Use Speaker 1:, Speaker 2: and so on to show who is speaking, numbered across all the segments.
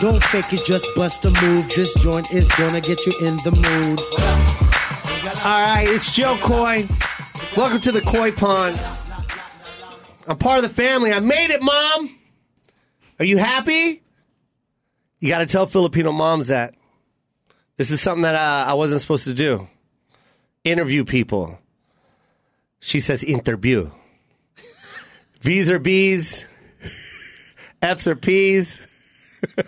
Speaker 1: Don't fake it, just bust a move. This joint is gonna get you in the mood.
Speaker 2: All right, it's Joe Coy. Welcome to the Koi Pond. I'm part of the family. I made it, Mom. Are you happy? You got to tell Filipino moms that. This is something that uh, I wasn't supposed to do. Interview people. She says interview. V's are B's, F's are P's. Um,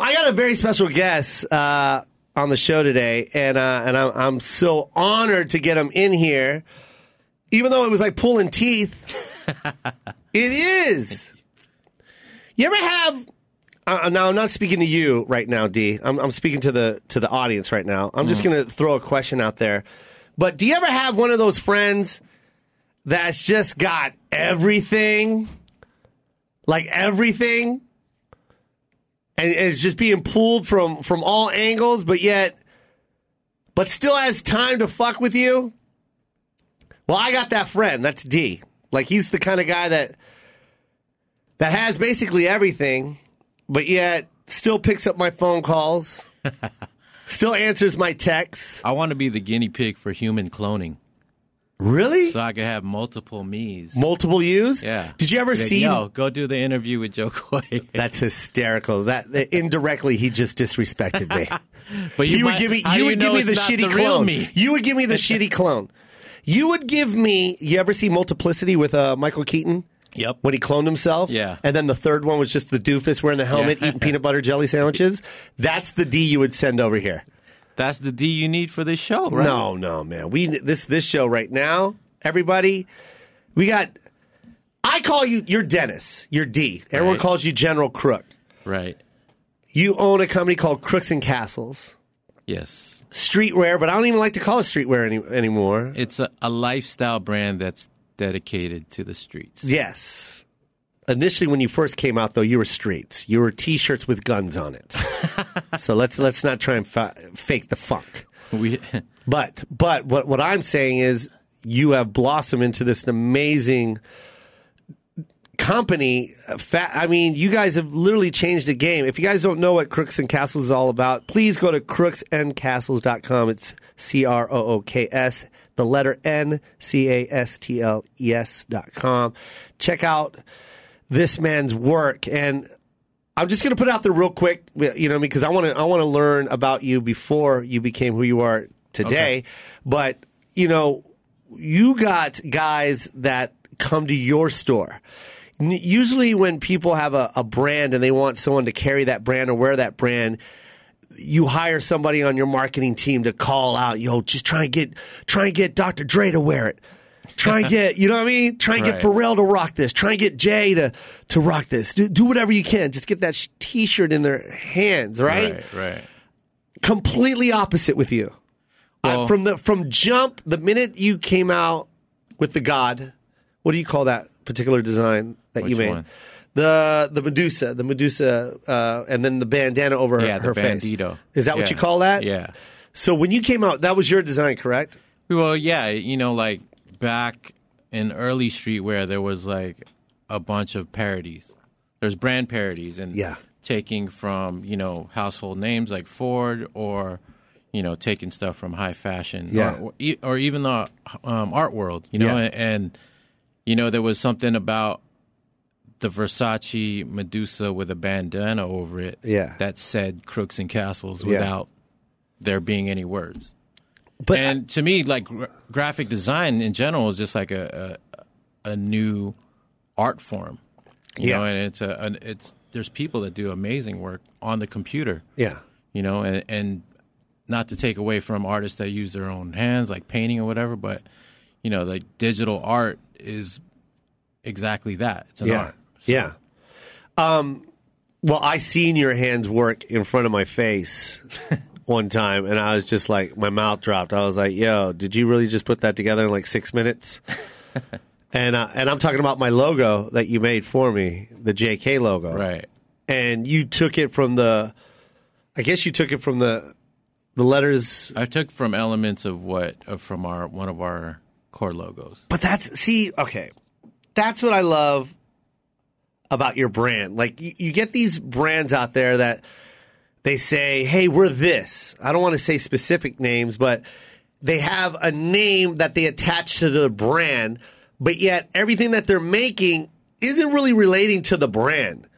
Speaker 2: I got a very special guest uh, on the show today, and uh, and I'm, I'm so honored to get him in here, even though it was like pulling teeth. it is. You ever have? Uh, now I'm not speaking to you right now, D. I'm, I'm speaking to the to the audience right now. I'm just gonna throw a question out there. But do you ever have one of those friends that's just got everything, like everything, and it's just being pulled from from all angles, but yet, but still has time to fuck with you. Well, I got that friend. That's D. Like he's the kind of guy that that has basically everything, but yet still picks up my phone calls, still answers my texts.
Speaker 3: I want to be the guinea pig for human cloning,
Speaker 2: Really?
Speaker 3: so I could have multiple me's.
Speaker 2: Multiple use?
Speaker 3: yeah.
Speaker 2: Did you ever
Speaker 3: Like,
Speaker 2: see?
Speaker 3: Yo, go do the interview with Joe Coy.
Speaker 2: That's hysterical. That, that indirectly he just disrespected me.
Speaker 3: But
Speaker 2: you, would
Speaker 3: might-
Speaker 2: give me
Speaker 3: how do
Speaker 2: you would
Speaker 3: know
Speaker 2: give me
Speaker 3: it's
Speaker 2: the
Speaker 3: not
Speaker 2: shitty
Speaker 3: real
Speaker 2: clone.
Speaker 3: me?
Speaker 2: You would give me the shitty clone. You would give me. You ever see Multiplicity with uh, Michael Keaton
Speaker 3: Yep.
Speaker 2: when he cloned himself?
Speaker 3: Yeah.
Speaker 2: And then the third one was just the doofus wearing the helmet
Speaker 3: Yeah.
Speaker 2: eating peanut butter jelly sandwiches. That's the D you would send over here.
Speaker 3: That's the D you need for this show, right?
Speaker 2: No, no, man. We this this show right now. Everybody, we got. I call you. You're Dennis. You're D. Everyone
Speaker 3: Right.
Speaker 2: calls you General Crook.
Speaker 3: Right.
Speaker 2: You own a company called Crooks and Castles.
Speaker 3: Yes.
Speaker 2: Streetwear, but I don't even like to call it streetwear any, anymore.
Speaker 3: It's a, a lifestyle brand that's dedicated to the streets.
Speaker 2: Yes. Initially, when you first came out, though, you were streets. You were T-shirts with guns on it. so let's let's not try and fa- fake the funk.
Speaker 3: We,
Speaker 2: But but what what I'm saying is, you have blossomed into this amazing company. Uh, Fa- I mean, you guys have literally changed the game. If you guys don't know what Crooks and Castles is all about, please go to crooksandcastles.com. It's C R O O K S, the letter N C A S T L E S dot com. Check out this man's work and I'm just going to put it out there real quick, you know, because I want to I want to learn about you before you became who you are today. But you know, you got guys that come to your store. N- Usually, when people have a, a brand and they want someone to carry that brand or wear that brand, you hire somebody on your marketing team to call out, yo, just try and get try and get Dr. Dre to wear it. Try and get, you know what I mean? Try and
Speaker 3: Right.
Speaker 2: get Pharrell to rock this. Try and get Jay to to rock this. Do, do whatever you can. Just get that sh- t-shirt in their hands, right?
Speaker 3: right, right.
Speaker 2: Completely opposite with you.
Speaker 3: Well-
Speaker 2: Uh, from the from jump, the minute you came out with the God, what do you call that particular design that you
Speaker 3: Which
Speaker 2: made?
Speaker 3: one?
Speaker 2: The the Medusa, the Medusa, uh, and then the bandana over her-
Speaker 3: Yeah, the
Speaker 2: her face.
Speaker 3: bandito.
Speaker 2: Is that what
Speaker 3: Yeah.
Speaker 2: you call that?
Speaker 3: Yeah.
Speaker 2: So when you came out, that was your design, correct?
Speaker 3: Well, yeah, you know, like back in early streetwear, there was like a bunch of parodies. There's brand parodies and
Speaker 2: Yeah.
Speaker 3: taking from you know household names like Ford or you know taking stuff from high fashion
Speaker 2: Yeah.
Speaker 3: or, or, or even the um, art world. You know,
Speaker 2: Yeah.
Speaker 3: and, and you know there was something about the Versace Medusa with a bandana over it.
Speaker 2: Yeah.
Speaker 3: that said Crooks and Castles
Speaker 2: Yeah.
Speaker 3: without there being any words
Speaker 2: But
Speaker 3: and to me, like gra- graphic design in general is just like a a, a new art form, you
Speaker 2: Yeah.
Speaker 3: know. And it's a an, it's there's people that do amazing work on the computer,
Speaker 2: yeah,
Speaker 3: you know, and and not to take away from artists that use their own hands, like painting or whatever, but you know, like digital art is exactly that. It's an
Speaker 2: yeah,
Speaker 3: art.
Speaker 2: yeah. Um, well, I seen your hands work in front of my face one time, and I was just like, my mouth dropped. I was like, "Yo, did you really just put that together in like six minutes?" and uh, and I'm talking about my logo that you made for me, the JK logo,
Speaker 3: Right.
Speaker 2: And you took it from the, I guess you took it from the, the letters
Speaker 3: I took from elements of what of from our one of our core logos.
Speaker 2: But that's see, okay, that's what I love about your brand. Like you, you get these brands out there that they say, "Hey, we're this." I don't want to say specific names, but they have a name that they attach to the brand, but yet everything that they're making isn't really relating to the brand.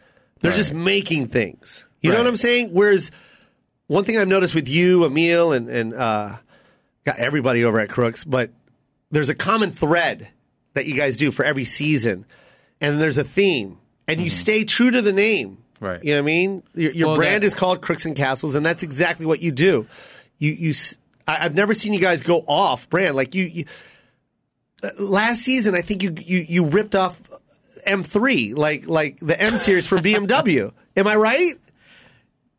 Speaker 2: They're just making things. You know what
Speaker 3: Right.
Speaker 2: I'm saying? Whereas one thing I've noticed with you, Emil, and and uh, got everybody over at Crooks, but there's a common thread that you guys do for every season, and there's a theme, and you stay true to the name.
Speaker 3: Mm-hmm. Right.
Speaker 2: You know what I mean? Your, your
Speaker 3: Well,
Speaker 2: brand
Speaker 3: that-
Speaker 2: is called Crooks and Castles, and that's exactly what you do. You you. s- I, have never seen you guys go off brand like you. you uh, last season, I think you you you ripped off M3 like like the M series for BMW. Am I right?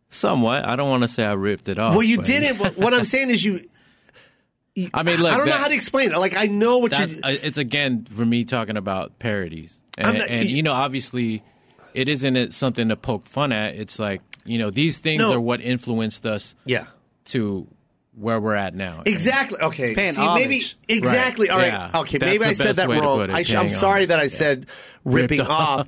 Speaker 3: Somewhat. I don't want to say I ripped it off.
Speaker 2: Well, you
Speaker 3: but-
Speaker 2: didn't. But what I'm saying is you.
Speaker 3: I mean, look.
Speaker 2: I don't
Speaker 3: that-
Speaker 2: know how to explain it. Like I know what
Speaker 3: that,
Speaker 2: you.
Speaker 3: uh, it's again for me talking about parodies, and,
Speaker 2: not- e-
Speaker 3: and you know, obviously, it isn't it something to poke fun at. It's like you know, these things
Speaker 2: No.
Speaker 3: are what influenced us
Speaker 2: yeah.
Speaker 3: to where we're at now. And-
Speaker 2: Exactly. Okay.
Speaker 4: paying
Speaker 2: See, maybe
Speaker 4: homage.
Speaker 2: exactly.
Speaker 3: Right.
Speaker 2: All right.
Speaker 3: Yeah.
Speaker 2: Okay.
Speaker 3: That's
Speaker 2: maybe
Speaker 3: the
Speaker 2: I said
Speaker 3: best
Speaker 2: that
Speaker 3: way to
Speaker 2: wrong.
Speaker 3: put it,
Speaker 2: I sh- I'm
Speaker 3: paying
Speaker 2: sorry
Speaker 3: homage.
Speaker 2: that I
Speaker 3: Yeah.
Speaker 2: said ripping
Speaker 3: Ripped
Speaker 2: off.
Speaker 3: off.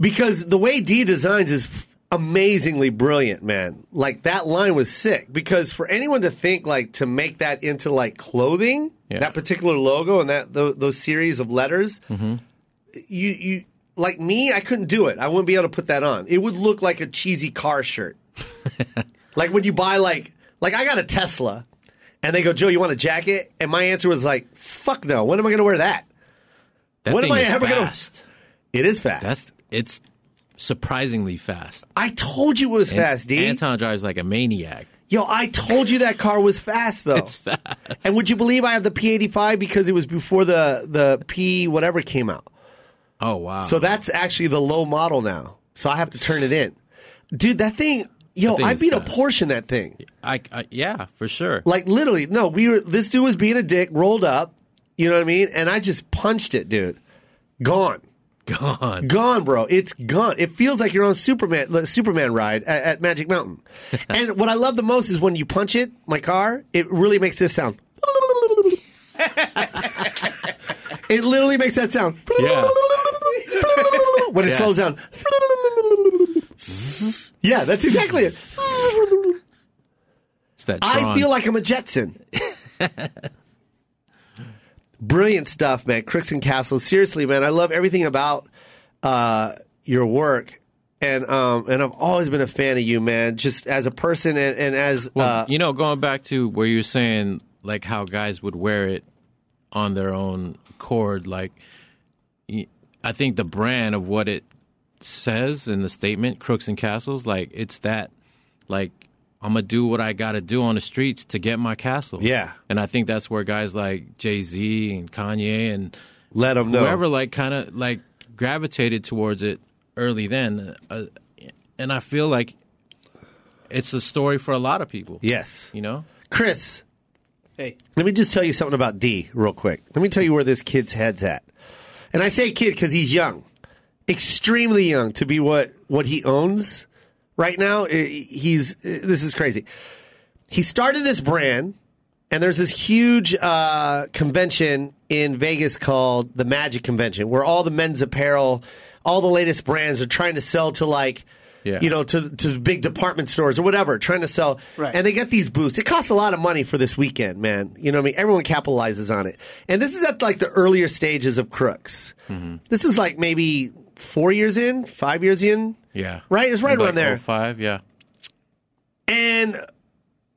Speaker 2: because the way D designs is amazingly brilliant, man. Like that line was sick. Because for anyone to think like to make that into like clothing,
Speaker 3: Yeah.
Speaker 2: that particular logo and that those, those series of letters,
Speaker 3: Mm-hmm.
Speaker 2: you you like me, I couldn't do it. I wouldn't be able to put that on. It would look like a cheesy car shirt. like when you buy like like I got a Tesla, and they go, Joe, you want a jacket? And my answer was like, fuck no. When am I going to wear that?
Speaker 3: that
Speaker 2: What
Speaker 3: thing
Speaker 2: am I
Speaker 3: is
Speaker 2: ever gonna-
Speaker 3: fast.
Speaker 2: It is fast.
Speaker 3: That's it's surprisingly fast.
Speaker 2: I told you it was fast, D.
Speaker 3: Anton drives like a maniac.
Speaker 2: Yo, I told you that car was fast though.
Speaker 3: It's fast.
Speaker 2: and would you believe I have the P85 because it was before the the P whatever came out.
Speaker 3: Oh wow!
Speaker 2: So that's actually the low model now. So I have to turn it in. Dude, that thing, yo,
Speaker 3: That thing
Speaker 2: I
Speaker 3: is
Speaker 2: beat a
Speaker 3: fast.
Speaker 2: Porsche in that thing.
Speaker 3: I, I yeah for sure.
Speaker 2: Like literally, no, we were this dude was being a dick, rolled up, you know what I mean? And I just punched it, dude. Gone.
Speaker 3: Gone.
Speaker 2: Gone, bro. It's gone. It feels like you're on Superman the Superman ride at, at Magic Mountain. and what I love the most is when you punch it, my car, it really makes this sound. it literally makes that sound.
Speaker 3: Yeah.
Speaker 2: when it
Speaker 3: Yeah.
Speaker 2: slows down. yeah, that's exactly it.
Speaker 3: It's that
Speaker 2: I
Speaker 3: Tron.
Speaker 2: feel like I'm a Jetson. Brilliant stuff, man. Crooks and Castles. Seriously, man, I love everything about uh, your work. And um, and I've always been a fan of you, man. Just as a person and, and as uh,
Speaker 3: you know, going back to where you're saying like how guys would wear it on their own accord, like y- I think the brand of what it says in the statement, Crooks and Castles, like it's that, like I'm gonna do what I gotta do on the streets to get my castle.
Speaker 2: Yeah.
Speaker 3: and I think that's where guys like Jay Z and Kanye and
Speaker 2: let them know.
Speaker 3: whoever like kind of like gravitated towards it early then, uh, and I feel like it's a story for a lot of people.
Speaker 2: Yes,
Speaker 3: You know,
Speaker 2: Chris.
Speaker 4: Hey,
Speaker 2: Let me just tell you something about D real quick. Let me tell you where this kid's head's at. And I say kid because he's young, extremely young to be what what he owns right now. i- He's this is crazy. He started this brand, and there's this huge uh, convention in Vegas called the Magic Convention, where all the men's apparel, all the latest brands are trying to sell to like.
Speaker 3: Yeah.
Speaker 2: You know, to to big department stores or whatever, trying to sell,
Speaker 4: Right.
Speaker 2: and they get these booths. It costs a lot of money for this weekend, man. You know what I mean? Everyone capitalizes on it. And this is at like the earlier stages of Crooks. This is like maybe four years in, five years in.
Speaker 3: yeah,
Speaker 2: Right? It's right
Speaker 3: Like
Speaker 2: around there.
Speaker 3: 05, yeah,
Speaker 2: And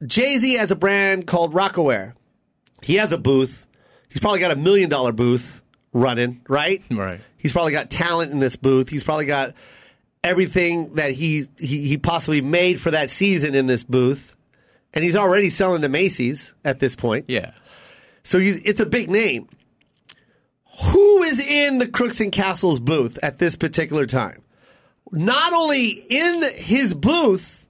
Speaker 2: Jay Z has a brand called Rockaware. He has a booth. He's probably got a million dollar booth running, right?
Speaker 3: Right.
Speaker 2: He's probably got talent in this booth. He's probably got everything that he, he, he possibly made for that season in this booth. And he's already selling to Macy's at this point.
Speaker 3: yeah.
Speaker 2: So he's, it's a big name. Who is in the Crooks and Castles booth at this particular time? Not only in his booth,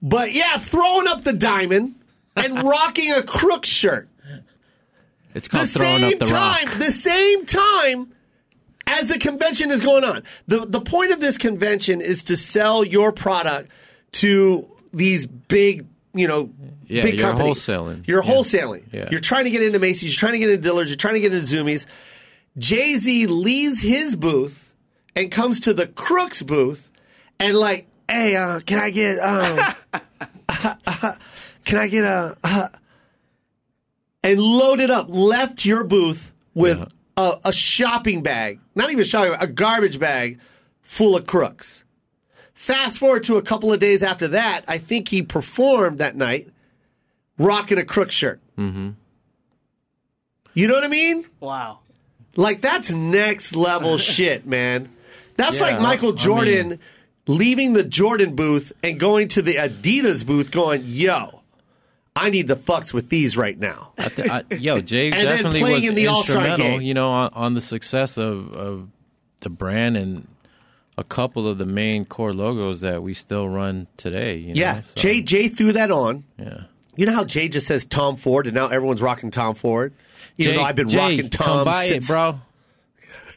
Speaker 2: but yeah, throwing up the diamond and rocking a crook shirt.
Speaker 3: It's
Speaker 2: The
Speaker 3: called Oh, throwing
Speaker 2: same
Speaker 3: up the
Speaker 2: time,
Speaker 3: rock.
Speaker 2: the same time as the convention is going on. The the point of this convention is to sell your product to these big you know,
Speaker 3: Yeah,
Speaker 2: big
Speaker 3: you're
Speaker 2: companies.
Speaker 3: wholesaling.
Speaker 2: You're
Speaker 3: Yeah.
Speaker 2: wholesaling.
Speaker 3: Yeah.
Speaker 2: You're trying to get into Macy's. You're trying to get into Dillard's. You're trying to get into Zoomies. Jay Z leaves his booth and comes to the Crooks booth and like, hey, uh, can I get, um, uh, can I get a, uh," and loaded up, left your booth with a, a shopping bag, not even a shopping bag, a garbage bag full of crooks. Fast forward to a couple of days after that, I think he performed that night rocking a crook shirt. Mm-hmm. You know what I mean?
Speaker 4: Wow.
Speaker 2: Like, that's next level shit, man. That's like Michael
Speaker 3: I
Speaker 2: Jordan leaving the Jordan booth and going to the Adidas booth going, yo, I need the fucks with these right now.
Speaker 3: I thi- I, yo, Jay
Speaker 2: then
Speaker 3: definitely
Speaker 2: playing
Speaker 3: was
Speaker 2: in the All-Star
Speaker 3: instrumental,
Speaker 2: game.
Speaker 3: you know, on, on the success of, of the brand and a couple of the main core logos that we still run today. You
Speaker 2: Yeah,
Speaker 3: know? So,
Speaker 2: Jay Jay threw that on.
Speaker 3: Yeah.
Speaker 2: You know how Jay just says Tom Ford, and now everyone's rocking Tom Ford. Even
Speaker 3: Jay-
Speaker 2: though I've been
Speaker 3: Jay,
Speaker 2: rocking Tom
Speaker 3: come buy
Speaker 2: since.
Speaker 3: it, bro.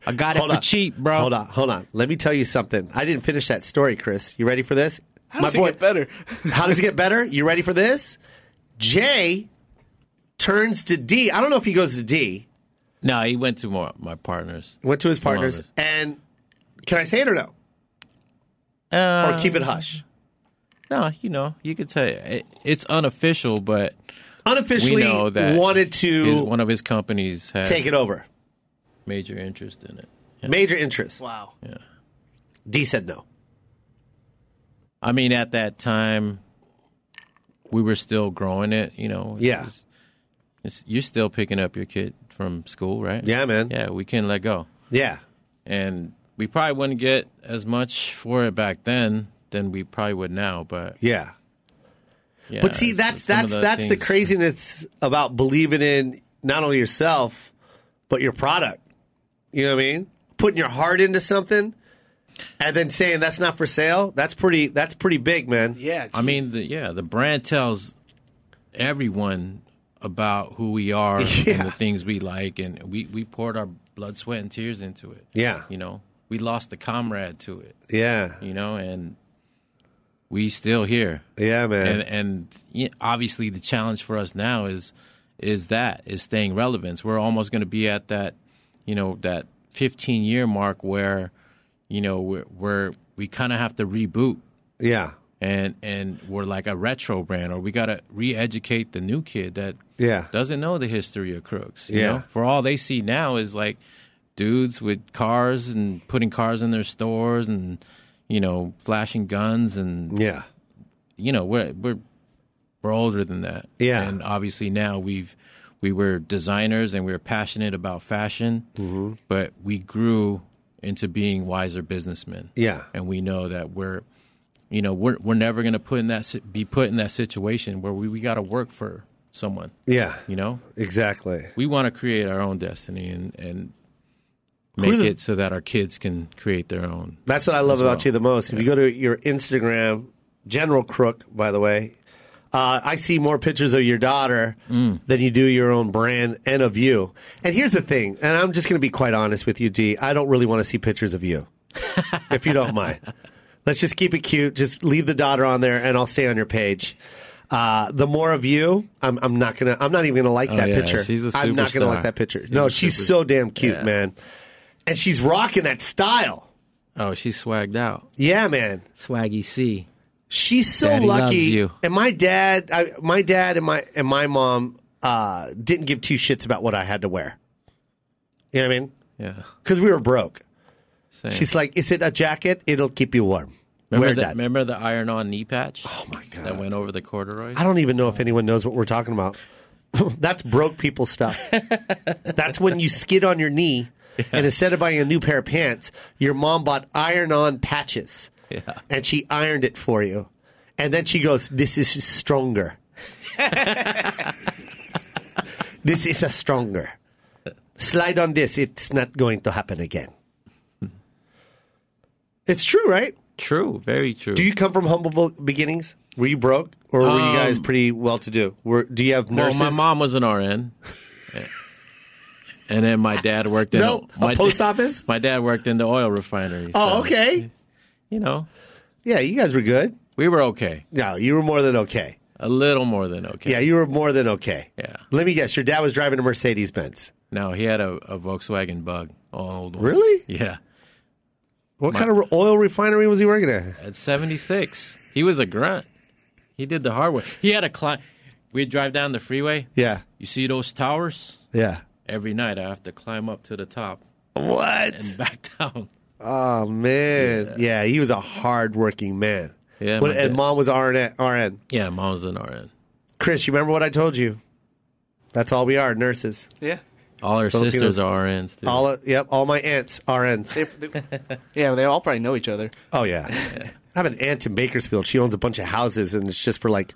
Speaker 3: I got it
Speaker 2: Hold
Speaker 3: for
Speaker 2: on.
Speaker 3: cheap, bro.
Speaker 2: Hold on, hold on. Let me tell you something. I didn't finish that story, Chris. You ready for this?
Speaker 4: How does it get better?
Speaker 2: how does it get better? You ready for this? Jay turns to D. I don't know if he goes to D.
Speaker 3: No, he went to my, my partners.
Speaker 2: Went to his partners,
Speaker 3: Columbus.
Speaker 2: and can I say it or no?
Speaker 3: Uh,
Speaker 2: Or keep it hush.
Speaker 3: No, you know, you could tell. It, it's unofficial, but we
Speaker 2: Unofficially,
Speaker 3: know that
Speaker 2: wanted
Speaker 3: his-
Speaker 2: to
Speaker 3: one of his companies had
Speaker 2: take it over.
Speaker 3: major interest in it.
Speaker 2: Major interest.
Speaker 4: Wow.
Speaker 2: D said no.
Speaker 3: I mean, at that time, we were still growing it. You know,
Speaker 2: Yeah.
Speaker 3: It's- it's- you're still picking up your kid from school, right?
Speaker 2: Yeah, man.
Speaker 3: Yeah, we can let go,
Speaker 2: Yeah.
Speaker 3: and we probably wouldn't get as much for it back then than we probably would now. But
Speaker 2: Yeah.
Speaker 3: yeah,
Speaker 2: But see,
Speaker 3: it's-
Speaker 2: that's
Speaker 3: some
Speaker 2: that's
Speaker 3: of the
Speaker 2: that's the
Speaker 3: things-
Speaker 2: craziness about believing in not only yourself but your product. You know what I mean? Putting your heart into something and then saying that's not for sale. That's pretty. That's pretty big, man.
Speaker 4: Yeah.
Speaker 3: I mean, the, yeah, the brand tells everyone about who we are
Speaker 2: Yeah.
Speaker 3: and the things we like, and we we poured our blood, sweat, and tears into it.
Speaker 2: Yeah.
Speaker 3: you know, we lost the comrade to it.
Speaker 2: Yeah,
Speaker 3: you know, and we still here.
Speaker 2: yeah, man.
Speaker 3: And and yeah, obviously the challenge for us now is is that is staying relevant. We're almost going to be at that, you know, that 15 year mark where, you know, we're, we're we kind of have to reboot
Speaker 2: yeah,
Speaker 3: and and we're like a retro brand or we got to re-educate the new kid that
Speaker 2: yeah,
Speaker 3: doesn't know the history of crooks. You
Speaker 2: Yeah.
Speaker 3: Know? For all they see now is like dudes with cars and putting cars in their stores and you know flashing guns and
Speaker 2: yeah,
Speaker 3: you know we're we're we're older than that.
Speaker 2: Yeah.
Speaker 3: And obviously now we've we were designers and we were passionate about fashion,
Speaker 2: Mm-hmm.
Speaker 3: but we grew into being wiser businessmen
Speaker 2: yeah,
Speaker 3: and we know that we're you know we're we're never going to put in that si- be put in that situation where we, we got to work for someone
Speaker 2: yeah.
Speaker 3: you know
Speaker 2: Exactly.
Speaker 3: we want to create our own destiny and and make
Speaker 2: the-
Speaker 3: it so that our kids can create their own
Speaker 2: That's what I love about
Speaker 3: well.
Speaker 2: you the most. If you go to your Instagram, General Crook, by the way, uh, I see more pictures of your daughter
Speaker 3: Mm.
Speaker 2: than you do your own brand and of you. And here's the thing, and I'm just going to be quite honest with you, D. I don't really want to see pictures of you, if you don't mind. Let's just keep it cute. Just leave the daughter on there, and I'll stay on your page. Uh, the more of you, I'm, I'm not gonna. I'm not even gonna like that
Speaker 3: Oh, yeah,
Speaker 2: picture.
Speaker 3: she's a
Speaker 2: I'm not gonna
Speaker 3: superstar.
Speaker 2: like that picture.
Speaker 3: She's
Speaker 2: no,
Speaker 3: a
Speaker 2: she's
Speaker 3: super-
Speaker 2: so damn cute,
Speaker 3: Yeah.
Speaker 2: man, and she's rocking that style.
Speaker 3: oh she's swagged out
Speaker 2: Yeah, man.
Speaker 3: swaggy c
Speaker 2: She's so
Speaker 3: Daddy
Speaker 2: lucky.
Speaker 3: loves you.
Speaker 2: And my dad, I, my dad and my and my mom uh, didn't give two shits about what I had to wear. You know what I mean?
Speaker 3: yeah
Speaker 2: Because we were broke.
Speaker 3: same.
Speaker 2: She's like, "Is it a jacket? It'll keep you warm."
Speaker 3: remember
Speaker 2: wear
Speaker 3: the,
Speaker 2: that.
Speaker 3: remember the iron on knee patch oh
Speaker 2: my God.
Speaker 3: that went over the corduroy
Speaker 2: I don't even know if anyone knows what we're talking about. That's broke people stuff. That's when you skid on your knee, and instead of buying a new pair of pants, your mom bought iron-on patches,
Speaker 3: Yeah.
Speaker 2: and she ironed it for you. And then she goes, "This is stronger. this is a stronger. Slide on this. It's not going to happen again." It's true, right?
Speaker 3: true very true
Speaker 2: Do you come from humble be- beginnings? Were you broke, or were you guys
Speaker 3: Um,
Speaker 2: pretty well to do? Were do you have
Speaker 3: well
Speaker 2: nurses?
Speaker 3: my mom was an rn and then my dad worked in
Speaker 2: No, a
Speaker 3: my,
Speaker 2: post office?
Speaker 3: my dad worked in the oil refinery
Speaker 2: Oh,
Speaker 3: so,
Speaker 2: okay.
Speaker 3: you know
Speaker 2: Yeah, you guys were good.
Speaker 3: we were okay
Speaker 2: No, you were more than okay.
Speaker 3: A little more than okay.
Speaker 2: Yeah, you were more than okay.
Speaker 3: Yeah.
Speaker 2: Let me guess. Your dad was driving a Mercedes Benz.
Speaker 3: No, he had a, a Volkswagen Bug, an old one.
Speaker 2: Really?
Speaker 3: Yeah.
Speaker 2: What kind of oil refinery was he working at?
Speaker 3: At 76, he was a grunt. He did the hard work. He had a client. We'd drive down the freeway.
Speaker 2: Yeah.
Speaker 3: You see those towers?
Speaker 2: Yeah.
Speaker 3: Every night I have to climb up to the top
Speaker 2: What?
Speaker 3: and back down.
Speaker 2: Oh man. Yeah. he was a hard-working man.
Speaker 3: Yeah,
Speaker 2: What-
Speaker 3: my
Speaker 2: and
Speaker 3: dad-
Speaker 2: mom was RN. RN.
Speaker 3: Yeah, mom's an RN.
Speaker 2: Chris, you remember what I told you? That's all we are, nurses.
Speaker 4: Yeah.
Speaker 3: All her
Speaker 2: Filipinos-
Speaker 3: sisters are RNs. Too.
Speaker 2: All yep, all my aunts RNs.
Speaker 4: They, they, yeah, they all probably know each other.
Speaker 2: Oh yeah. I have an aunt in Bakersfield. She owns a bunch of houses and it's just for like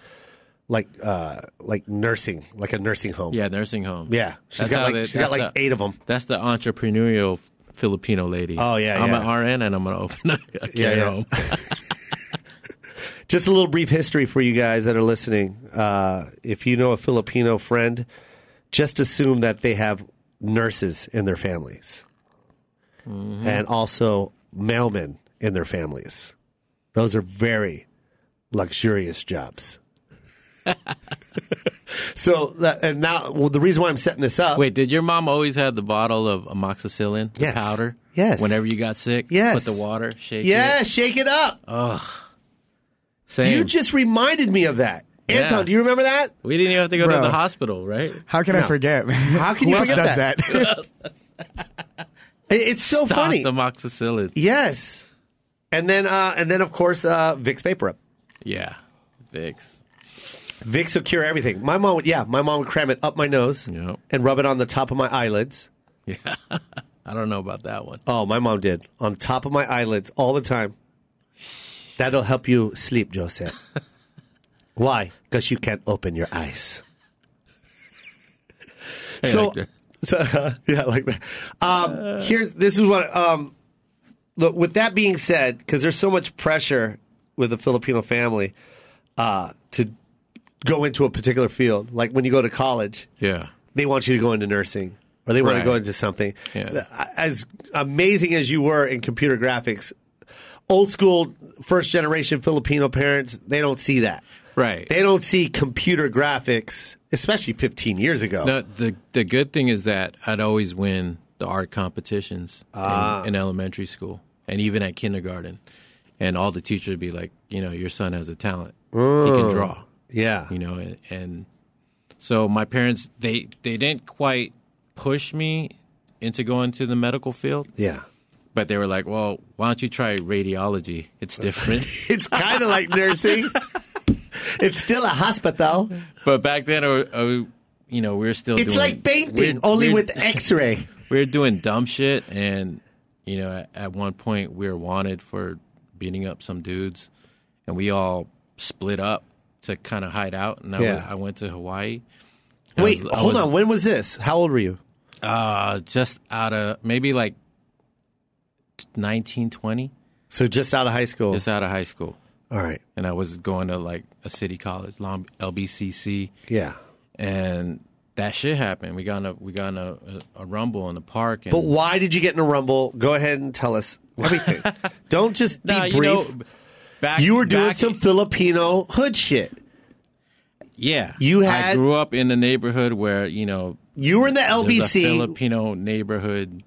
Speaker 2: like uh like nursing, like a nursing home.
Speaker 3: yeah, nursing home.
Speaker 2: Yeah. She's
Speaker 3: That's
Speaker 2: got
Speaker 3: how
Speaker 2: like
Speaker 3: they-
Speaker 2: she's got
Speaker 3: that's
Speaker 2: like
Speaker 3: the-
Speaker 2: 8 of them.
Speaker 3: That's the entrepreneurial Filipino lady.
Speaker 2: Oh, yeah,
Speaker 3: I'm
Speaker 2: yeah.
Speaker 3: an RN and I'm gonna open a, a care
Speaker 2: yeah.
Speaker 3: home.
Speaker 2: Just a little brief history for you guys that are listening. Uh, if you know a Filipino friend, just assume that they have nurses in their families
Speaker 3: Mm-hmm.
Speaker 2: and also mailmen in their families. Those are very luxurious jobs. so, that, and now well, the reason why I'm setting this up.
Speaker 3: Wait, did your mom always have the bottle of amoxicillin, the
Speaker 2: Yes.
Speaker 3: powder?
Speaker 2: Yes.
Speaker 3: Whenever you got sick,
Speaker 2: Yes.
Speaker 3: put the water, shake
Speaker 2: Yeah,
Speaker 3: it.
Speaker 2: shake it up.
Speaker 3: Oh, Same.
Speaker 2: you just reminded me of that.
Speaker 3: Yeah.
Speaker 2: Anton, do you remember that?
Speaker 3: we didn't even have to go to
Speaker 5: Bro.
Speaker 3: the hospital, right?
Speaker 5: How can
Speaker 2: No.
Speaker 5: I forget? How
Speaker 2: can
Speaker 5: Who
Speaker 2: you
Speaker 5: else
Speaker 2: forget
Speaker 5: does
Speaker 2: that?
Speaker 5: that?
Speaker 2: It- It's so
Speaker 3: Stop
Speaker 2: funny.
Speaker 3: the amoxicillin.
Speaker 2: Yes. And then, uh, and then, of course, uh, Vicks Vapor Up.
Speaker 3: Yeah. Vicks.
Speaker 2: Vicks will cure everything. My mom would, yeah, my mom would cram it up my nose
Speaker 3: Yep.
Speaker 2: and rub it on the top of my eyelids.
Speaker 3: I don't know about that one.
Speaker 2: Oh, my mom did on top of my eyelids all the time. That'll help you sleep, Joseph. Why? Because you can't open your eyes. so,
Speaker 3: like that.
Speaker 2: so yeah, like that. Um, here's this is what. Um, look, with that being said, because there's so much pressure with a Filipino family uh, to go into a particular field, like when you go to college,
Speaker 3: Yeah.
Speaker 2: they want you to go into nursing or they want to
Speaker 3: Right.
Speaker 2: go into something.
Speaker 3: Yeah.
Speaker 2: As amazing as you were in computer graphics, old school first generation Filipino parents, they don't see that.
Speaker 3: Right.
Speaker 2: They don't see computer graphics, especially 15 years ago.
Speaker 3: No, the the good thing is that I'd always win the art competitions
Speaker 2: Ah.
Speaker 3: in, in elementary school and even at kindergarten, and all the teachers would be like, you know, your son has a talent. He can draw.
Speaker 2: Yeah.
Speaker 3: You know, and, and so my parents they they didn't quite push me into going to the medical field,
Speaker 2: Yeah.
Speaker 3: but they were like, well, why don't you try radiology? It's different.
Speaker 2: It's kind of like nursing. It's still a hospital.
Speaker 3: but back then, uh, uh, you know, we were still
Speaker 2: It's
Speaker 3: doing,
Speaker 2: like painting,
Speaker 3: we're-
Speaker 2: only
Speaker 3: we're-
Speaker 2: with X-ray.
Speaker 3: we were doing dumb shit and you know at, at one point we were wanted for beating up some dudes and we all split up to kind of hide out and I,
Speaker 2: Yeah.
Speaker 3: went, I went to hawaii And I
Speaker 2: Wait,
Speaker 3: was- I
Speaker 2: hold
Speaker 3: was,
Speaker 2: on. When was this? How old were you?
Speaker 3: uh, just out of maybe like 19 20
Speaker 2: So just out of high school.
Speaker 3: just out of high school
Speaker 2: All right.
Speaker 3: and i was going to like a city college long lbcc
Speaker 2: Yeah.
Speaker 3: and that shit happened we got in a we got in a, a, a rumble in the park and
Speaker 2: But why did you get in a rumble? Go ahead and tell us everything. Don't just be
Speaker 3: Nah,
Speaker 2: brief.
Speaker 3: you
Speaker 2: You,
Speaker 3: know, back,
Speaker 2: were doing
Speaker 3: back-
Speaker 2: some Filipino hood shit.
Speaker 3: Yeah,
Speaker 2: You had-
Speaker 3: I grew up in a neighborhood where you know
Speaker 2: You were in the
Speaker 3: there's a
Speaker 2: LBC.
Speaker 3: Filipino neighborhood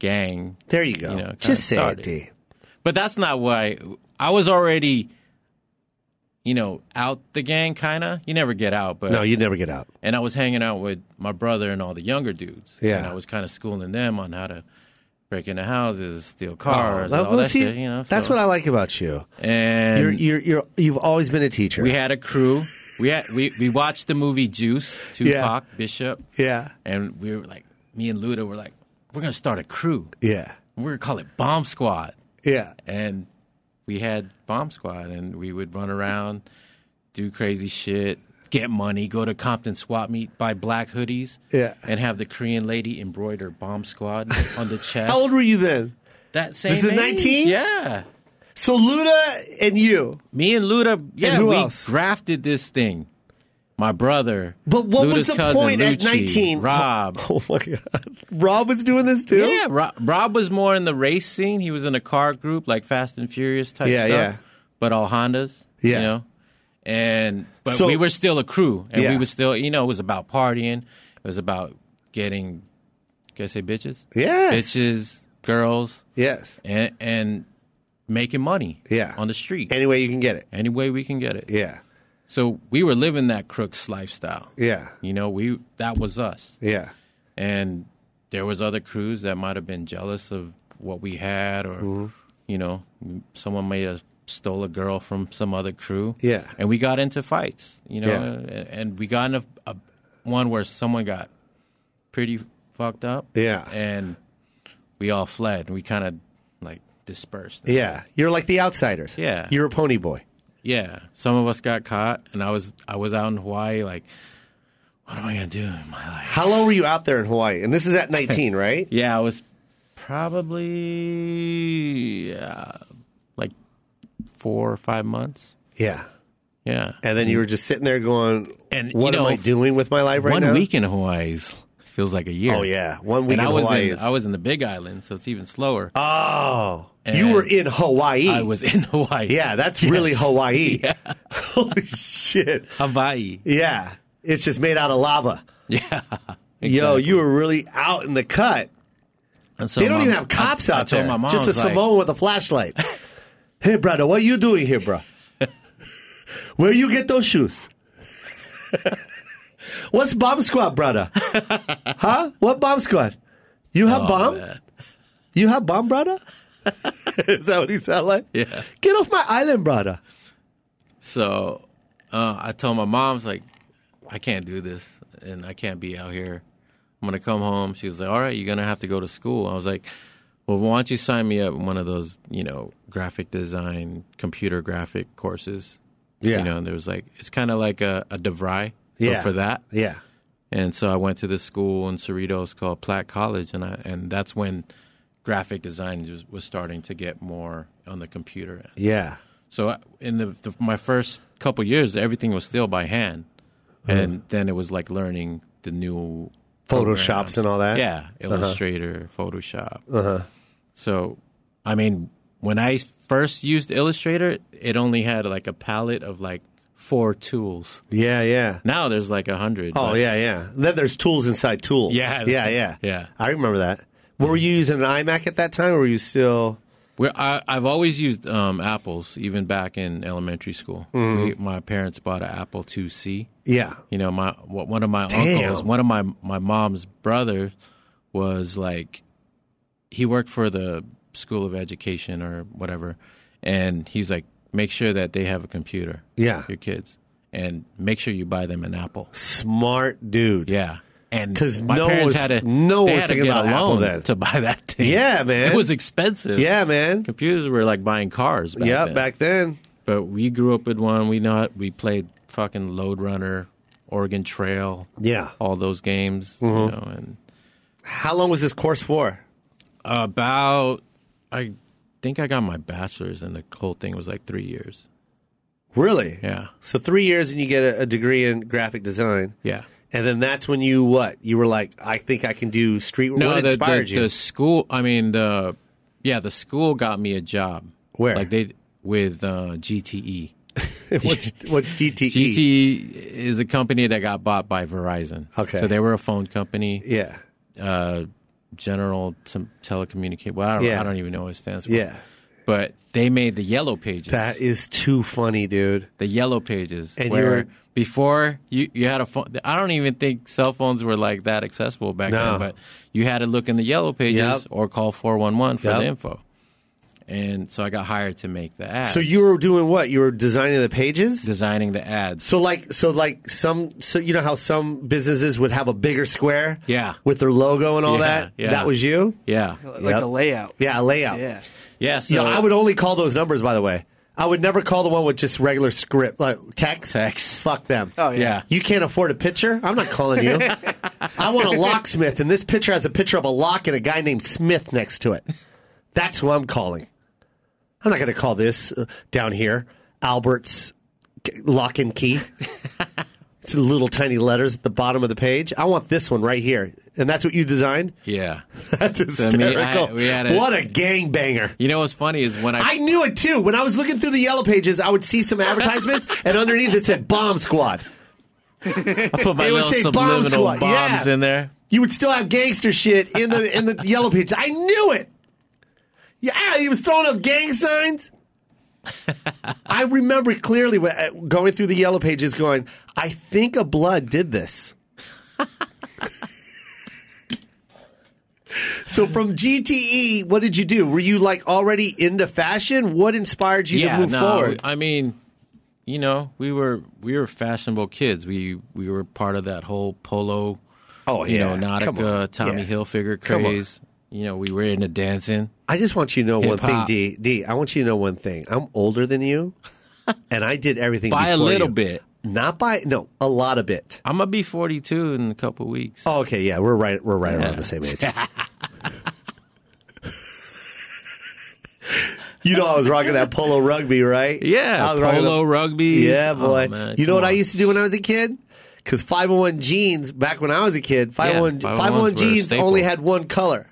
Speaker 3: gang,
Speaker 2: There you go.
Speaker 3: you know, kinda
Speaker 2: just say
Speaker 3: started.
Speaker 2: it, D.
Speaker 3: but that's not why I was already, you know, out the gang kind of. You never get out, but
Speaker 2: No, you'd never get out.
Speaker 3: and I was hanging out with my brother and all the younger dudes.
Speaker 2: Yeah.
Speaker 3: and I was kind of schooling them on how to break into houses, steal cars,
Speaker 2: Well,
Speaker 3: and all that
Speaker 2: Oh, see,
Speaker 3: shit. You know,
Speaker 2: that's
Speaker 3: so-
Speaker 2: what I like about you.
Speaker 3: and
Speaker 2: You're, e- you're, you're, you've always been a teacher.
Speaker 3: we had a crew. We had we we watched the movie Juice, Tupac, Bishop.
Speaker 2: yeah,
Speaker 3: And we were like, me and Luda were like, we're going to start a crew.
Speaker 2: yeah,
Speaker 3: We're going to call it Bomb Squad.
Speaker 2: yeah.
Speaker 3: And we had Bomb Squad, and we would run around, do crazy shit, get money, go to Compton Swap Meet, buy black hoodies,
Speaker 2: Yeah.
Speaker 3: and have the Korean lady embroider Bomb Squad on the chest.
Speaker 2: How old were you then?
Speaker 3: that same
Speaker 2: This is
Speaker 3: age.
Speaker 2: 19?
Speaker 3: Yeah.
Speaker 2: So Luda and you.
Speaker 3: Me and Luda, yeah,
Speaker 2: who
Speaker 3: we
Speaker 2: else?
Speaker 3: grafted this thing. My brother.
Speaker 2: But what was
Speaker 3: Luda's
Speaker 2: the
Speaker 3: cousin,
Speaker 2: point at
Speaker 3: Lucci,
Speaker 2: 19?
Speaker 3: Rob.
Speaker 2: Oh my God, Rob was doing this too.
Speaker 3: Yeah, Rob, Rob was more in the race scene. He was in a car group like Fast and Furious type
Speaker 2: Yeah,
Speaker 3: stuff.
Speaker 2: yeah.
Speaker 3: But all Hondas.
Speaker 2: Yeah.
Speaker 3: You know? and but
Speaker 2: So-
Speaker 3: we were still a crew, and
Speaker 2: Yeah.
Speaker 3: we were still, you know, it was about partying. It was about getting, can I say bitches?
Speaker 2: Yes.
Speaker 3: bitches, girls,
Speaker 2: Yes.
Speaker 3: and and making money.
Speaker 2: Yeah.
Speaker 3: on the street,
Speaker 2: Any way you can get it.
Speaker 3: any way we can get it.
Speaker 2: Yeah.
Speaker 3: So we were living that crooks lifestyle.
Speaker 2: Yeah.
Speaker 3: You know, we that was us.
Speaker 2: Yeah.
Speaker 3: and there was other crews that might have been jealous of what we had or
Speaker 2: Mm-hmm.
Speaker 3: you know someone may have stole a girl from some other crew
Speaker 2: Yeah.
Speaker 3: and we got into fights you know
Speaker 2: Yeah.
Speaker 3: and, and we got in a, a one where someone got pretty fucked up
Speaker 2: Yeah.
Speaker 3: and we all fled and we kind of like dispersed
Speaker 2: Yeah. You're like the outsiders.
Speaker 3: Yeah.
Speaker 2: You're a pony boy.
Speaker 3: yeah, some of us got caught and i was i was out in hawaii like what am i gonna do in my life
Speaker 2: How long were you out there in Hawaii? And this is at 19, right?
Speaker 3: Yeah, I was probably yeah, like four or five months.
Speaker 2: Yeah.
Speaker 3: Yeah,
Speaker 2: And then you were just sitting there going,
Speaker 3: And,
Speaker 2: what
Speaker 3: you know,
Speaker 2: am I doing with my life right
Speaker 3: one
Speaker 2: now?
Speaker 3: week in Hawaii is- feels like a year.
Speaker 2: Oh, yeah. One week
Speaker 3: and
Speaker 2: in
Speaker 3: I was
Speaker 2: Hawaii.
Speaker 3: in
Speaker 2: is-
Speaker 3: I was in the Big Island, so it's even slower.
Speaker 2: oh. You were in Hawaii.
Speaker 3: I was in Hawaii.
Speaker 2: Yeah, that's
Speaker 3: Yes.
Speaker 2: really Hawaii. Holy shit.
Speaker 3: Hawaii.
Speaker 2: Yeah. It's just made out of lava.
Speaker 3: Yeah.
Speaker 2: Yo,
Speaker 3: exactly.
Speaker 2: you were really out in the cut.
Speaker 3: And so
Speaker 2: They don't
Speaker 3: my-
Speaker 2: even have cops
Speaker 3: I, I
Speaker 2: out
Speaker 3: told
Speaker 2: there.
Speaker 3: My mom,
Speaker 2: just
Speaker 3: I
Speaker 2: a
Speaker 3: was like,
Speaker 2: Samoan with a flashlight. hey, brother, what you doing here, bro? Where you get those shoes? What's bomb squad, brother? huh? What bomb squad? You have bomb?
Speaker 3: man.
Speaker 2: You have bomb, brother? Is that what he sound like?
Speaker 3: Yeah.
Speaker 2: Get off my island, brother.
Speaker 3: So uh, I told my mom's like, I can't do this, and I can't be out here. I'm gonna come home. She was like, All right, you're gonna have to go to school. I was like, Well, why don't you sign me up in one of those, you know, graphic design, computer graphic courses?
Speaker 2: Yeah.
Speaker 3: You know, and there was like, it's kind of like a, a DeVry,
Speaker 2: Yeah.
Speaker 3: but for that.
Speaker 2: Yeah.
Speaker 3: And so I went to this school in Cerritos called Platt College, and I and that's when graphic design was, was starting to get more on the computer end.
Speaker 2: Yeah.
Speaker 3: So I- in the, the my first couple years, everything was still by hand,
Speaker 2: Uh-huh.
Speaker 3: and then it was like learning the new
Speaker 2: Photoshops
Speaker 3: programs.
Speaker 2: and all that?
Speaker 3: Yeah, Illustrator, Photoshop.
Speaker 2: Uh-huh.
Speaker 3: So, I mean, when I first used Illustrator, it only had like a palette of like four tools.
Speaker 2: Yeah, yeah.
Speaker 3: Now there's like a hundred.
Speaker 2: Oh
Speaker 3: but
Speaker 2: yeah, yeah. Then there's tools inside tools.
Speaker 3: Yeah.
Speaker 2: yeah, yeah,
Speaker 3: Yeah.
Speaker 2: I remember that. Were you using an iMac at that time, or were you still?
Speaker 3: we're- I, I've always used um, apples, even back in elementary school.
Speaker 2: Mm-hmm.
Speaker 3: We, my parents bought an Apple II C.
Speaker 2: Yeah,
Speaker 3: You know, my wh- one of my
Speaker 2: Damn.
Speaker 3: uncles, one of my my mom's brother, was like, he worked for the School of Education or whatever, and he's like, make sure that they have a computer.
Speaker 2: Yeah.
Speaker 3: your kids, and make sure you buy them an Apple.
Speaker 2: smart dude.
Speaker 3: Yeah, and
Speaker 2: 'Cause
Speaker 3: my
Speaker 2: no
Speaker 3: parents
Speaker 2: one's-
Speaker 3: had to
Speaker 2: no
Speaker 3: they
Speaker 2: one's
Speaker 3: had to
Speaker 2: thinking
Speaker 3: get a
Speaker 2: about Apple
Speaker 3: loan
Speaker 2: then.
Speaker 3: to buy that thing.
Speaker 2: Yeah, man.
Speaker 3: it was expensive.
Speaker 2: yeah, man.
Speaker 3: computers were like buying cars. Back
Speaker 2: yeah,
Speaker 3: then.
Speaker 2: back then.
Speaker 3: But we grew up with one. We not we played fucking Load Runner, Oregon Trail,
Speaker 2: Yeah. Mm-hmm.
Speaker 3: all those games. You know, and
Speaker 2: How long was this course for?
Speaker 3: about I think I got my bachelor's, and the whole thing was like three years.
Speaker 2: Really?
Speaker 3: Yeah,
Speaker 2: So three years, and you get a, a degree in graphic design,
Speaker 3: yeah.
Speaker 2: and then that's when you what? You were like, I think I can do street. what
Speaker 3: the,
Speaker 2: inspired
Speaker 3: the,
Speaker 2: you?
Speaker 3: the school. I mean, the yeah, the school got me a job.
Speaker 2: Where?
Speaker 3: Like they with uh, GTE.
Speaker 2: what's, what's E? GTE?
Speaker 3: GTE E is a company that got bought by Verizon.
Speaker 2: Okay.
Speaker 3: so they were a phone company.
Speaker 2: Yeah,
Speaker 3: uh, general t- telecommunicate. Well, I don't,
Speaker 2: Yeah.
Speaker 3: I don't even know what it stands for.
Speaker 2: yeah.
Speaker 3: But they made the yellow pages.
Speaker 2: That is too funny, dude.
Speaker 3: the yellow pages.
Speaker 2: And
Speaker 3: where
Speaker 2: you were-
Speaker 3: before you, you had a phone. I don't even think cell phones were like that accessible back
Speaker 2: No.
Speaker 3: then. But you had to look in the yellow pages
Speaker 2: Yep.
Speaker 3: or call four one one for
Speaker 2: Yep.
Speaker 3: the info. And so I got hired to make the ads.
Speaker 2: So you were doing what? You were designing the pages.
Speaker 3: designing the ads.
Speaker 2: So like so like some so you know how some businesses would have a bigger square
Speaker 3: Yeah.
Speaker 2: with their logo and all
Speaker 3: Yeah,
Speaker 2: that
Speaker 3: yeah.
Speaker 2: that was you
Speaker 3: yeah,
Speaker 4: Like
Speaker 2: Yep.
Speaker 4: the layout.
Speaker 2: yeah layout
Speaker 4: Yeah.
Speaker 3: yeah. So
Speaker 2: you know, I would only call those numbers by the way I would never call the one with just regular script like text
Speaker 3: Text.
Speaker 2: fuck them
Speaker 4: Oh yeah.
Speaker 3: yeah.
Speaker 2: you can't afford a picture I'm not calling you I want a locksmith and this picture has a picture of a lock and a guy named Smith next to it that's who I'm calling I'm not going to call this uh, down here Albert's Lock and Key It's little tiny letters at the bottom of the page. I want this one right here, and that's what you designed.
Speaker 3: Yeah.
Speaker 2: That's
Speaker 3: I mean, I-
Speaker 2: hysterical.
Speaker 3: we had a-
Speaker 2: what a gangbanger!
Speaker 3: You know what's funny is when I,
Speaker 2: I knew it too. When I was looking through the yellow pages, I would see some advertisements, and underneath it said Bomb Squad.
Speaker 3: put my
Speaker 2: it would
Speaker 3: little
Speaker 2: say bomb
Speaker 3: subliminal
Speaker 2: squad.
Speaker 3: bombs
Speaker 2: Yeah.
Speaker 3: in there.
Speaker 2: You would still have gangster shit in the in the yellow pages. I knew it. Yeah, ah, he was throwing up gang signs. I remember clearly when- uh, going through the yellow pages, going, "I think a blood did this." so from GTE, what did you do? Were you like already into fashion? What inspired you to move forward?
Speaker 3: I mean, you know, we were we were fashionable kids. We we were part of that whole polo,
Speaker 2: Oh,
Speaker 3: you
Speaker 2: yeah.
Speaker 3: know,
Speaker 2: Come on.
Speaker 3: Nautica, Tommy
Speaker 2: Yeah.
Speaker 3: Hilfiger
Speaker 2: Come on.
Speaker 3: craze. You know, we were into dancing.
Speaker 2: I just want you to know one thing,
Speaker 3: Hip-hop.
Speaker 2: D. D. I want you to know one thing. I'm older than you, and I did everything
Speaker 3: By a
Speaker 2: before
Speaker 3: little
Speaker 2: you.
Speaker 3: bit.
Speaker 2: Not by no, a lot of bit.
Speaker 3: I'm gonna be 42 in a couple weeks.
Speaker 2: Oh, okay, yeah, we're right. We're right around
Speaker 3: Yeah.
Speaker 2: the same age. you know, I was rocking that polo rugby, right?
Speaker 3: Yeah,
Speaker 2: I was rocking
Speaker 3: polo
Speaker 2: the-
Speaker 3: rugby.
Speaker 2: Yeah, boy.
Speaker 3: Oh, man,
Speaker 2: you know
Speaker 3: come
Speaker 2: what I
Speaker 3: on.
Speaker 2: used to do when I was a kid? Because 501 jeans, back when I was a kid, 501,
Speaker 3: 501s
Speaker 2: 501
Speaker 3: were a
Speaker 2: jeans
Speaker 3: staple.
Speaker 2: only had one color.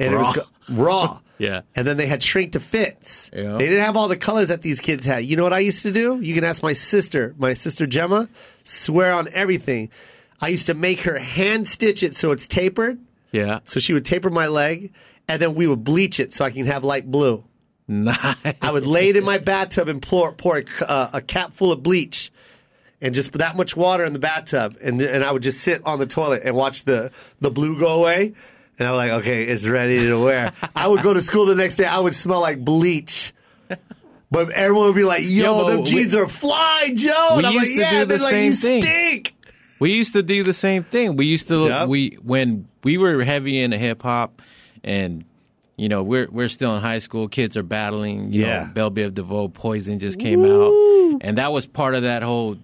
Speaker 2: And it was
Speaker 3: Raw.
Speaker 2: co- raw.
Speaker 3: Yeah.
Speaker 2: And then they had shrink to fits.
Speaker 3: Yeah.
Speaker 2: They didn't have all the colors that these kids had. You know what I used to do? You can ask my sister, my sister Gemma, swear on everything. I used to make her hand stitch it so it's tapered.
Speaker 3: Yeah,
Speaker 2: So she would taper my leg, and then we would bleach it so I can have light blue.
Speaker 3: nice.
Speaker 2: I would lay it in my bathtub and pour pour a, uh, a cap full of bleach, and just that much water in the bathtub, and and I would just sit on the toilet and watch the the blue go away, and I'm like, okay, it's ready to wear. I would go to school the next day. I would smell like bleach. But everyone would be like, "Yo,
Speaker 3: Yo, but
Speaker 2: them
Speaker 3: we-
Speaker 2: jeans are fly, Joe."
Speaker 3: We
Speaker 2: And I'm like,
Speaker 3: used to
Speaker 2: "Yeah,"
Speaker 3: do
Speaker 2: and they're
Speaker 3: the
Speaker 2: like,
Speaker 3: same
Speaker 2: "You
Speaker 3: thing.
Speaker 2: stink."
Speaker 3: We used to do the same thing. We used to
Speaker 2: Yep.
Speaker 3: we when we were heavy into hip hop, and you know we're we're still in high school. Kids are battling. You
Speaker 2: Yeah.
Speaker 3: know, Belle Biv DeVoe, Poison just came out, and that was part of that whole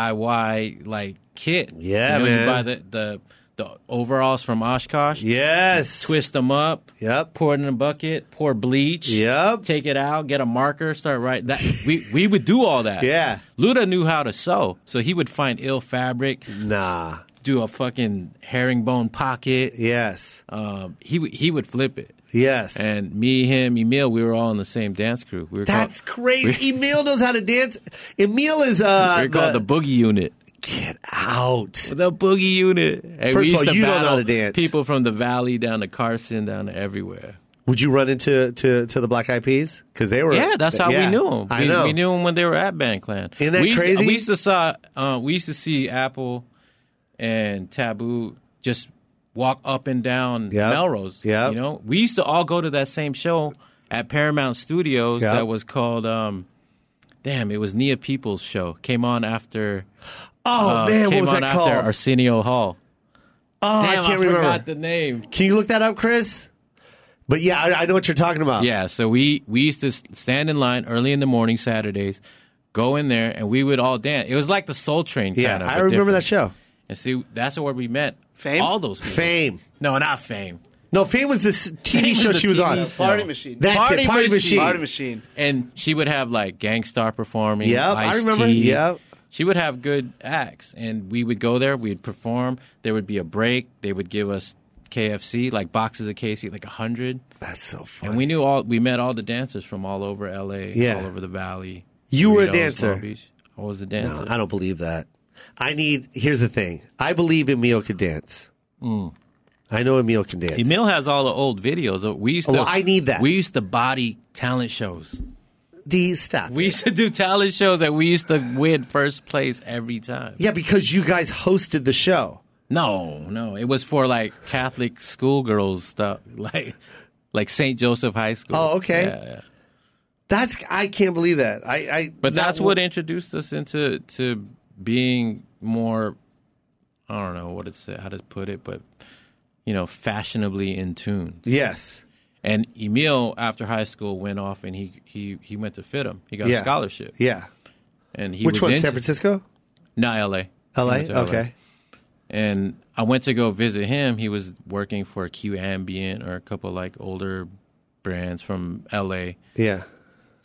Speaker 3: DIY like kit.
Speaker 2: Yeah,
Speaker 3: you know,
Speaker 2: man.
Speaker 3: You buy the, the the overalls from Oshkosh.
Speaker 2: Yes.
Speaker 3: Twist them up.
Speaker 2: Yep.
Speaker 3: Pour it in a bucket. Pour bleach.
Speaker 2: Yep.
Speaker 3: Take it out. Get a marker. Start writing. That we we would do all that.
Speaker 2: Yeah.
Speaker 3: Luda knew how to sew, so he would find ill fabric
Speaker 2: Nah.
Speaker 3: do a fucking herringbone pocket.
Speaker 2: Yes.
Speaker 3: Um, he w- he would flip it,
Speaker 2: Yes.
Speaker 3: and me, him, Emil, we were all in the same dance crew. We were
Speaker 2: That's
Speaker 3: called,
Speaker 2: crazy. Emil knows how to dance. Emil is uh
Speaker 3: we were called the, boogie unit.
Speaker 2: get out.
Speaker 3: The boogie unit. And
Speaker 2: First
Speaker 3: we
Speaker 2: of
Speaker 3: used
Speaker 2: all,
Speaker 3: to
Speaker 2: you don't know how
Speaker 3: battle
Speaker 2: to dance.
Speaker 3: People from the valley down to Carson, down to everywhere.
Speaker 2: Would you run into to, to the Black Eyed Peas? Because they were
Speaker 3: Yeah, that's how
Speaker 2: yeah.
Speaker 3: we knew them.
Speaker 2: I
Speaker 3: we,
Speaker 2: know.
Speaker 3: we knew them when they were at Band Clan.
Speaker 2: Isn't that
Speaker 3: we used
Speaker 2: crazy?
Speaker 3: To, we used to saw uh, we used to see Apple and Taboo just walk up and down
Speaker 2: Yep.
Speaker 3: Melrose.
Speaker 2: Yep.
Speaker 3: you know, we used to all go to that same show at Paramount Studios
Speaker 2: Yep.
Speaker 3: that was called. Um, Damn, it was Nia Peoples' show. Came on after.
Speaker 2: Oh
Speaker 3: uh,
Speaker 2: man, what
Speaker 3: came
Speaker 2: was
Speaker 3: on
Speaker 2: that
Speaker 3: after
Speaker 2: called?
Speaker 3: Arsenio Hall.
Speaker 2: oh,
Speaker 3: Damn,
Speaker 2: I can't
Speaker 3: forgot
Speaker 2: remember.
Speaker 3: the name.
Speaker 2: Can you look that up, Chris? But yeah, I, I know what you're talking about.
Speaker 3: Yeah, so we we used to s- stand in line early in the morning Saturdays, go in there, and we would all dance. It was like the Soul Train.
Speaker 2: yeah.
Speaker 3: kind of,
Speaker 2: I
Speaker 3: but
Speaker 2: remember that
Speaker 3: different.
Speaker 2: show.
Speaker 3: And see, that's where we met.
Speaker 4: Fame?
Speaker 3: All those people.
Speaker 2: Fame.
Speaker 3: No, not fame.
Speaker 2: No, Fame was this TV
Speaker 3: Fame was
Speaker 2: show
Speaker 3: the
Speaker 2: she was
Speaker 3: TV
Speaker 2: on.
Speaker 3: show.
Speaker 4: Party machine.
Speaker 2: That's
Speaker 3: Party
Speaker 2: it. Party
Speaker 3: Machine.
Speaker 2: machine.
Speaker 4: Party machine.
Speaker 3: And she would have like Gangstar performing.
Speaker 2: Yep, I
Speaker 3: Ice-T.
Speaker 2: remember, yep.
Speaker 3: She would have good acts, and we would go there. We'd perform. There would be a break. They would give us KFC, like boxes of KFC, like a hundred.
Speaker 2: That's so funny.
Speaker 3: And we knew all. We met all the dancers from all over LA,
Speaker 2: Yeah.
Speaker 3: all over the Valley.
Speaker 2: You were a
Speaker 3: Cerritos,
Speaker 2: dancer.
Speaker 3: Long Beach. I was a dancer.
Speaker 2: No, Uh, I don't believe that. I need. Here's the thing. I believe Emil could dance. I know Emil can dance.
Speaker 3: Hmm. Emil has all the old videos. We used to.
Speaker 2: Oh, Well, I need that.
Speaker 3: We used to body talent shows.
Speaker 2: D, stop.
Speaker 3: We used to do talent shows that we used to win first place every time.
Speaker 2: yeah, because you guys hosted the show.
Speaker 3: No, no, it was for like Catholic schoolgirls stuff, like like Saint Joseph High School.
Speaker 2: Oh, okay.
Speaker 3: Yeah, yeah.
Speaker 2: That's I can't believe that. I, I
Speaker 3: But
Speaker 2: not-
Speaker 3: that's what introduced us into to being more. I don't know what it's how to put it, but you know, fashionably in tune.
Speaker 2: Yes.
Speaker 3: And Emil, after high school, went off and he he he went to fit him. He got
Speaker 2: Yeah.
Speaker 3: a scholarship,
Speaker 2: Yeah.
Speaker 3: and he was
Speaker 2: Which one?
Speaker 3: into-
Speaker 2: San Francisco,
Speaker 3: No, L.A. He
Speaker 2: L.A.
Speaker 3: went to
Speaker 2: Okay.
Speaker 3: And I went to go visit him. He was working for Q Ambient or a couple like older brands from L.A.
Speaker 2: Yeah.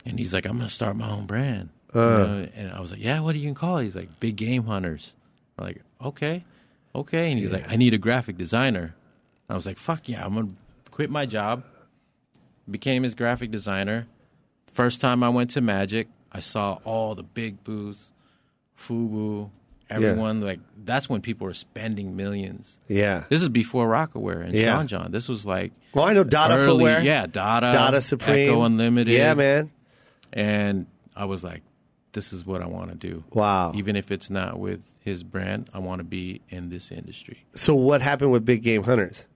Speaker 3: And he's like,
Speaker 2: Uh.
Speaker 3: "I'm gonna start my own brand." You know, And I was like, "Yeah, what are you gonna call it?" He's like, "Big Game Hunters." We're like, okay, okay. And he's like, I need a graphic designer. I was like, fuck yeah, I'm gonna quit my job. Became his graphic designer. First time I went to Magic, I saw all the big booths, FUBU, everyone. Like that's when people were spending millions.
Speaker 2: Yeah.
Speaker 3: This is before Rockaware and
Speaker 2: Yeah.
Speaker 3: Sean John. This was like
Speaker 2: Well, I know Dada
Speaker 3: early,
Speaker 2: Footwear.
Speaker 3: yeah, Dada,
Speaker 2: Dada Supreme.
Speaker 3: Echo Unlimited,
Speaker 2: Yeah, man.
Speaker 3: And I was like, this is what I want to do.
Speaker 2: Wow.
Speaker 3: Even if it's not with his brand, I want to be in this industry.
Speaker 2: So what happened with Big Game Hunters?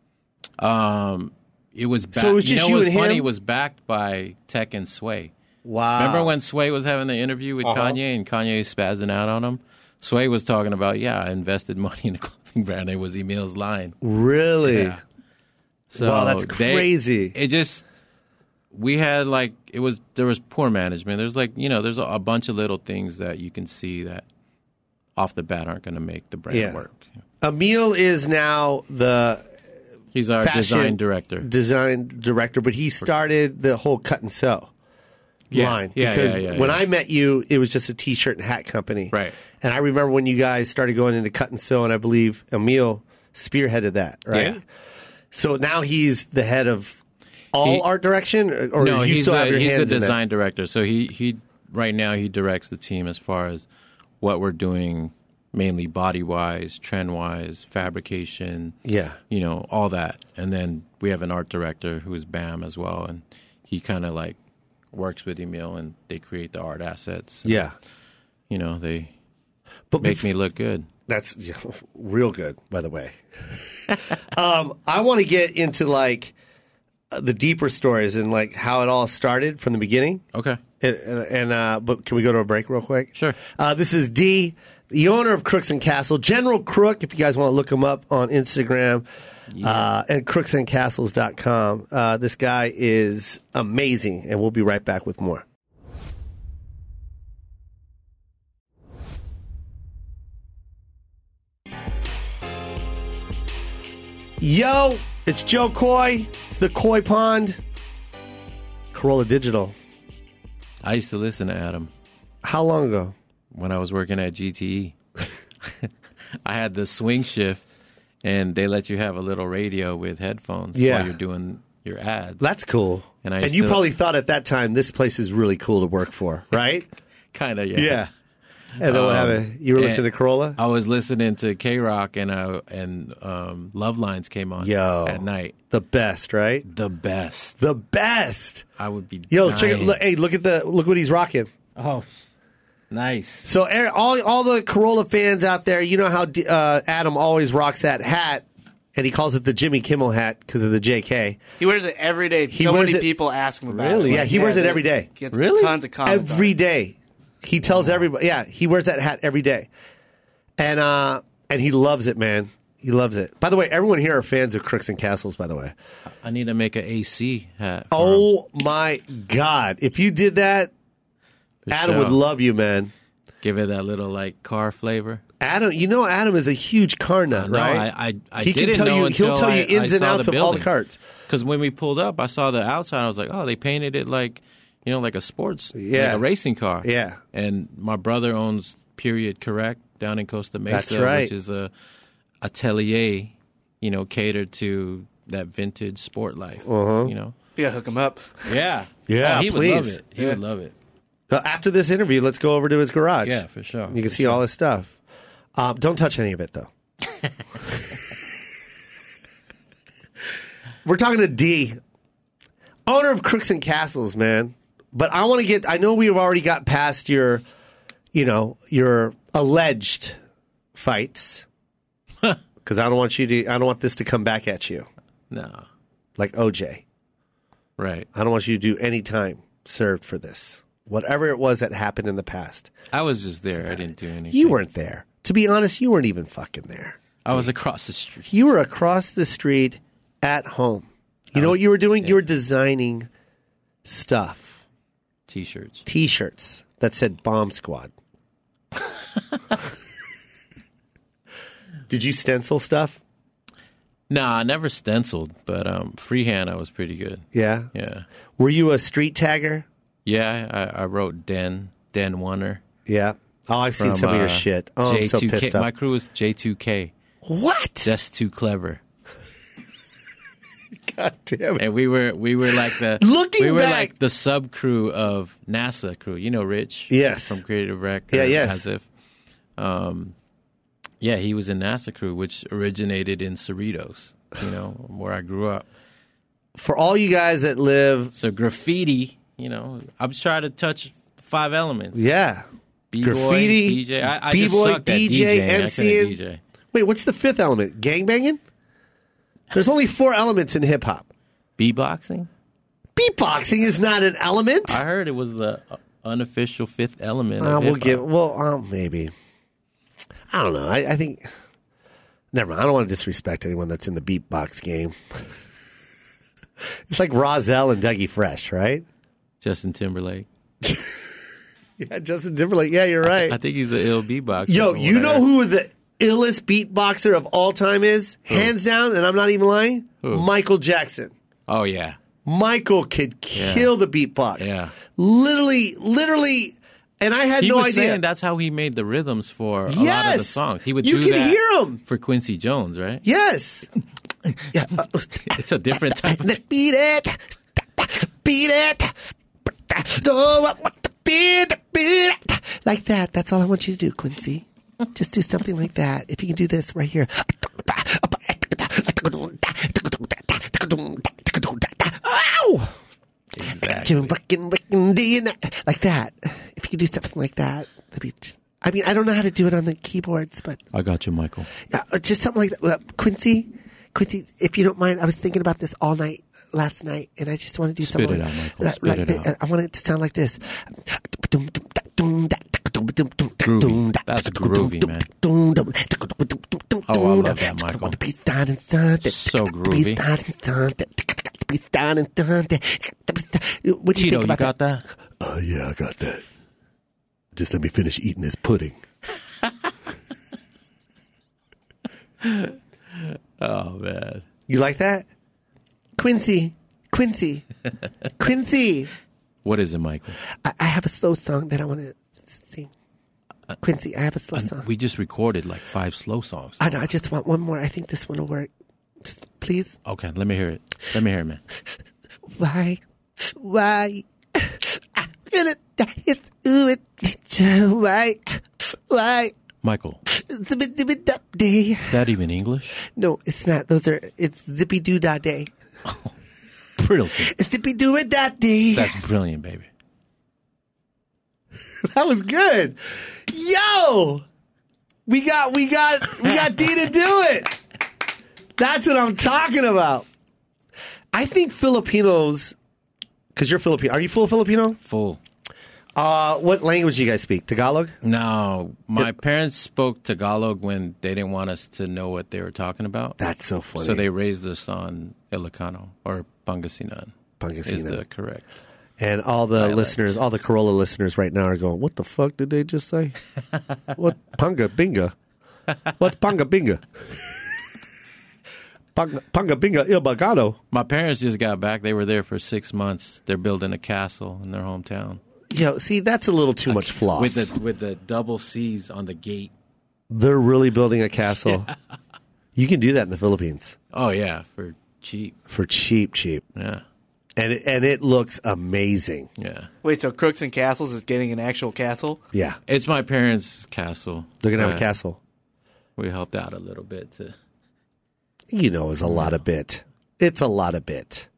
Speaker 3: Um, it was back.
Speaker 2: So it was
Speaker 3: you
Speaker 2: just
Speaker 3: know
Speaker 2: you
Speaker 3: what's
Speaker 2: and him?
Speaker 3: funny? It was backed by Tech and Sway.
Speaker 2: Wow.
Speaker 3: Remember when Sway was having the interview with
Speaker 2: Ah. Uh-huh.
Speaker 3: Kanye and Kanye spazzing out on him? Sway was talking about, yeah, I invested money in a clothing brand. It was Emil's line.
Speaker 2: Really?
Speaker 3: Yeah. So
Speaker 2: Wow, that's
Speaker 3: they-
Speaker 2: crazy.
Speaker 3: it just we had like it was there was poor management. There's like you know there's a, a bunch of little things that you can see that off the bat aren't going to make the brand
Speaker 2: Yeah.
Speaker 3: work.
Speaker 2: Emil is now the
Speaker 3: He's our
Speaker 2: fashion
Speaker 3: design director.
Speaker 2: design director, but he started the whole cut and sew
Speaker 3: Yeah.
Speaker 2: line
Speaker 3: Yeah,
Speaker 2: because
Speaker 3: yeah, yeah,
Speaker 2: when
Speaker 3: yeah.
Speaker 2: I met you, it was just a t-shirt and hat company,
Speaker 3: Right.
Speaker 2: And I remember when you guys started going into cut and sew, and I believe Emil spearheaded that, right?
Speaker 3: Yeah.
Speaker 2: So now he's the head of all
Speaker 3: He-
Speaker 2: art direction, or, or
Speaker 3: no,
Speaker 2: you
Speaker 3: he's
Speaker 2: still
Speaker 3: a,
Speaker 2: have your
Speaker 3: he's
Speaker 2: hands
Speaker 3: a
Speaker 2: in that?
Speaker 3: design director. So he he right now he directs the team as far as what we're doing mainly body wise, trend wise, fabrication.
Speaker 2: Yeah.
Speaker 3: you know all that, and then we have an art director who is Bam as well, and he kind of like works with Emil and they create the art assets.
Speaker 2: Yeah,
Speaker 3: you know they
Speaker 2: but
Speaker 3: make me look good.
Speaker 2: That's yeah, real good, by the way. um, I want to get into like uh, the deeper stories and like how it all started from the beginning.
Speaker 3: Okay,
Speaker 2: And, and uh, but can we go to a break real quick?
Speaker 3: Sure.
Speaker 2: Uh, this is D, the owner of Crooks and Castle, General Crook. If you guys want to look him up on Instagram uh, and crooksandcastles.com. Uh, this guy is amazing, and we'll be right back with more. Yo, it's Joe Coy. It's the Coy Pond, Corolla Digital.
Speaker 3: I used to listen to Adam
Speaker 2: How long ago?
Speaker 3: when I was working at GTE. I had the swing shift, and they let you have a little radio with headphones
Speaker 2: Yeah.
Speaker 3: while you're doing your ads.
Speaker 2: That's cool.
Speaker 3: And
Speaker 2: And,
Speaker 3: I
Speaker 2: you
Speaker 3: still-
Speaker 2: probably thought at that time this place is really cool to work for, right? Um,
Speaker 3: kind of, yeah.
Speaker 2: And then what happened? You were listening
Speaker 3: and-
Speaker 2: to Corolla.
Speaker 3: I was listening to K Rock and uh, and um, Love Lines came on
Speaker 2: Yo,
Speaker 3: at night.
Speaker 2: the best, right?
Speaker 3: The best.
Speaker 2: The best.
Speaker 3: I would be.
Speaker 2: Yo,
Speaker 3: dying.
Speaker 2: check it. Look, hey, look at the look what he's rocking.
Speaker 3: Oh, nice.
Speaker 2: So Aaron, all all the Corolla fans out there, you know how D- uh, Adam always rocks that hat, and he calls it the Jimmy Kimmel hat because of the JK.
Speaker 4: He wears it every day. so
Speaker 2: wears
Speaker 4: many
Speaker 2: it-
Speaker 4: people ask him about
Speaker 2: Really?
Speaker 4: it.
Speaker 2: Yeah, he wears it every day.
Speaker 4: Gets
Speaker 3: Really?
Speaker 4: tons of comments.
Speaker 2: every day. He tells everybody, yeah, he wears that hat every day, and uh, and he loves it, man. He loves it. By the way, everyone here are fans of Crooks and Castles. By the way,
Speaker 3: I need to make an AC hat. for him,
Speaker 2: oh my god, if you did that,
Speaker 3: for
Speaker 2: Adam
Speaker 3: sure.
Speaker 2: would love you, man.
Speaker 3: Give it that little like car flavor.
Speaker 2: Adam, you know Adam is a huge car nut,
Speaker 3: No,
Speaker 2: right?
Speaker 3: I, I, I
Speaker 2: he
Speaker 3: didn't
Speaker 2: can tell
Speaker 3: know
Speaker 2: you. He'll
Speaker 3: until
Speaker 2: tell you
Speaker 3: I-
Speaker 2: ins
Speaker 3: I
Speaker 2: and
Speaker 3: saw
Speaker 2: outs of all the
Speaker 3: building.
Speaker 2: carts.
Speaker 3: Because when we pulled up, I saw the outside. I was like, oh, they painted it like, you know, like a sports,
Speaker 2: Yeah.
Speaker 3: like a racing car.
Speaker 2: Yeah.
Speaker 3: And my brother owns Period Correct down in Costa Mesa,
Speaker 2: That's right.
Speaker 3: which is a atelier, you know, catered to that vintage sport life. You know?
Speaker 4: You gotta hook him up.
Speaker 3: Yeah.
Speaker 2: Uh-huh. Yeah,
Speaker 3: Oh, he would love
Speaker 2: please.
Speaker 3: it. He would love it.
Speaker 2: So after this interview, let's go over to his garage.
Speaker 3: Yeah, for sure.
Speaker 2: You can see all his stuff. Um, don't touch any of it, though. We're talking to D, owner of Crooks and Castles, man. But I want to get. I know we've already got past your, you know, your alleged fights, because I don't want you to. I don't want this to come back at you
Speaker 3: No.
Speaker 2: like OJ.
Speaker 3: Right.
Speaker 2: I don't want you to do any time served for this. Whatever it was that happened in the past,
Speaker 3: I was just there. I didn't do anything.
Speaker 2: you weren't there. To be honest, you weren't even fucking there.
Speaker 3: I was across the street.
Speaker 2: You were across the street at home. You know what you were doing? You were designing stuff,
Speaker 3: T shirts.
Speaker 2: t shirts that said Bomb Squad. Did you stencil stuff?
Speaker 3: Nah, I never stenciled, but um, freehand I was pretty good.
Speaker 2: Yeah.
Speaker 3: Yeah.
Speaker 2: Were you a street tagger?
Speaker 3: Yeah, I, I wrote Den Den Warner.
Speaker 2: Yeah. Oh, I've seen
Speaker 3: from,
Speaker 2: some of your
Speaker 3: uh,
Speaker 2: shit. Oh, I'm so
Speaker 3: J2K.
Speaker 2: pissed
Speaker 3: My
Speaker 2: off.
Speaker 3: crew is J2K.
Speaker 2: What?
Speaker 3: That's too clever.
Speaker 2: God damn it.
Speaker 3: And we were we were like the
Speaker 2: Looking
Speaker 3: we were
Speaker 2: back-
Speaker 3: like the sub crew of NASA crew. You know, Rich.
Speaker 2: Yes.
Speaker 3: from Creative Rec.
Speaker 2: Yeah,
Speaker 3: uh,
Speaker 2: yes.
Speaker 3: As if, um, yeah, he was in NASA crew, which originated in Cerritos. You know, where I grew up.
Speaker 2: For all you guys that live,
Speaker 3: So graffiti. You know, I'm trying to touch five elements.
Speaker 2: yeah.
Speaker 3: B-boy,
Speaker 2: graffiti,
Speaker 3: DJ. I, I
Speaker 2: B-boy,
Speaker 3: just sucked at
Speaker 2: DJ,
Speaker 3: DJing. I couldn't
Speaker 2: MCing.
Speaker 3: DJ.
Speaker 2: Wait, what's the fifth element? Gangbanging? There's only four elements in hip hop.
Speaker 3: Beatboxing.
Speaker 2: Beatboxing is not an element.
Speaker 3: I heard it was the unofficial fifth element.
Speaker 2: Uh,
Speaker 3: of
Speaker 2: we'll
Speaker 3: hip-hop.
Speaker 2: give. Well, um, maybe. I don't know. I, I think. Never mind. I don't want to disrespect anyone that's in the beatbox game. it's like Rozelle and Dougie Fresh, right?
Speaker 3: Justin Timberlake.
Speaker 2: Yeah, Justin Timberlake. Yeah, you're right.
Speaker 3: I think he's an ill beatboxer.
Speaker 2: Yo,
Speaker 3: from
Speaker 2: you
Speaker 3: what I
Speaker 2: know
Speaker 3: heard.
Speaker 2: who the illest beatboxer of all time is, hands down, and I'm not even lying.
Speaker 3: Who?
Speaker 2: Michael Jackson.
Speaker 3: Oh yeah,
Speaker 2: Michael could kill the beatbox.
Speaker 3: Yeah.
Speaker 2: Literally, literally, and I had
Speaker 3: he
Speaker 2: no
Speaker 3: was
Speaker 2: idea.
Speaker 3: saying that's how he made the rhythms for a lot of the
Speaker 2: Yes!
Speaker 3: songs. He would
Speaker 2: You
Speaker 3: do
Speaker 2: can
Speaker 3: that
Speaker 2: hear 'em.
Speaker 3: for Quincy Jones, right?
Speaker 2: Yes. yeah. uh,
Speaker 3: It's a different type. Of,
Speaker 2: beat it. Beat it. No, I want to beat it. Beat it. Like that. That's all I want you to do, Quincy. Just do something like that. If you can do this right here. Ow!
Speaker 3: exactly.
Speaker 2: Jim Buckin Buckin Dean like that. If you could do something like that, that'd be. I mean, I don't know how to do it on the keyboards, but
Speaker 3: I got you, Michael.
Speaker 2: yeah, uh, just something like that. Uh, Quincy, Quincy, if you don't mind, I was thinking about this all night last night, and I just want to do
Speaker 3: Spit
Speaker 2: something.
Speaker 3: it
Speaker 2: like-
Speaker 3: out, Michael,
Speaker 2: like-
Speaker 3: spit
Speaker 2: like
Speaker 3: it
Speaker 2: thi-
Speaker 3: out.
Speaker 2: uh, I want it to sound like this.
Speaker 3: Groovy. That's groovy, man. Oh, I love that, Michael.
Speaker 2: Be down and something.
Speaker 3: So
Speaker 2: Be
Speaker 3: groovy.
Speaker 2: down and something. Be down and something. What do
Speaker 3: Tito,
Speaker 2: you think
Speaker 3: you
Speaker 2: about
Speaker 3: got that?
Speaker 2: Oh, yeah, I got that. Just let me finish eating this pudding.
Speaker 3: Oh man,
Speaker 2: You like that? Quincy, Quincy, Quincy.
Speaker 3: what is it, Michael?
Speaker 2: I, I have a slow song that I want to sing. Quincy, I have a slow song.
Speaker 3: We just recorded like five slow songs.
Speaker 2: I know, I just want one more. I think this one will work. Just please.
Speaker 3: Okay, let me hear it. Let me hear it, man.
Speaker 2: Why? Why? I'm gonna die. It's ooh, it, it's, uh, why? Why?
Speaker 3: Michael, is
Speaker 2: Zippy dippy dup day.
Speaker 3: that even English?
Speaker 2: No, it's not. Those are, it's zippy doo da day.
Speaker 3: Brilliant.
Speaker 2: Zippy doo it da day.
Speaker 3: That's brilliant, baby.
Speaker 2: That was good. Yo, we got we got we got D to do it. That's what I'm talking about. I think Filipinos, because you're Filipino. Are you full Filipino?
Speaker 3: Full.
Speaker 2: Uh, what language do you guys speak? Tagalog.
Speaker 3: No, my parents spoke Tagalog when they didn't want us to know what they were talking about.
Speaker 2: That's so funny.
Speaker 3: So they raised us on Ilocano or Pangasinan. Is
Speaker 2: Pangasinan.
Speaker 3: the correct?
Speaker 2: and all the listeners, all the Corolla listeners right now are going, "What the fuck did they just say? what panga binga? What's panga binga? panga, panga binga ilbagado."
Speaker 3: My parents just got back. They were there for six months. They're building a castle in their hometown
Speaker 2: Yo, see, that's a little too much floss.
Speaker 3: with the with the double C's on the gate.
Speaker 2: They're really building a castle. You can do that in the Philippines
Speaker 3: Oh yeah, for cheap.
Speaker 2: for cheap, cheap,
Speaker 3: Yeah,
Speaker 2: and it, and it looks amazing.
Speaker 3: yeah.
Speaker 4: Wait, so Crooks and Castles is getting an actual castle?
Speaker 2: Yeah,
Speaker 3: It's my parents' castle.
Speaker 2: they're gonna have
Speaker 3: Uh,
Speaker 2: a castle.
Speaker 3: We helped out a little bit to.
Speaker 2: You know, it's a lot of bit. It's a lot of bit.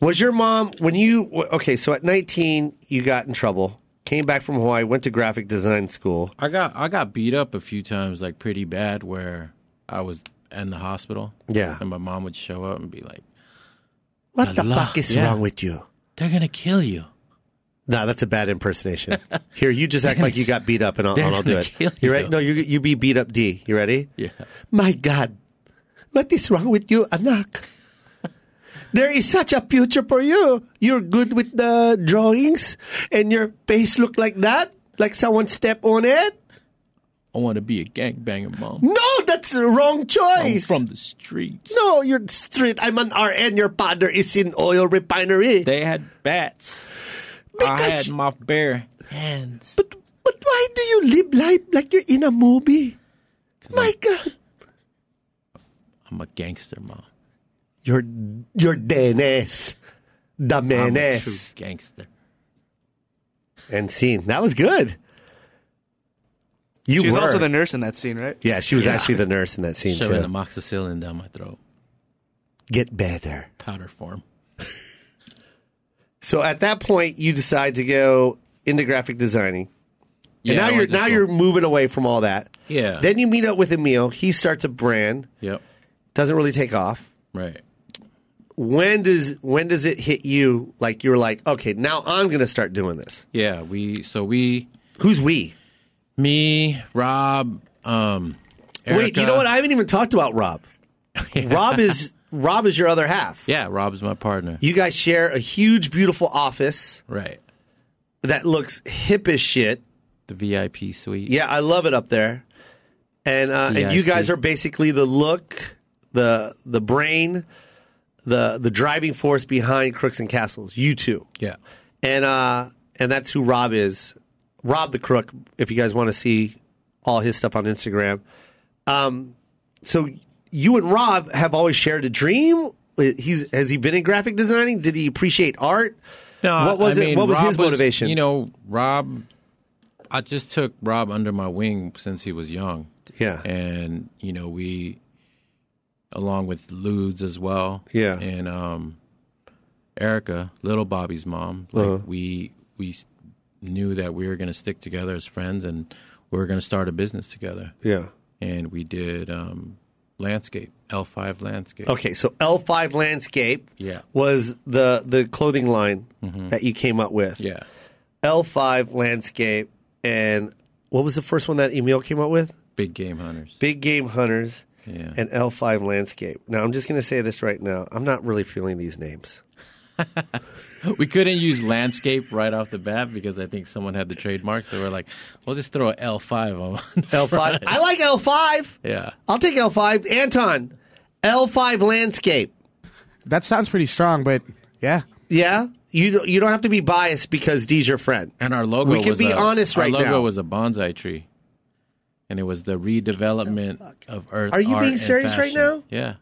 Speaker 2: Was your mom when you okay? So at nineteen, you got in trouble. Came back from Hawaii, went to graphic design school.
Speaker 3: I got I got beat up a few times, like pretty bad, where I was in the hospital.
Speaker 2: Yeah.
Speaker 3: and my mom would show up and be like,
Speaker 2: What the
Speaker 3: Allah,
Speaker 2: fuck is
Speaker 3: yeah.
Speaker 2: wrong with you?
Speaker 3: "They're gonna kill you."
Speaker 2: No, that's a bad impersonation. Here, you just act like you got beat up, and I'll,
Speaker 3: They're
Speaker 2: and I'll do
Speaker 3: gonna
Speaker 2: it.
Speaker 3: kill
Speaker 2: You ready?
Speaker 3: you.
Speaker 2: No, you you be beat up D. You ready?
Speaker 3: Yeah,
Speaker 2: My God, what is wrong with you, Anak? There is such a future for you. You're good with the drawings, and your face look like that, like someone step on it.
Speaker 3: I want to be a gangbanger, mom.
Speaker 2: No, that's the wrong
Speaker 3: I'm
Speaker 2: choice.
Speaker 3: from the streets.
Speaker 2: no, you're straight. I'm an RN. Your father is in oil refinery.
Speaker 3: They had bats. I
Speaker 2: Because-
Speaker 3: had my bare hands.
Speaker 2: But why do you live life like you're in a movie? My God.
Speaker 3: I'm a gangster, mom.
Speaker 2: You're, you're Dennis. The
Speaker 3: I'm a true
Speaker 2: menace.
Speaker 3: gangster.
Speaker 2: And scene. That was good. You
Speaker 4: She was
Speaker 2: were.
Speaker 4: also the nurse in that scene, right?
Speaker 2: yeah, she was actually the nurse in that scene,
Speaker 3: Shoving
Speaker 2: too.
Speaker 3: amoxicillin down my throat,
Speaker 2: Get better.
Speaker 3: powder form.
Speaker 2: So at that point, you decide to go into graphic designing. And
Speaker 3: Yeah,
Speaker 2: now
Speaker 3: I
Speaker 2: you're
Speaker 3: wanted to
Speaker 2: now
Speaker 3: go-
Speaker 2: you're moving away from all that.
Speaker 3: Yeah.
Speaker 2: Then you meet up with Emil. He starts a brand.
Speaker 3: Yep.
Speaker 2: Doesn't really take off.
Speaker 3: Right.
Speaker 2: When does when does it hit you? Like you're like, okay, now I'm gonna start doing this.
Speaker 3: Yeah. We. So we.
Speaker 2: Who's we?
Speaker 3: Me, Rob. Um. Erica.
Speaker 2: Wait, you know what? I haven't even talked about Rob. Rob is Rob is your other half.
Speaker 3: yeah. Rob's my partner.
Speaker 2: You guys share a huge, beautiful office
Speaker 3: Right.
Speaker 2: that looks hip as shit.
Speaker 3: The VIP suite.
Speaker 2: Yeah, I love it up there. And uh,
Speaker 3: Yeah,
Speaker 2: and
Speaker 3: I
Speaker 2: you guys
Speaker 3: see.
Speaker 2: are basically the look, the the brain, the the driving force behind Crooks and Castles. You two,
Speaker 3: Yeah.
Speaker 2: and uh, and that's who Rob is. Rob the Crook. If you guys want to see all his stuff on Instagram, um, so you and Rob have always shared a dream. He's has he been in graphic designing? Did he appreciate art?
Speaker 3: No,
Speaker 2: What was
Speaker 3: I
Speaker 2: it-
Speaker 3: mean,
Speaker 2: what was
Speaker 3: Rob
Speaker 2: his motivation?
Speaker 3: you know, Rob. I just took Rob under my wing since he was young,
Speaker 2: Yeah,
Speaker 3: and you know we, along with Ludes as well.
Speaker 2: Yeah.
Speaker 3: and um, Erica, little Bobby's mom. Like
Speaker 2: Uh-huh.
Speaker 3: we we knew that we were going to stick together as friends, and we were going to start a business together.
Speaker 2: yeah.
Speaker 3: And we did um, landscape L five landscape.
Speaker 2: Okay, so L5 Landscape
Speaker 3: Yeah. Mm-hmm.
Speaker 2: was the the clothing line that you came up with.
Speaker 3: Yeah,
Speaker 2: L5 Landscape and what was the first one that Emil came up with?
Speaker 3: big game hunters.
Speaker 2: Big Game Hunters
Speaker 3: Yeah.
Speaker 2: and L5 Landscape. Now, I'm just going to say this right now. I'm not really feeling these names.
Speaker 3: We couldn't use landscape right off the bat because I think someone had the trademark. So we're like, we'll just throw L five on.
Speaker 2: L5. I like L5.
Speaker 3: yeah.
Speaker 2: I'll take L5. Anton, L5 Landscape.
Speaker 5: That sounds pretty strong, but yeah.
Speaker 2: Yeah? You don't- you don't have to be biased because D's your friend.
Speaker 3: And our logo.
Speaker 2: We can
Speaker 3: was
Speaker 2: be
Speaker 3: a-
Speaker 2: honest right
Speaker 3: Our logo
Speaker 2: now.
Speaker 3: was a bonsai tree, and it was the redevelopment of Earth.
Speaker 2: Are you
Speaker 3: art,
Speaker 2: being
Speaker 3: and
Speaker 2: serious right
Speaker 3: fashion.
Speaker 2: now?
Speaker 3: Yeah.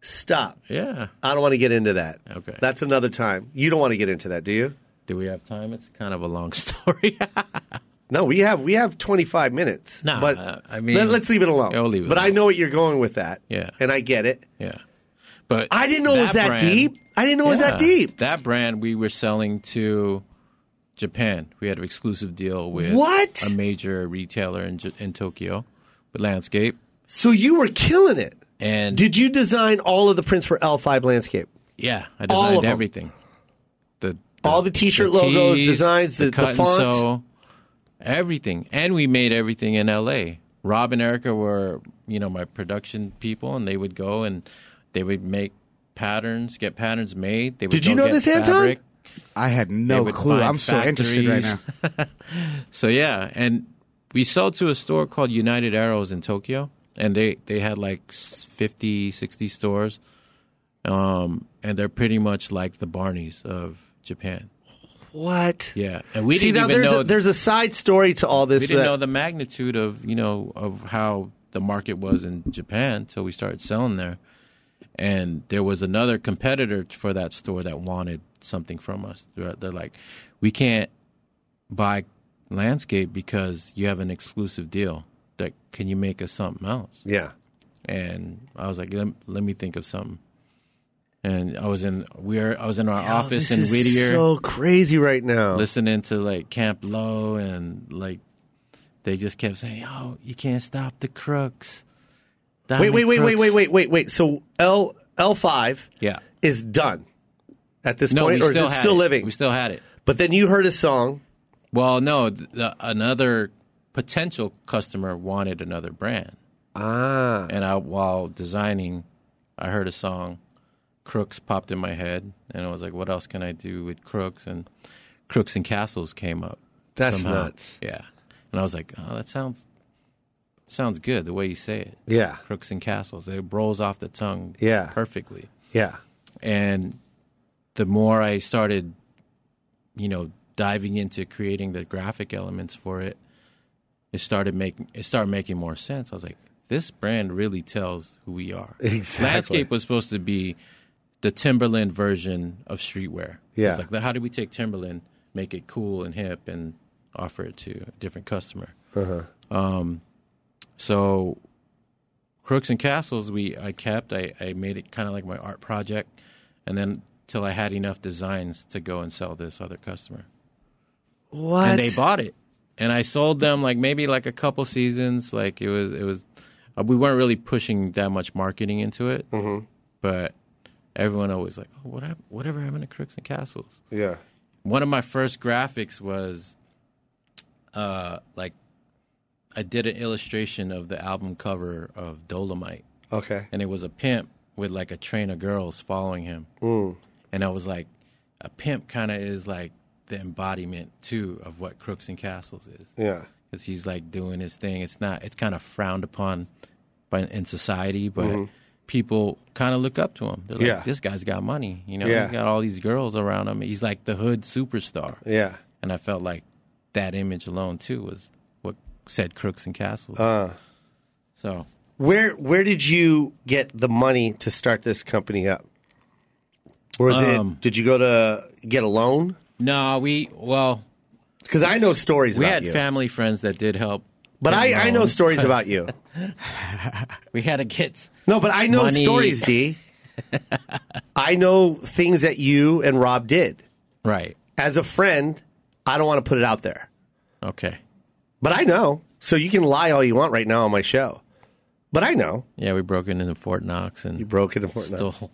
Speaker 2: Stop.
Speaker 3: Yeah.
Speaker 2: I don't want to get into that.
Speaker 3: Okay.
Speaker 2: That's another time. You don't want to get into that, do you?
Speaker 3: Do we have time? It's kind of a long story.
Speaker 2: No, we have we have 25 minutes.
Speaker 3: Nah,
Speaker 2: but
Speaker 3: uh, I mean-
Speaker 2: let, us leave it alone.
Speaker 3: Yeah, we'll leave it
Speaker 2: but I
Speaker 3: alone.
Speaker 2: know what you're going with that.
Speaker 3: Yeah.
Speaker 2: and I get it.
Speaker 3: yeah. But
Speaker 2: I didn't know it was that
Speaker 3: brand-
Speaker 2: deep. I didn't know it was that
Speaker 3: Yeah.
Speaker 2: deep.
Speaker 3: That brand we were selling to Japan. We had an exclusive deal with
Speaker 2: What?
Speaker 3: a major retailer in J- in Tokyo with Landscape.
Speaker 2: So you were killing it.
Speaker 3: And
Speaker 2: Did you design all of the prints for L5 Landscape?
Speaker 3: yeah, I
Speaker 2: all of
Speaker 3: designed
Speaker 2: them?
Speaker 3: everything. The,
Speaker 2: All the T-shirt logos,
Speaker 3: tees,
Speaker 2: designs, the- the
Speaker 3: cut and
Speaker 2: font.
Speaker 3: sew, everything. And we made everything in L.A. Rob and Erica were, you know, my production people, and they would go and they would make patterns, get patterns made. They would
Speaker 2: Did you
Speaker 3: go
Speaker 2: know
Speaker 3: get
Speaker 2: this, Anton?
Speaker 3: fabric.
Speaker 5: I had
Speaker 3: They
Speaker 5: no
Speaker 3: would
Speaker 5: clue.
Speaker 3: find
Speaker 5: I'm so interested right now.
Speaker 3: factories. So yeah, and we sold to a store called United Arrows in Tokyo, and they they had like s- 50, 60 stores, um, and they're pretty much like the Barneys of Japan.
Speaker 2: What?
Speaker 3: Yeah, and we
Speaker 2: See
Speaker 3: didn't
Speaker 2: now,
Speaker 3: even
Speaker 2: there's
Speaker 3: know
Speaker 2: a, there's a side story to all this.
Speaker 3: we didn't
Speaker 2: that-
Speaker 3: know the magnitude of you know of how the market was in Japan till we started selling there, and there was another competitor for that store that wanted something from us. They're, they're like, we can't buy landscape because you have an exclusive deal. That can you make us something else?
Speaker 2: yeah,
Speaker 3: And I was like, let, let me think of something. And I was in we were I was in our
Speaker 2: Oh,
Speaker 3: office
Speaker 2: this
Speaker 3: in
Speaker 2: is
Speaker 3: Whittier
Speaker 2: So crazy right now.
Speaker 3: listening to like Camp Low and like they just kept saying, "Oh, you can't stop the crooks."
Speaker 2: wait,
Speaker 3: Diamond
Speaker 2: wait, wait, wait,
Speaker 3: crooks."
Speaker 2: wait, wait, wait, wait. So L L5
Speaker 3: Yeah.
Speaker 2: is done at this
Speaker 3: No,
Speaker 2: point,
Speaker 3: we
Speaker 2: or
Speaker 3: still
Speaker 2: is it
Speaker 3: had
Speaker 2: still
Speaker 3: it.
Speaker 2: living?
Speaker 3: We still had it.
Speaker 2: but then you heard a song.
Speaker 3: Well, no, th- the, another potential customer wanted another brand,
Speaker 2: Ah,
Speaker 3: and I while designing, I heard a song, "Crooks" popped in my head, and I was like, "What else can I do with crooks?" And "Crooks and Castles" came up.
Speaker 2: That's
Speaker 3: somehow.
Speaker 2: nuts.
Speaker 3: Yeah, and I was like, "Oh, that sounds sounds good." The way you say it.
Speaker 2: yeah,
Speaker 3: crooks and castles. It rolls off the tongue
Speaker 2: Yeah.
Speaker 3: perfectly.
Speaker 2: yeah.
Speaker 3: And the more I started, you know, diving into creating the graphic elements for it, it started making it started making more sense. I was like, this brand really tells who we are.
Speaker 2: Exactly.
Speaker 3: Landscape was supposed to be the Timberland version of streetwear.
Speaker 2: Yeah.
Speaker 3: It's like how do we take Timberland, make it cool and hip, and offer it to a different customer?
Speaker 2: Uh-huh.
Speaker 3: Um, so Crooks and Castles, we I kept. I, I made it kind of like my art project, and then till I had enough designs to go and sell this other customer,
Speaker 2: What?
Speaker 3: and they bought it, and I sold them like maybe like a couple seasons. Like it was it was, uh, we weren't really pushing that much marketing into it, mm-hmm. but everyone always like, oh, what hap- whatever happened to Crooks and Castles?
Speaker 2: yeah.
Speaker 3: one of my first graphics was uh like I did an illustration of the album cover of Dolomite
Speaker 2: Okay.
Speaker 3: and it was a pimp with like a train of girls following him. And I was like a pimp kind of is like the embodiment too of what Crooks and Castles is
Speaker 2: Yeah.
Speaker 3: because he's like doing his thing. It's not. It's kind of frowned upon by in society, but people kind of look up to him. They're like,
Speaker 2: Mm-hmm. Yeah.
Speaker 3: this guy's got money. You know,
Speaker 2: Yeah.
Speaker 3: he's got all these girls around him. He's like the hood superstar.
Speaker 2: Yeah.
Speaker 3: And I felt like that image alone too was what said crooks and castles.
Speaker 2: Uh.
Speaker 3: so
Speaker 2: Where Where did you get the money to start this company up? Or is
Speaker 3: Um,
Speaker 2: it? Did you go to get a loan?
Speaker 3: no, we well
Speaker 2: Because I know stories
Speaker 3: we
Speaker 2: about
Speaker 3: had
Speaker 2: you.
Speaker 3: family friends that did help,
Speaker 2: but
Speaker 3: get
Speaker 2: I, I know
Speaker 3: loans.
Speaker 2: stories about you.
Speaker 3: We had to get
Speaker 2: No, but I know
Speaker 3: Money.
Speaker 2: stories, D. I know things that you and Rob did.
Speaker 3: right.
Speaker 2: As a friend, I don't want to put it out there.
Speaker 3: Okay.
Speaker 2: But I know. So you can lie all you want right now on my show. But I know.
Speaker 3: Yeah, we broke into Fort Knox and
Speaker 2: You broke it important.
Speaker 3: stole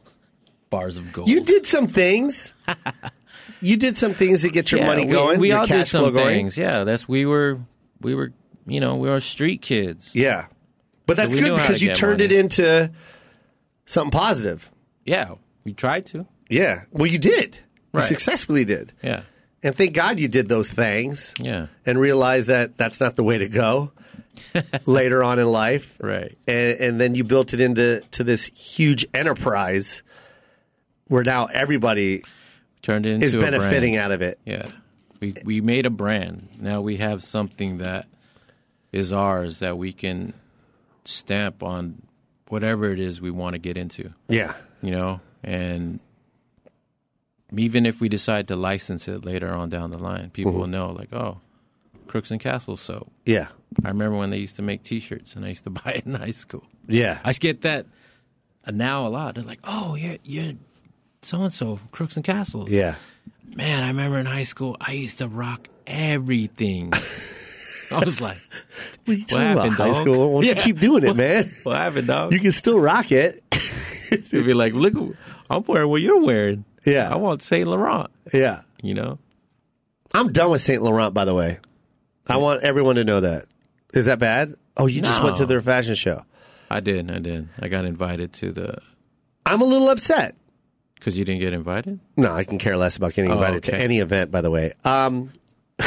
Speaker 3: bars of gold.
Speaker 2: You did some things. you did some things to get your money
Speaker 3: we-
Speaker 2: going.
Speaker 3: We,
Speaker 2: your
Speaker 3: all
Speaker 2: cash
Speaker 3: did some
Speaker 2: flow going.
Speaker 3: things. Yeah, that's we were we were you know we were street kids.
Speaker 2: Yeah. But that's
Speaker 3: we
Speaker 2: good
Speaker 3: knew how
Speaker 2: because
Speaker 3: to
Speaker 2: you
Speaker 3: get
Speaker 2: turned it
Speaker 3: money.
Speaker 2: into something positive.
Speaker 3: Yeah, we tried to.
Speaker 2: Yeah. Well, you did.
Speaker 3: Right.
Speaker 2: You successfully did.
Speaker 3: Yeah,
Speaker 2: And thank God you did those things
Speaker 3: yeah,
Speaker 2: and realized that that's not the way to go later on in life.
Speaker 3: right.
Speaker 2: and, and then you built it into to this huge enterprise where now everybody
Speaker 3: Turned it into
Speaker 2: is
Speaker 3: a brand.
Speaker 2: benefiting out of it.
Speaker 3: Yeah, we we made a brand. Now we have something that is ours that we can stamp on whatever it is we want to get into.
Speaker 2: Yeah.
Speaker 3: You know, and even if we decide to license it later on down the line, people
Speaker 2: Mm-hmm.
Speaker 3: will know like, oh, Crooks and Castles soap.
Speaker 2: Yeah.
Speaker 3: I remember when they used to make T-shirts, and I used to buy it in high school.
Speaker 2: Yeah.
Speaker 3: I get that uh, now a lot. They're like, "Oh, you're you're so and so Crooks and Castles."
Speaker 2: yeah.
Speaker 3: man, I remember in high school, I used to rock everything. I was like,
Speaker 2: What are you talking
Speaker 3: happened,
Speaker 2: about, high
Speaker 3: dog?
Speaker 2: school? Why don't you
Speaker 3: Yeah.
Speaker 2: keep doing it, man?
Speaker 3: "What happened, dog?"
Speaker 2: You can still rock it.
Speaker 3: You'd be like, "Look, who- I'm wearing what you're wearing."
Speaker 2: Yeah.
Speaker 3: I want Saint Laurent.
Speaker 2: Yeah.
Speaker 3: You know,
Speaker 2: I'm done with St. Laurent, by the way. I want everyone to know that. Is that bad? Oh, you just went to
Speaker 3: No.
Speaker 2: their fashion show.
Speaker 3: I did, I did. I got invited to the
Speaker 2: I'm a little upset.
Speaker 3: because you didn't get invited.
Speaker 2: No, I can care less about getting
Speaker 3: Oh,
Speaker 2: invited to
Speaker 3: okay.
Speaker 2: any event, by the way. Um,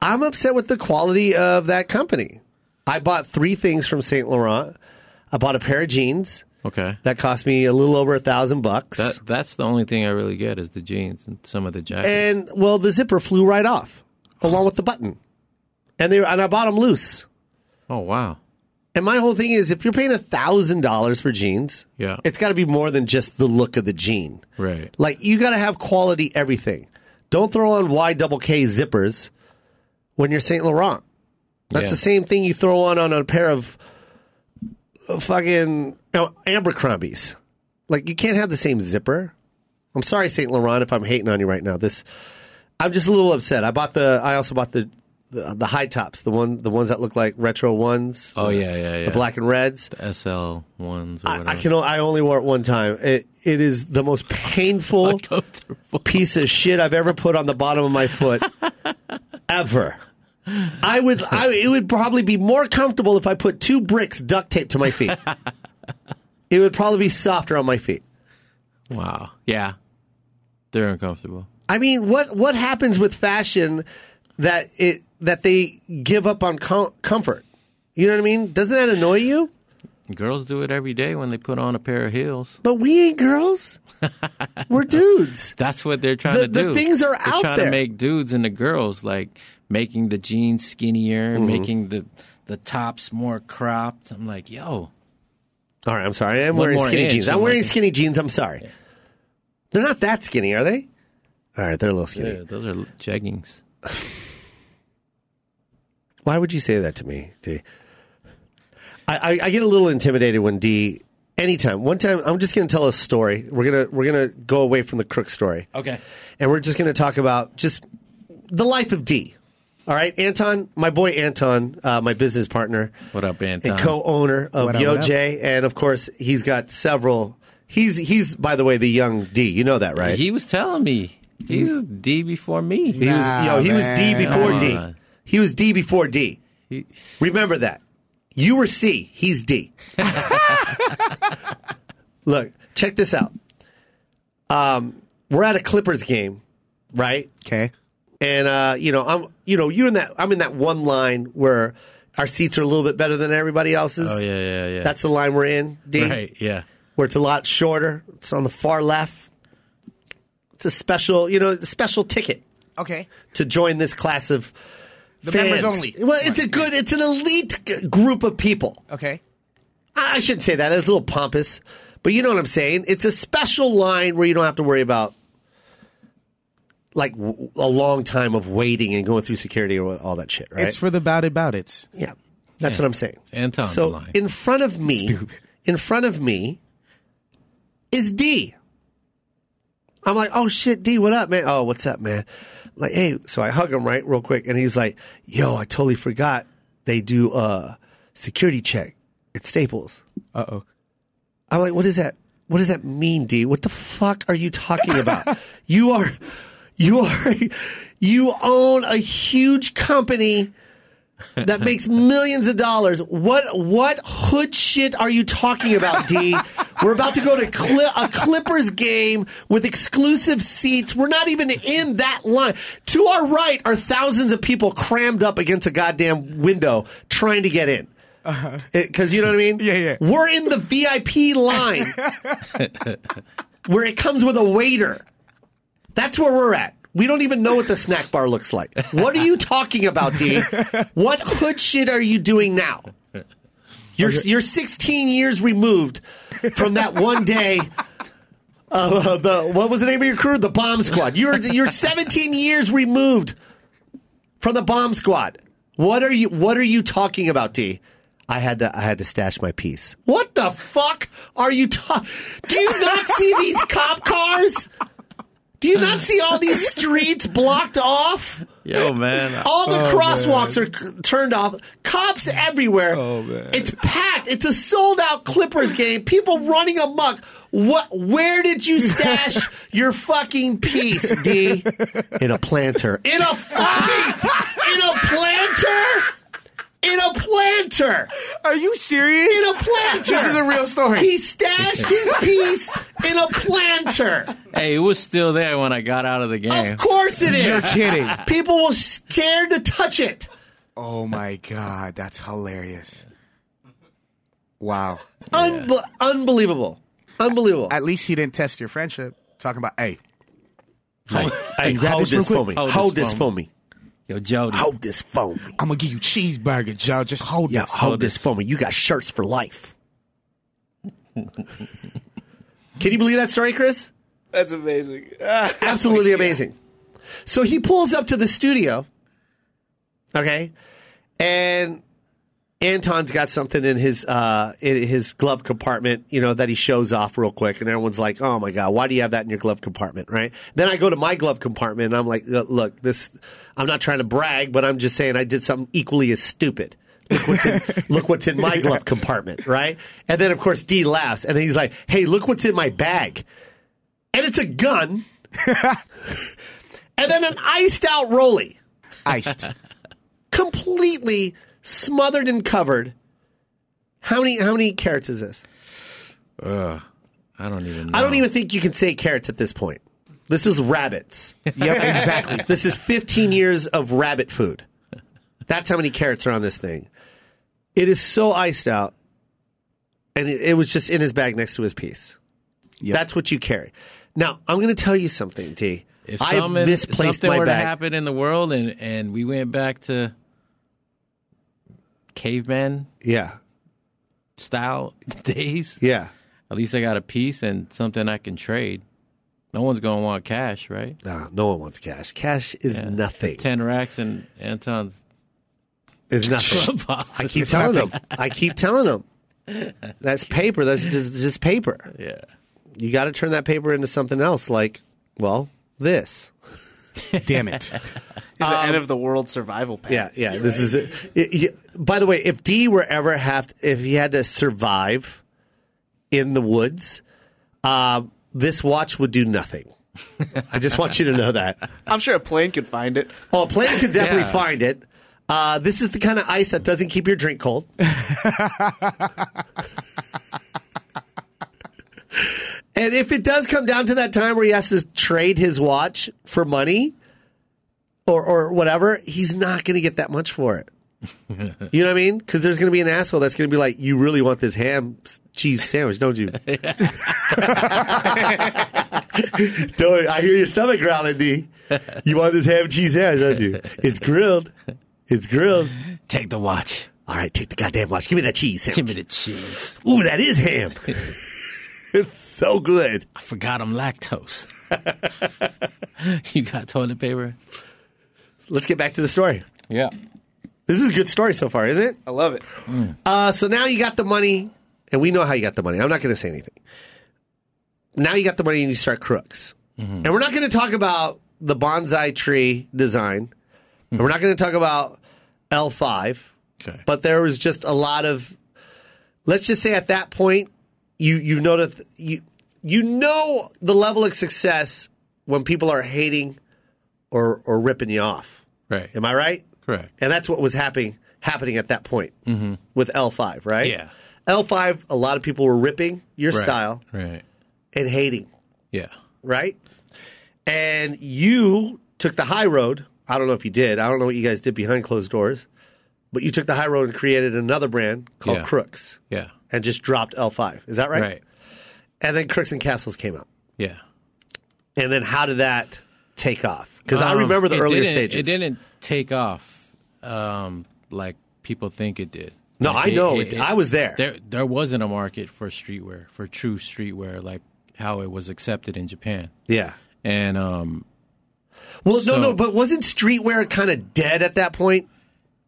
Speaker 2: I'm upset with the quality of that company. I bought three things from St. Laurent. I bought a pair of jeans
Speaker 3: Okay.
Speaker 2: that cost me a little over a thousand bucks.
Speaker 3: That, that's the only thing I really get is the jeans and some of the jackets.
Speaker 2: And well, the zipper flew right off along with the button. And they were, and I bought them loose.
Speaker 3: oh wow,
Speaker 2: And my whole thing is if you're paying a thousand dollars for jeans,
Speaker 3: Yeah.
Speaker 2: it's got to be more than just the look of the jean.
Speaker 3: right?
Speaker 2: Like you got to have quality everything. Don't throw on Y double K zippers when you're Saint Laurent. That's
Speaker 3: Yeah.
Speaker 2: the same thing you throw on on a pair of uh, fucking you know, Abercrombies. Like you can't have the same zipper. I'm sorry, Saint Laurent, if I'm hating on you right now. This, I'm just a little upset. I bought the. I also bought the the, the high tops, the one the ones that look like retro ones.
Speaker 3: Oh, yeah, yeah, yeah.
Speaker 2: The black and reds.
Speaker 3: SL ones or whatever.
Speaker 2: I, I can. o- I only wore it one time. It it is the most painful
Speaker 3: Uncomfortable.
Speaker 2: piece of shit I've ever put on the bottom of my foot ever. I would I, it would probably be more comfortable if I put two bricks duct tape to my feet. it would probably be softer on my feet.
Speaker 3: Wow. Yeah. They're uncomfortable.
Speaker 2: I mean, what what happens with fashion that it that they give up on com- comfort? You know what I mean? Doesn't that annoy you?
Speaker 3: Girls do it every day when they put on a pair of heels.
Speaker 2: But we ain't girls. We're dudes.
Speaker 3: That's what they're trying
Speaker 2: The-
Speaker 3: to do.
Speaker 2: the things are
Speaker 3: they're
Speaker 2: out
Speaker 3: trying
Speaker 2: there.
Speaker 3: to make dudes into girls, like making the jeans skinnier,
Speaker 2: Mm-hmm.
Speaker 3: making the the tops more cropped. I'm like, yo,
Speaker 2: All right, I'm sorry. I'm
Speaker 3: One
Speaker 2: wearing
Speaker 3: more
Speaker 2: skinny
Speaker 3: inch,
Speaker 2: jeans. I'm
Speaker 3: I'm
Speaker 2: wearing
Speaker 3: like-
Speaker 2: skinny jeans. I'm sorry. They're not that skinny, are they? All right, they're a little skinny.
Speaker 3: yeah, those are jeggings.
Speaker 2: Why would you say that to me, D? I, I, I get a little intimidated when D. Anytime, one time, I'm just going to tell a story. We're gonna we're gonna go away from the crook story,
Speaker 3: Okay,
Speaker 2: and we're just going to talk about just the life of D. All right, Anton, my boy Anton, uh, my business partner
Speaker 3: what up, Anton?
Speaker 2: and co-owner of
Speaker 5: What up, what
Speaker 2: Yo
Speaker 5: up?
Speaker 2: J, and of course, he's got several. He's he's by the way the young D. You know that, right?
Speaker 3: he was telling me he's
Speaker 2: Mm-hmm.
Speaker 3: D before me.
Speaker 2: He was yo. He was D
Speaker 5: Ah, man.
Speaker 2: before D.
Speaker 3: Come on.
Speaker 2: He was D before D.
Speaker 3: He-
Speaker 2: Remember that. You were C. He's D. Look, check this out. Um, we're at a Clippers game, right?
Speaker 5: Okay.
Speaker 2: And uh, you know, I'm you know you're in that I'm in that one line where our seats are a little bit better than everybody else's.
Speaker 3: oh yeah, yeah, yeah.
Speaker 2: That's the line we're in, D.
Speaker 3: right. Yeah,
Speaker 2: Where it's a lot shorter. It's on the far left. It's a special, you know, special ticket
Speaker 5: Okay.
Speaker 2: to join this class of the
Speaker 5: members only.
Speaker 2: Well, it's a good, it's an elite g- group of people.
Speaker 5: Okay.
Speaker 2: I I shouldn't say that; it's a little pompous, but you know what I'm saying. It's a special line where you don't have to worry about like w- a long time of waiting and going through security or all that shit, right?
Speaker 5: It's for the bout it bout it's.
Speaker 2: yeah, that's what I'm saying.
Speaker 3: Anton's
Speaker 2: so
Speaker 3: line.
Speaker 2: in front of me, in front of me is D. I'm like, oh shit, D, what up, man? Oh, what's up, man? Like, hey, so I hug him right real quick, and he's like, yo, I totally forgot they do uh security check at Staples.
Speaker 5: Uh oh.
Speaker 2: I'm like, what is that? What does that mean, D? What the fuck are you talking about? you are, you are, you own a huge company that makes millions of dollars. What what hood shit are you talking about, D? We're about to go to Cli- a Clippers game with exclusive seats. We're not even in that line. To our right are thousands of people crammed up against a goddamn window trying to get in. Because you know what I mean?
Speaker 5: Uh-huh. Yeah, yeah.
Speaker 2: We're in the VIP line where it comes with a waiter. That's where we're at. We don't even know what the snack bar looks like. What are you talking about, D? What hood shit are you doing now? You're you're 16 years removed from that one day. Of uh, the what was the name of your crew? The Bomb Squad. You're you're 17 years removed from the Bomb Squad. What are you What are you talking about, D? I had to I had to stash my piece. What the fuck are you talking? Do you not see these cop cars? Do you
Speaker 5: Uh.
Speaker 2: not see all these streets blocked off?
Speaker 3: yo, man.
Speaker 2: All
Speaker 5: Oh,
Speaker 2: the crosswalks are c- turned off. Cops everywhere.
Speaker 5: Oh, man.
Speaker 2: It's packed. It's a sold out Clippers game. People running amok. What? Where did you stash your fucking piece, D? In a planter. In a fucking. in a planter. In a planter.
Speaker 5: Are you serious?
Speaker 2: In a planter.
Speaker 5: This is a real story.
Speaker 2: He stashed his piece in a planter.
Speaker 3: hey, it was still there when I got out of the game.
Speaker 2: Of course it
Speaker 5: You're
Speaker 2: is.
Speaker 5: kidding.
Speaker 2: People were scared to touch it.
Speaker 5: Oh my god, that's hilarious. Wow.
Speaker 2: Unbe- unbelievable. Unbelievable.
Speaker 5: At least he didn't test your friendship. Talking about hey,
Speaker 2: Hey,
Speaker 5: grab
Speaker 2: hold
Speaker 5: this real
Speaker 2: this for
Speaker 5: quick?
Speaker 2: me.
Speaker 3: Hold
Speaker 2: Hold
Speaker 3: this
Speaker 2: this
Speaker 3: for
Speaker 2: for me.
Speaker 3: Yo, Jody.
Speaker 2: Hold this for me.
Speaker 5: I'm gonna give you cheeseburger, Joe. Just hold
Speaker 2: Yeah,
Speaker 5: this.
Speaker 2: hold this for me. You got shirts for life. Can you believe that story, Chris?
Speaker 4: That's amazing. Ah.
Speaker 2: Absolutely amazing. So he pulls up to the studio, okay, and Anton's got something in his uh, in his glove compartment, you know, that he shows off real quick, and everyone's like, "Oh my god, why do you have that in your glove compartment?" Right? Then I go to my glove compartment, and I'm like, "Look, look, this. I'm not trying to brag, but I'm just saying I did something equally as stupid." Look what's in, look what's in my glove compartment, right? And then of course D laughs, and then he's like, "Hey, look what's in my bag," and it's a gun, and then an iced out rollie
Speaker 5: Iced.
Speaker 2: completely smothered and covered. How many how many carrots is this?
Speaker 3: Ugh, I don't even. know.
Speaker 2: I don't even think you can say carrots at this point. This is rabbits.
Speaker 5: yep, exactly.
Speaker 2: this is 15 years of rabbit food. That's how many carrots are on this thing. It is so iced out, and it, it was just in his bag next to his piece.
Speaker 5: Yep.
Speaker 2: That's what you carry. Now I'm going to tell you something, T.
Speaker 3: If
Speaker 2: I have
Speaker 3: some- if
Speaker 2: misplaced
Speaker 3: something
Speaker 2: my
Speaker 3: were
Speaker 2: bag.
Speaker 3: to happen in the world and, and we went back to caveman
Speaker 2: Yeah,
Speaker 3: style days,
Speaker 2: yeah.
Speaker 3: at least I got a piece and something I can trade. No one's going to want cash, right?
Speaker 2: No, no one wants cash. Cash is nothing.
Speaker 3: 10 racks and Anton's
Speaker 2: Is nothing.
Speaker 3: box.
Speaker 2: I keep telling them. I keep telling them. That's paper. That's just just paper.
Speaker 3: Yeah.
Speaker 2: You got to turn that paper into something else. Like, well, this.
Speaker 5: Damn it.
Speaker 4: It's the end of the world survival pack.
Speaker 2: Um, Yeah, yeah. This is it. It- you- By the way, if D were ever have, if he had to survive in the woods, um, this watch would do nothing. I just want you to know that.
Speaker 4: I'm sure a plane could find it.
Speaker 2: Oh, a plane could definitely
Speaker 3: Yeah.
Speaker 2: find it. Uh, this is the kind of ice that doesn't keep your drink cold. and if it does come down to that time where he has to trade his watch for money or, or whatever, he's not going to get that much for it. you know what I mean? Because there's going to be an asshole that's going to be like, you really want this ham s- cheese sandwich, don't you? Don't- I hear your stomach growling, D. You want this ham cheese sandwich, don't you? It's grilled. It's grilled.
Speaker 3: Take the watch.
Speaker 2: All right, take the goddamn watch. Give me that cheese sandwich.
Speaker 3: Give me the cheese.
Speaker 2: Ooh, that is ham. it's so good.
Speaker 3: I forgot I'm lactose. you got toilet paper?
Speaker 2: Let's get back to the story.
Speaker 3: Yeah.
Speaker 2: This is a good story so far, isn't it?
Speaker 4: I love it.
Speaker 2: Uh, so now you got the money, and we know how you got the money. I'm not going to say anything. Now you got the money, and you start crooks.
Speaker 3: Mm-hmm.
Speaker 2: And we're not going to talk about the bonsai tree design. And we're not going to talk about L5.
Speaker 3: Okay.
Speaker 2: but there was just a lot of let's just say at that point you you notice you you know the level of success when people are hating or or ripping you off
Speaker 3: right.
Speaker 2: am i right
Speaker 3: Correct.
Speaker 2: and that's what was happening happening at that point with l5 right
Speaker 3: Mm-hmm. Yeah.
Speaker 2: l5 a lot of people were ripping your
Speaker 3: Right.
Speaker 2: style
Speaker 3: Right.
Speaker 2: and hating
Speaker 3: Yeah.
Speaker 2: right and you took the high road i don't know if you did i don't know what you guys did behind closed doors but you took the high road and created another brand called
Speaker 3: Yeah.
Speaker 2: crooks
Speaker 3: Yeah.
Speaker 2: and just dropped L5. Is that right?
Speaker 3: Right.
Speaker 2: And then Crooks and Castles came out.
Speaker 3: Yeah.
Speaker 2: And then how did that take off? Because I
Speaker 3: Um,
Speaker 2: remember the
Speaker 3: it
Speaker 2: earlier
Speaker 3: didn't-
Speaker 2: stages.
Speaker 3: It didn't take off um, like people think it did.
Speaker 2: No,
Speaker 3: Like,
Speaker 2: I know. It, I was there.
Speaker 3: There, there wasn't a market for streetwear, for true streetwear, like how it was accepted in Japan.
Speaker 2: Yeah.
Speaker 3: And um,
Speaker 2: Well,
Speaker 3: So-
Speaker 2: no, no, but wasn't streetwear kind of dead at that point?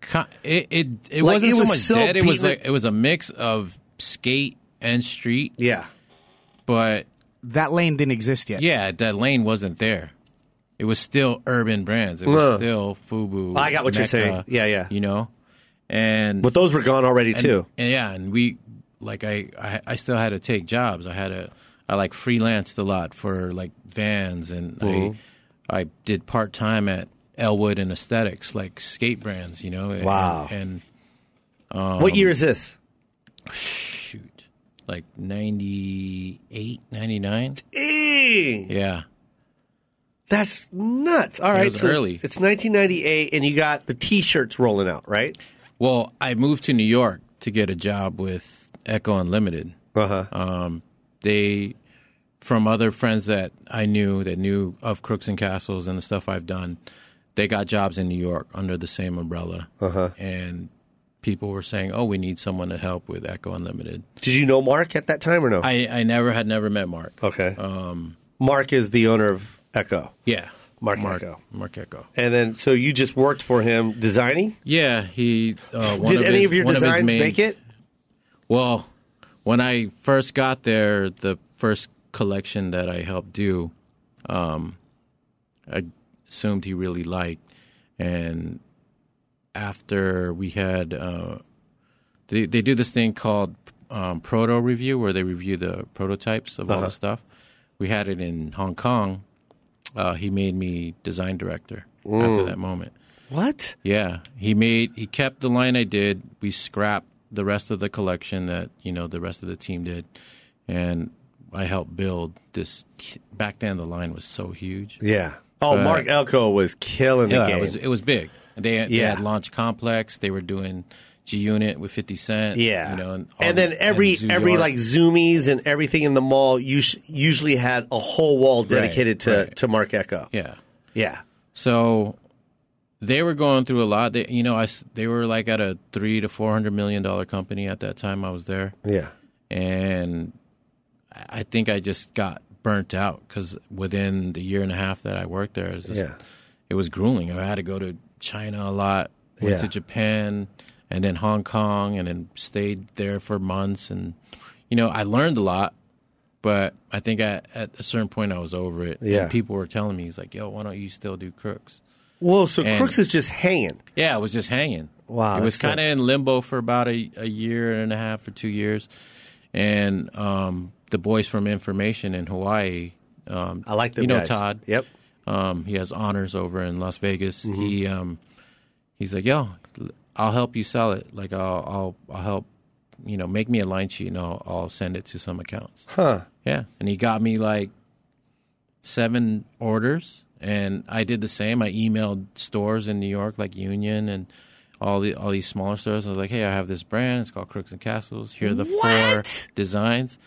Speaker 3: co- it it, it
Speaker 2: Like,
Speaker 3: wasn't
Speaker 2: it
Speaker 3: so
Speaker 2: was
Speaker 3: much
Speaker 2: so
Speaker 3: dead. It was
Speaker 2: beaten-
Speaker 3: like it was a mix of skate and street,
Speaker 2: Yeah.
Speaker 3: but
Speaker 5: That lane didn't exist yet.
Speaker 3: yeah, that lane wasn't there. It was still urban brands. It was
Speaker 2: Huh.
Speaker 3: still Fubu.
Speaker 2: I got what you're
Speaker 3: Mecca,
Speaker 2: saying. Yeah, yeah.
Speaker 3: You know, and
Speaker 2: But those were gone already, too.
Speaker 3: And yeah, and we like I, I I still had to take jobs. I had a I like freelanced a lot for like vans and
Speaker 2: Mm-hmm.
Speaker 3: I I did part time at Elwood and Aesthetics, like skate brands, you know. and-
Speaker 2: Wow.
Speaker 3: And, um,
Speaker 2: what year is this?
Speaker 3: shoot. Like 98, 99?
Speaker 2: Eee,
Speaker 3: Yeah.
Speaker 2: That's nuts. All right.
Speaker 3: was early.
Speaker 2: It's 1998, and you got the t shirts rolling out, right?
Speaker 3: Well, I moved to New York to get a job with Echo Unlimited.
Speaker 2: Uh huh.
Speaker 3: they from other friends that I knew that knew of Crooks and Castles and the stuff I've done, they got jobs in New York under the same umbrella.
Speaker 2: Uh-huh.
Speaker 3: And people were saying, "Oh, we need someone to help with Echo Unlimited."
Speaker 2: Did you know Mark at that time or no?
Speaker 3: I, I never had never met Mark.
Speaker 2: okay. Um, Mark is the owner of Echo.
Speaker 3: Yeah,
Speaker 2: Mark, Echo.
Speaker 3: Mark Echo.
Speaker 2: And then, so you just worked for him designing?
Speaker 3: Yeah, he. Uh, one
Speaker 2: Did
Speaker 3: of
Speaker 2: any
Speaker 3: his-
Speaker 2: of your
Speaker 3: one his
Speaker 2: designs
Speaker 3: main-
Speaker 2: make it?
Speaker 3: Well, when I first got there, the first collection that I helped do, um, I assumed he really liked. And after we had, uh, they, they do this thing called um, proto review, where they review the prototypes of all the stuff. We had it in Hong Kong. Uh, he made me design director after that moment.
Speaker 2: What?
Speaker 3: Yeah, he made he kept the line I did. We scrapped the rest of the collection that you know the rest of the team did, and I helped build this. Back then, the line was so huge.
Speaker 2: Yeah. Oh, Mark Elko was killing the
Speaker 3: Uh, Yeah,
Speaker 2: game.
Speaker 3: it was it was big. They, they
Speaker 2: Yeah.
Speaker 3: had launch complex. They were doing G Unit with Fifty Cent.
Speaker 2: Yeah,
Speaker 3: you know, and, all
Speaker 2: and then
Speaker 3: the-
Speaker 2: every
Speaker 3: Zoo
Speaker 2: every
Speaker 3: Yard.
Speaker 2: like Zoomies and everything in the mall us- usually had a whole wall dedicated to
Speaker 3: right.
Speaker 2: to Mark Echo.
Speaker 3: yeah.
Speaker 2: Yeah,
Speaker 3: So they were going through a lot. They, you know, I s- they were like at a three to four hundred million dollar company at that time. I was there,
Speaker 2: yeah.
Speaker 3: and I I think I just got burnt out because within the year and a half that I worked there, it was, just-
Speaker 2: Yeah.
Speaker 3: it was grueling. I had to go to China a lot, went
Speaker 2: Yeah.
Speaker 3: to Japan, and then Hong Kong, and then stayed there for months. And you know, I learned a lot. But I think I, at a certain point I was over it. And
Speaker 2: Yeah.
Speaker 3: people were telling me, "He's like, yo, why don't you still do crooks?"
Speaker 2: Whoa, so
Speaker 3: And-
Speaker 2: Crooks is just hanging.
Speaker 3: Yeah, it was just hanging.
Speaker 2: Wow,
Speaker 3: It was
Speaker 2: that's
Speaker 3: kind of in limbo for about a, a year and a half or two years. And um, the boys from Information in Hawaii. Um,
Speaker 2: I like them.
Speaker 3: You know
Speaker 2: guys.
Speaker 3: Todd.
Speaker 2: Yep.
Speaker 3: Um, he has honors over in Las Vegas.
Speaker 2: Mm-hmm.
Speaker 3: He um, he's like, yo, I'll help you sell it. Like I'll I'll I'll help. You know, make me a line sheet and I'll I'll send it to some accounts.
Speaker 2: Huh.
Speaker 3: Yeah, and he got me like seven orders, and I did the same. I emailed stores in New York, like Union and all the all these smaller stores. I was like, "Hey, I have this brand. It's called Crooks and Castles. Here are the four designs."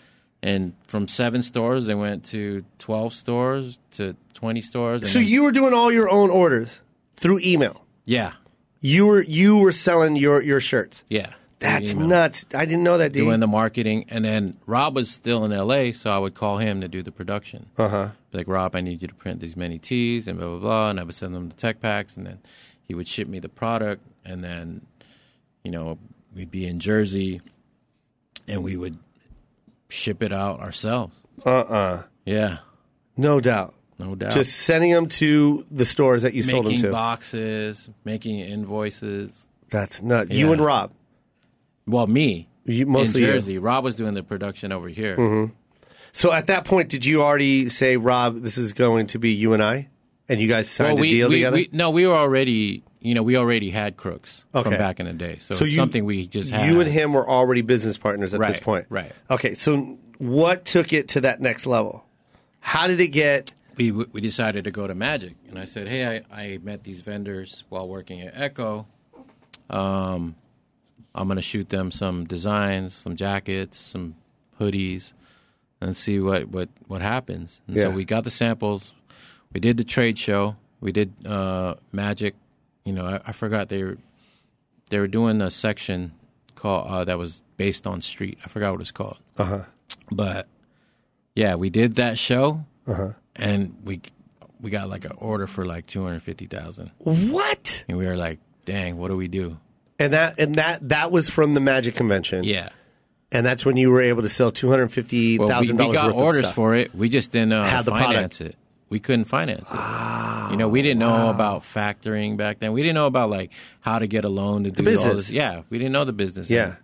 Speaker 3: And from seven stores, they went to twelve stores to twenty stores. And
Speaker 2: So
Speaker 3: then-
Speaker 2: you were doing all your own orders through email.
Speaker 3: yeah,
Speaker 2: You were you were selling your your shirts.
Speaker 3: yeah,
Speaker 2: That's
Speaker 3: Email.
Speaker 2: nuts. I didn't know that, dude.
Speaker 3: doing the marketing, and then Rob was still in L.A., so I would call him to do the production. Uh
Speaker 2: Uh-huh.
Speaker 3: huh. Like Rob, I need you to print these many tees and blah blah blah, and I would send them the tech packs, and then he would ship me the product, and then you know we'd be in Jersey, and we would ship it out ourselves.
Speaker 2: uh-uh.
Speaker 3: Yeah,
Speaker 2: No doubt.
Speaker 3: no doubt.
Speaker 2: Just sending them to the stores that you sold them
Speaker 3: making
Speaker 2: to.
Speaker 3: boxes, making invoices.
Speaker 2: That's nuts. You and Rob.
Speaker 3: Well, me
Speaker 2: You, mostly
Speaker 3: in
Speaker 2: you.
Speaker 3: Jersey. Rob was doing the production over here.
Speaker 2: So at that point, did you already say, Rob, this is going to be you and I? And you guys signed a deal
Speaker 3: we,
Speaker 2: together?
Speaker 3: we- no, we were already, you know, we already had crooks
Speaker 2: Okay.
Speaker 3: from back in the day. So,
Speaker 2: So
Speaker 3: it's
Speaker 2: you-
Speaker 3: something we just had.
Speaker 2: you and him were already business partners at this
Speaker 3: Right,
Speaker 2: point.
Speaker 3: right.
Speaker 2: Okay. So what took it to that next level? How did it get?
Speaker 3: We, we decided to go to Magic. And I said, hey, I, I met these vendors while working at Echo. Um, I'm going to shoot them some designs, some jackets, some hoodies, and see what, what, what happens. And so
Speaker 2: Yeah.
Speaker 3: we got the samples. We did the trade show. We did uh, Magic. You know, I, I forgot they were, they were doing a section called uh, that was based on street. I forgot what it's called. Uh huh. But yeah, we did that show, and we we got like an order for like two hundred fifty thousand,
Speaker 2: What?
Speaker 3: and we were like, "Dang, what do we do?"
Speaker 2: And that and that that was from the Magic Convention.
Speaker 3: Yeah,
Speaker 2: And that's when you were able to sell two hundred fifty
Speaker 3: well, we,
Speaker 2: thousand
Speaker 3: we
Speaker 2: dollars
Speaker 3: got
Speaker 2: worth of
Speaker 3: orders
Speaker 2: stuff.
Speaker 3: for it. We just didn't uh,
Speaker 2: Had the product. Ah,
Speaker 3: finance it. We couldn't finance it. You know, we didn't know about factoring back then. We didn't know about like how to get a loan to do all
Speaker 2: business.
Speaker 3: this. Yeah, we didn't know the business.
Speaker 2: Yeah.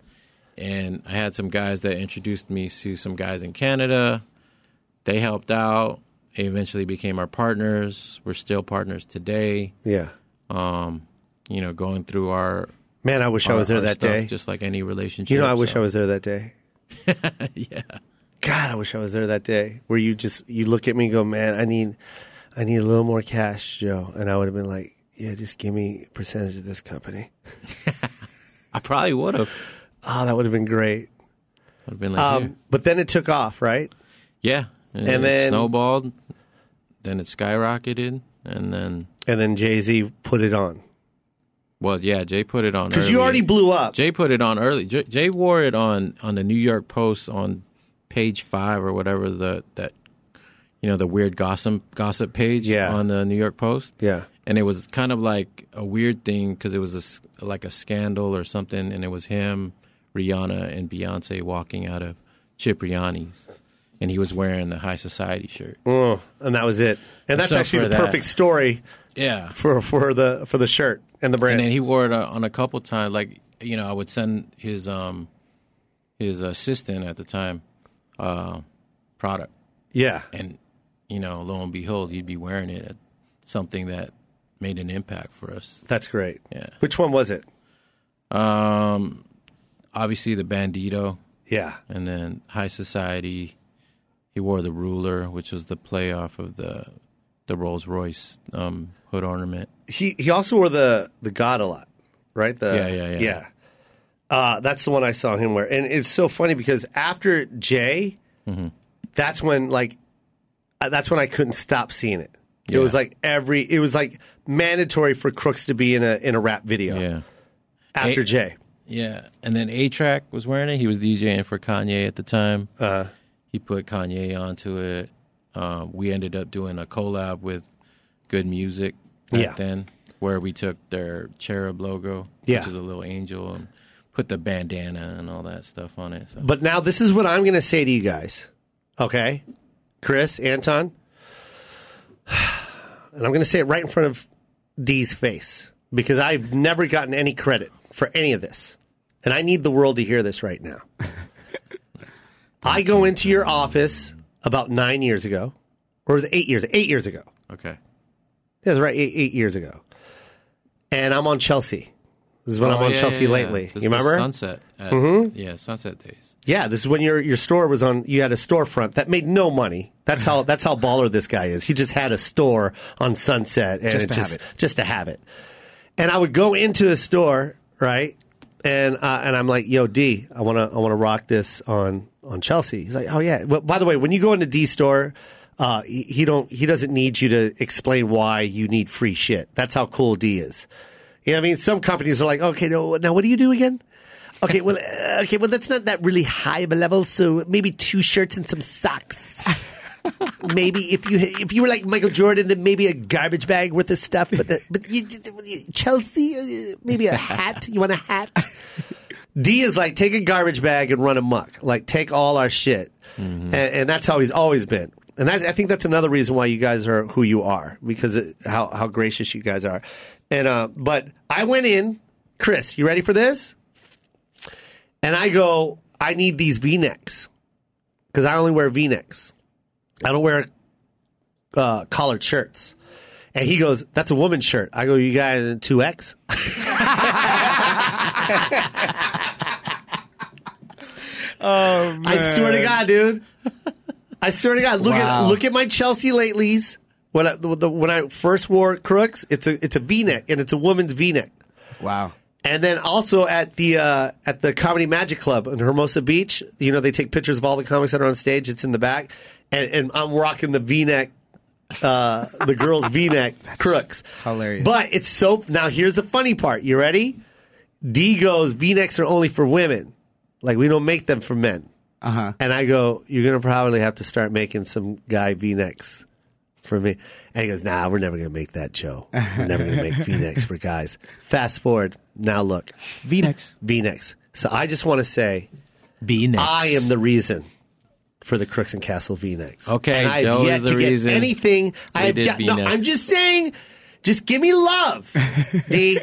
Speaker 3: and I had some guys that introduced me to some guys in Canada. They helped out. They eventually became our partners. We're still partners today.
Speaker 2: Yeah.
Speaker 3: Um, you know, going through our
Speaker 2: Man, I wish I was there
Speaker 3: our
Speaker 2: that
Speaker 3: stuff,
Speaker 2: day.
Speaker 3: just like any relationship.
Speaker 2: you know, I wish
Speaker 3: so-
Speaker 2: I was there that day.
Speaker 3: yeah.
Speaker 2: God, I wish I was there that day where you just you look at me and go, man, I need, I need a little more cash, Joe, and I would have been like, yeah, just give me a percentage of this company.
Speaker 3: I probably would have.
Speaker 2: Oh, that would have been great.
Speaker 3: Would have been like,
Speaker 2: Um,
Speaker 3: here.
Speaker 2: But then it took off, right?
Speaker 3: yeah, and,
Speaker 2: and
Speaker 3: it
Speaker 2: then-
Speaker 3: snowballed. Then it skyrocketed, and then
Speaker 2: And then Jay Z put it on
Speaker 3: well, yeah, Jay put it on
Speaker 2: because you
Speaker 3: early.
Speaker 2: already blew up.
Speaker 3: Jay put it on early. Jay, Jay wore it on on the New York Post on page five or whatever the that you know the weird gossip gossip page
Speaker 2: Yeah.
Speaker 3: on the New York Post.
Speaker 2: yeah,
Speaker 3: and it was kind of like a weird thing because it was a s like a scandal or something, and it was him, Rihanna, and Beyonce walking out of Cipriani's, and he was wearing a high society shirt.
Speaker 2: Mm, and that was it. And that's
Speaker 3: So
Speaker 2: actually
Speaker 3: for
Speaker 2: the
Speaker 3: that-
Speaker 2: perfect story
Speaker 3: Yeah,
Speaker 2: for for the for the shirt and the brand.
Speaker 3: and then he wore it uh, on a couple times. Like you know, I would send his um his assistant at the time uh, product,
Speaker 2: yeah,
Speaker 3: and you know, lo and behold, he'd be wearing it at something that made an impact for us.
Speaker 2: that's great.
Speaker 3: Yeah.
Speaker 2: Which one was it?
Speaker 3: Um, obviously the Bandito.
Speaker 2: Yeah.
Speaker 3: and then High Society. He wore the ruler, which was the play off of the the Rolls Royce um, hood ornament.
Speaker 2: he he also wore the the God a lot, right? The
Speaker 3: Yeah, yeah, yeah.
Speaker 2: yeah. Uh, that's the one I saw him wear, and it's so funny because after Jay,
Speaker 3: Mm-hmm.
Speaker 2: that's when like, uh, that's when I couldn't stop seeing it. It was like every, it was like mandatory for Crooks to be in a in a rap video
Speaker 3: Yeah.
Speaker 2: after
Speaker 3: Hey.
Speaker 2: Jay.
Speaker 3: Yeah, and then A Track was wearing it. He was DJing for Kanye at the time. Uh,
Speaker 2: Uh-huh.
Speaker 3: he put Kanye onto it. Um, we ended up doing a collab with Good Music back
Speaker 2: Yeah.
Speaker 3: then, where we took their Cherub logo,
Speaker 2: Yeah.
Speaker 3: which is a little angel, and put the bandana and all that stuff on it. So.
Speaker 2: But now this is what I'm going to say to you guys. Okay? Chris, Anton. And I'm going to say it right in front of D's face because I've never gotten any credit for any of this. And I need the world to hear this right now. I go into your office about nine years ago, or was it eight years? Eight years ago.
Speaker 3: okay,
Speaker 2: Yeah, that's right. Eight, eight years ago. And I'm on Chelsea. This is when I'm
Speaker 3: Oh,
Speaker 2: on
Speaker 3: yeah,
Speaker 2: Chelsea
Speaker 3: yeah, yeah.
Speaker 2: lately.
Speaker 3: This is
Speaker 2: you
Speaker 3: the
Speaker 2: remember? Mm-hmm.
Speaker 3: Sunset? At, Yeah, Sunset Days.
Speaker 2: Yeah, this is when your your store was on. You had a storefront that made no money. That's how that's how baller this guy is. He just had a store on Sunset, and
Speaker 5: Just
Speaker 2: it
Speaker 5: to have
Speaker 2: just
Speaker 5: it.
Speaker 2: just to have it. And I would go into a store, right? And uh, and I'm like, Yo, D, I wanna I wanna rock this on on Chelsea. He's like, Oh yeah. Well, by the way, when you go into D store. Uh, he, he don't. He doesn't need you to explain why you need free shit. That's how cool D is. You know what I mean? Some companies are like, okay, no, now what do you do again? Okay, well, uh, okay, well, that's not that really high of a level. So maybe two shirts and some socks. maybe if you if you were like Michael Jordan, then maybe a garbage bag worth of stuff. But the, but you, Chelsea, uh, maybe a hat. You want a hat? D is like take a garbage bag and run amok. Like take all our shit, and, and that's how he's always been. And that, I think that's another reason why you guys are who you are because it, how how gracious you guys are. And uh, but I went in, Chris. You ready for this? And I go, I need these V necks because I only wear V necks. I don't wear uh, collared shirts. And he goes, "That's a woman's shirt." I go, "You guys in two X?" I swear to God, dude. I swear to God. Look at look at my Chelsea latelys. When I, the, when I first wore Crooks, it's a it's a V neck and it's a woman's V neck.
Speaker 5: Wow.
Speaker 2: And then also at the uh, at the Comedy Magic Club in Hermosa Beach, you know they take pictures of all the comics that are on stage. It's in the back, and, and I'm rocking the V-neck, uh, the girls V-neck crooks.
Speaker 5: hilarious.
Speaker 2: But it's so. Now here's the funny part. You ready? D goes V-necks are only for women. Like we don't make them for men.
Speaker 5: Uh huh.
Speaker 2: And I go, you're gonna probably have to start making some guy V-necks for me. And he goes, Nah, we're never gonna make that, Joe. We're never gonna make V-necks for guys. Fast forward. Now look.
Speaker 5: V-necks.
Speaker 2: V-necks. So I just want to say
Speaker 3: Be next.
Speaker 2: I am the reason for the Crooks and Castle V-necks.
Speaker 3: Okay,
Speaker 2: and I
Speaker 3: Joe
Speaker 2: have
Speaker 3: is
Speaker 2: yet
Speaker 3: the
Speaker 2: to get
Speaker 3: reason
Speaker 2: anything. I
Speaker 3: we
Speaker 2: have
Speaker 3: did
Speaker 2: got, no,
Speaker 3: V-necks.
Speaker 2: I'm just saying, just give me love, D.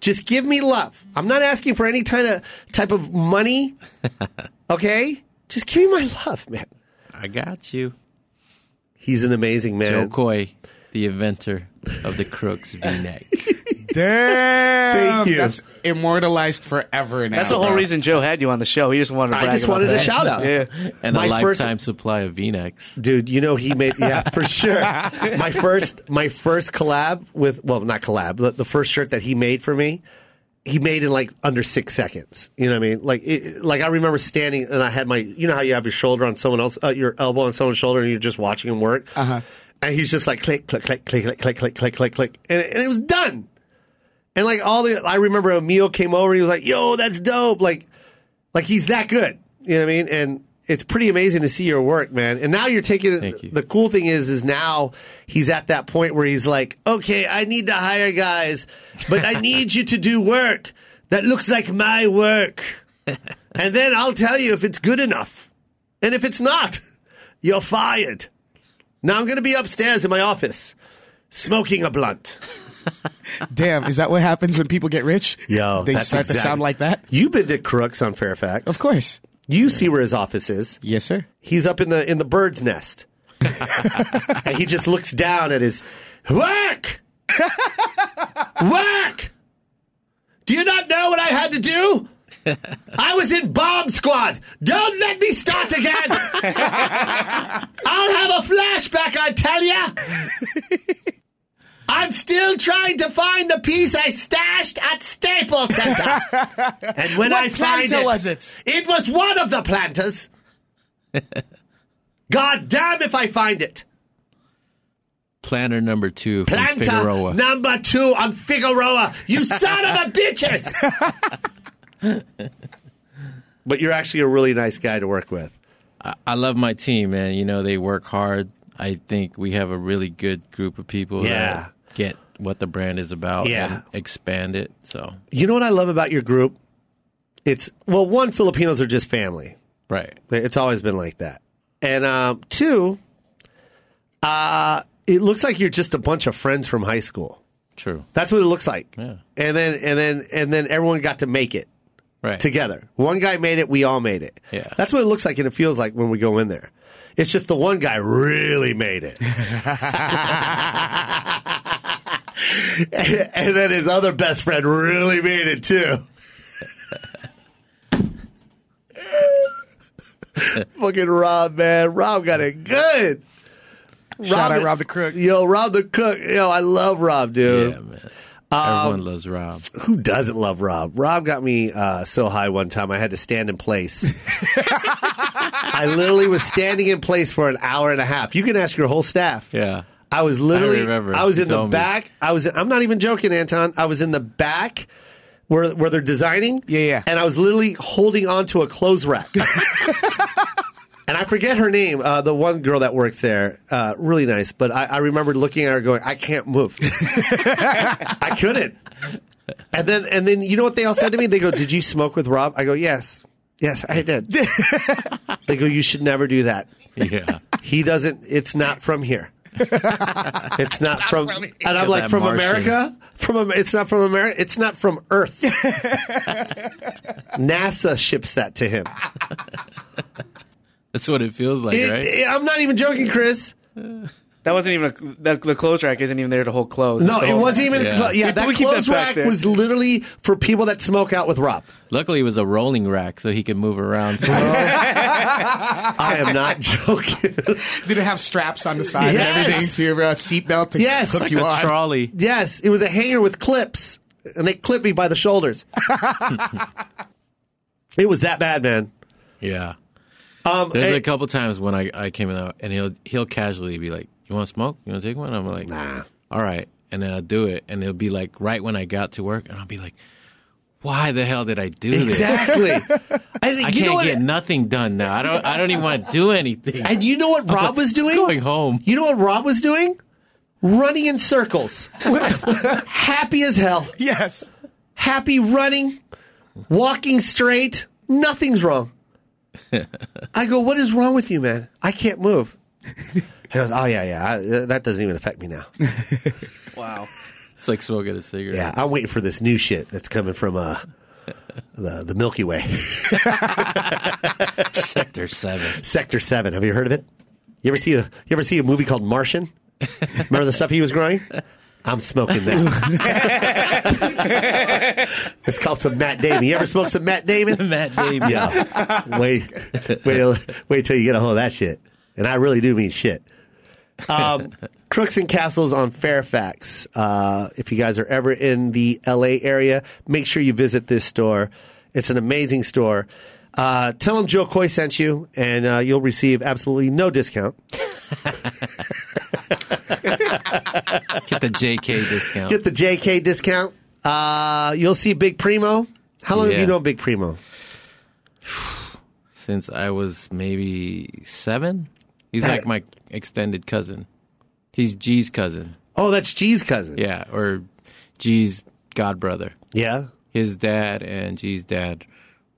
Speaker 2: Just give me love. I'm not asking for any kind of type of money. Okay, just give me my love, man.
Speaker 3: I got you,
Speaker 2: He's an amazing
Speaker 3: Joe
Speaker 2: man.
Speaker 3: Coy, the inventor of the Crooks V neck.
Speaker 5: Damn.
Speaker 2: Thank you.
Speaker 5: That's immortalized forever now.
Speaker 4: That's the whole
Speaker 5: bro.
Speaker 4: reason Joe had you on the show. He just wanted. To
Speaker 2: I
Speaker 4: brag
Speaker 2: just
Speaker 4: about
Speaker 2: wanted a
Speaker 4: that.
Speaker 2: shout out.
Speaker 4: Yeah.
Speaker 3: and a
Speaker 2: My first-
Speaker 3: lifetime supply of V necks.
Speaker 2: dude you know he made yeah for sure my first my first collab with well not collab the, the first shirt that he made for me he made in like under six seconds you know what i mean like it, like i remember standing and i had my you know how you have your shoulder on someone else uh, your elbow on someone's shoulder and you're just watching him work uh-huh. and he's just like click click click click click click click click click click and, and it was done and like all the i remember emil came over he was like yo that's dope like like he's that good. You know what I mean? And it's pretty amazing to see your work, man. And now you're taking
Speaker 3: Thank you.
Speaker 2: the cool thing is is now he's at that point where he's like, "Okay, I need to hire guys, but I need you to do work that looks like my work." and then I'll tell you if it's good enough. And if it's not, you're fired. Now I'm going to be upstairs in my office smoking a blunt.
Speaker 5: Damn. Is that what happens when people get rich?
Speaker 2: Yo,
Speaker 5: They
Speaker 2: that's
Speaker 5: start to
Speaker 2: exactly-
Speaker 5: sound like that?
Speaker 2: You've been to Crooks on Fairfax.
Speaker 5: Of course.
Speaker 2: You see where his office is.
Speaker 5: Yes, sir.
Speaker 2: He's up in the in the bird's nest, and he just looks down at his work, work. Do you not know what I had to do? I was in bomb squad. Don't let me start again. I'll have a flashback. I tell ya. I'm still trying to find the piece I stashed at Staples Center. and when
Speaker 5: What
Speaker 2: I find
Speaker 5: planter
Speaker 2: it,
Speaker 5: was it?
Speaker 2: It was one of the planters. God damn if I find it.
Speaker 3: Planner number two from
Speaker 2: Planter
Speaker 3: Figueroa.
Speaker 2: number two on Figueroa. You son of a bitches. but you're actually a really nice guy to work with.
Speaker 3: I love my team, man. You know, they work hard. I think we have a really good group of people
Speaker 2: Yeah.
Speaker 3: that get what the brand is about
Speaker 2: Yeah.
Speaker 3: and expand it. So,
Speaker 2: You know what I love about your group? It's, well, one, Filipinos are just family.
Speaker 3: right.
Speaker 2: It's always been like that. And um, two, uh, it looks like you're just a bunch of friends from high school.
Speaker 3: True.
Speaker 2: That's what it looks like.
Speaker 3: Yeah.
Speaker 2: And then and then and then everyone got to make it
Speaker 3: Right.
Speaker 2: together. One guy made it, we all made it.
Speaker 3: Yeah.
Speaker 2: That's what it looks like and it feels like when we go in there. It's just the one guy really made it. and then his other best friend really made it too. Fucking Rob, man. Rob got it good.
Speaker 5: Shout out
Speaker 2: the-
Speaker 5: Rob the Crook.
Speaker 2: Yo, Rob the Cook. Yo, I love Rob, dude. Um,
Speaker 3: Yeah, man. Everyone loves Rob.
Speaker 2: Who doesn't love Rob? Rob got me uh, so high one time I had to stand in place. I literally was standing in place for an hour and a half. You can ask your whole staff.
Speaker 3: Yeah.
Speaker 2: I was literally.
Speaker 3: I remember.
Speaker 2: was
Speaker 3: You
Speaker 2: in the
Speaker 3: told me.
Speaker 2: back. I was. I'm not even joking, Anton. I was in the back where where they're designing.
Speaker 5: Yeah, yeah.
Speaker 2: And I was literally holding onto a clothes rack. and I forget her name. Uh, the one girl that works there, uh, really nice. But I, I remember looking at her, going, "I can't move. I couldn't." And then and then you know what they all said to me? They go, "Did you smoke with Rob?" I go, "Yes." Yes, I did. they go, you should never do that.
Speaker 3: Yeah.
Speaker 2: He doesn't. It's not from here. It's not from. And I'm like,
Speaker 3: that
Speaker 2: from
Speaker 3: Martian.
Speaker 2: America. From Am- it's not from America. It's not from Earth. NASA ships that to him.
Speaker 3: That's what it feels like,
Speaker 2: It-
Speaker 3: right?
Speaker 2: it- I'm not even joking, Chris.
Speaker 4: That wasn't even a, the, the clothes rack isn't even there to hold clothes.
Speaker 2: No,
Speaker 4: It's the
Speaker 2: it
Speaker 4: whole-
Speaker 2: wasn't even.
Speaker 3: Yeah.
Speaker 2: Yeah, clo- yeah
Speaker 4: We-
Speaker 2: that
Speaker 4: we keep that
Speaker 2: clothes
Speaker 4: back
Speaker 2: rack
Speaker 4: there.
Speaker 2: was literally for people that smoke out with Rob.
Speaker 3: Luckily, it was a rolling rack, so he could move around.
Speaker 2: I am not joking.
Speaker 5: Did it have straps on the side
Speaker 2: Yes.
Speaker 5: and everything to your uh, seatbelt to
Speaker 2: Yes.
Speaker 5: hook
Speaker 2: Like
Speaker 5: you
Speaker 3: a
Speaker 5: on?
Speaker 3: trolley.
Speaker 2: yes, it was a hanger with clips, and they clipped me by the shoulders. it was that bad, man.
Speaker 3: Yeah.
Speaker 2: Um,
Speaker 3: There's
Speaker 2: eh,
Speaker 3: a couple times when I, I came out and he'll he'll casually be like, "You want to smoke? You want to take one?" I'm like, "Nah." All right, and then I'll do it, and it'll be like right when I got to work, and I'll be like, "Why the hell did I do this?
Speaker 2: Exactly. and
Speaker 3: I
Speaker 2: you know
Speaker 3: can't
Speaker 2: what?
Speaker 3: get nothing done now. I don't I don't even want to do anything.
Speaker 2: and you know what Rob was doing?
Speaker 3: going home.
Speaker 2: You know what Rob was doing? Running in circles. Happy as hell.
Speaker 5: Yes.
Speaker 2: Happy running, walking straight. Nothing's wrong. I go, what is wrong with you, man? I can't move. He goes, oh yeah, yeah. I, that doesn't even affect me now.
Speaker 4: Wow.
Speaker 3: It's like smoking a cigarette.
Speaker 2: Yeah, I'm waiting for this new shit that's coming from uh, the the Milky Way,
Speaker 3: Sector seven.
Speaker 2: Sector Seven. Have you heard of it? You ever see a you ever see a movie called Martian? Remember the stuff he was growing? I'm smoking that. it's called some Matt Damon. You ever smoke some Matt Damon?
Speaker 3: Matt Damon.
Speaker 2: Yeah. Wait, wait, wait till you get a hold of that shit. And I really do mean shit. Um, Crooks and Castles on Fairfax. Uh, if you guys are ever in the LA area, make sure you visit this store. It's an amazing store. Uh, tell them Joe Coy sent you, and uh, you'll receive absolutely no discount.
Speaker 3: Get the JK discount.
Speaker 2: Get the JK discount. Uh, you'll see Big Primo. How long have
Speaker 3: Yeah.
Speaker 2: you known Big Primo?
Speaker 3: Since I was maybe seven, he's like my extended cousin. He's G's cousin.
Speaker 2: Oh, that's G's cousin.
Speaker 3: Yeah, or G's god brother.
Speaker 2: Yeah.
Speaker 3: His dad and G's dad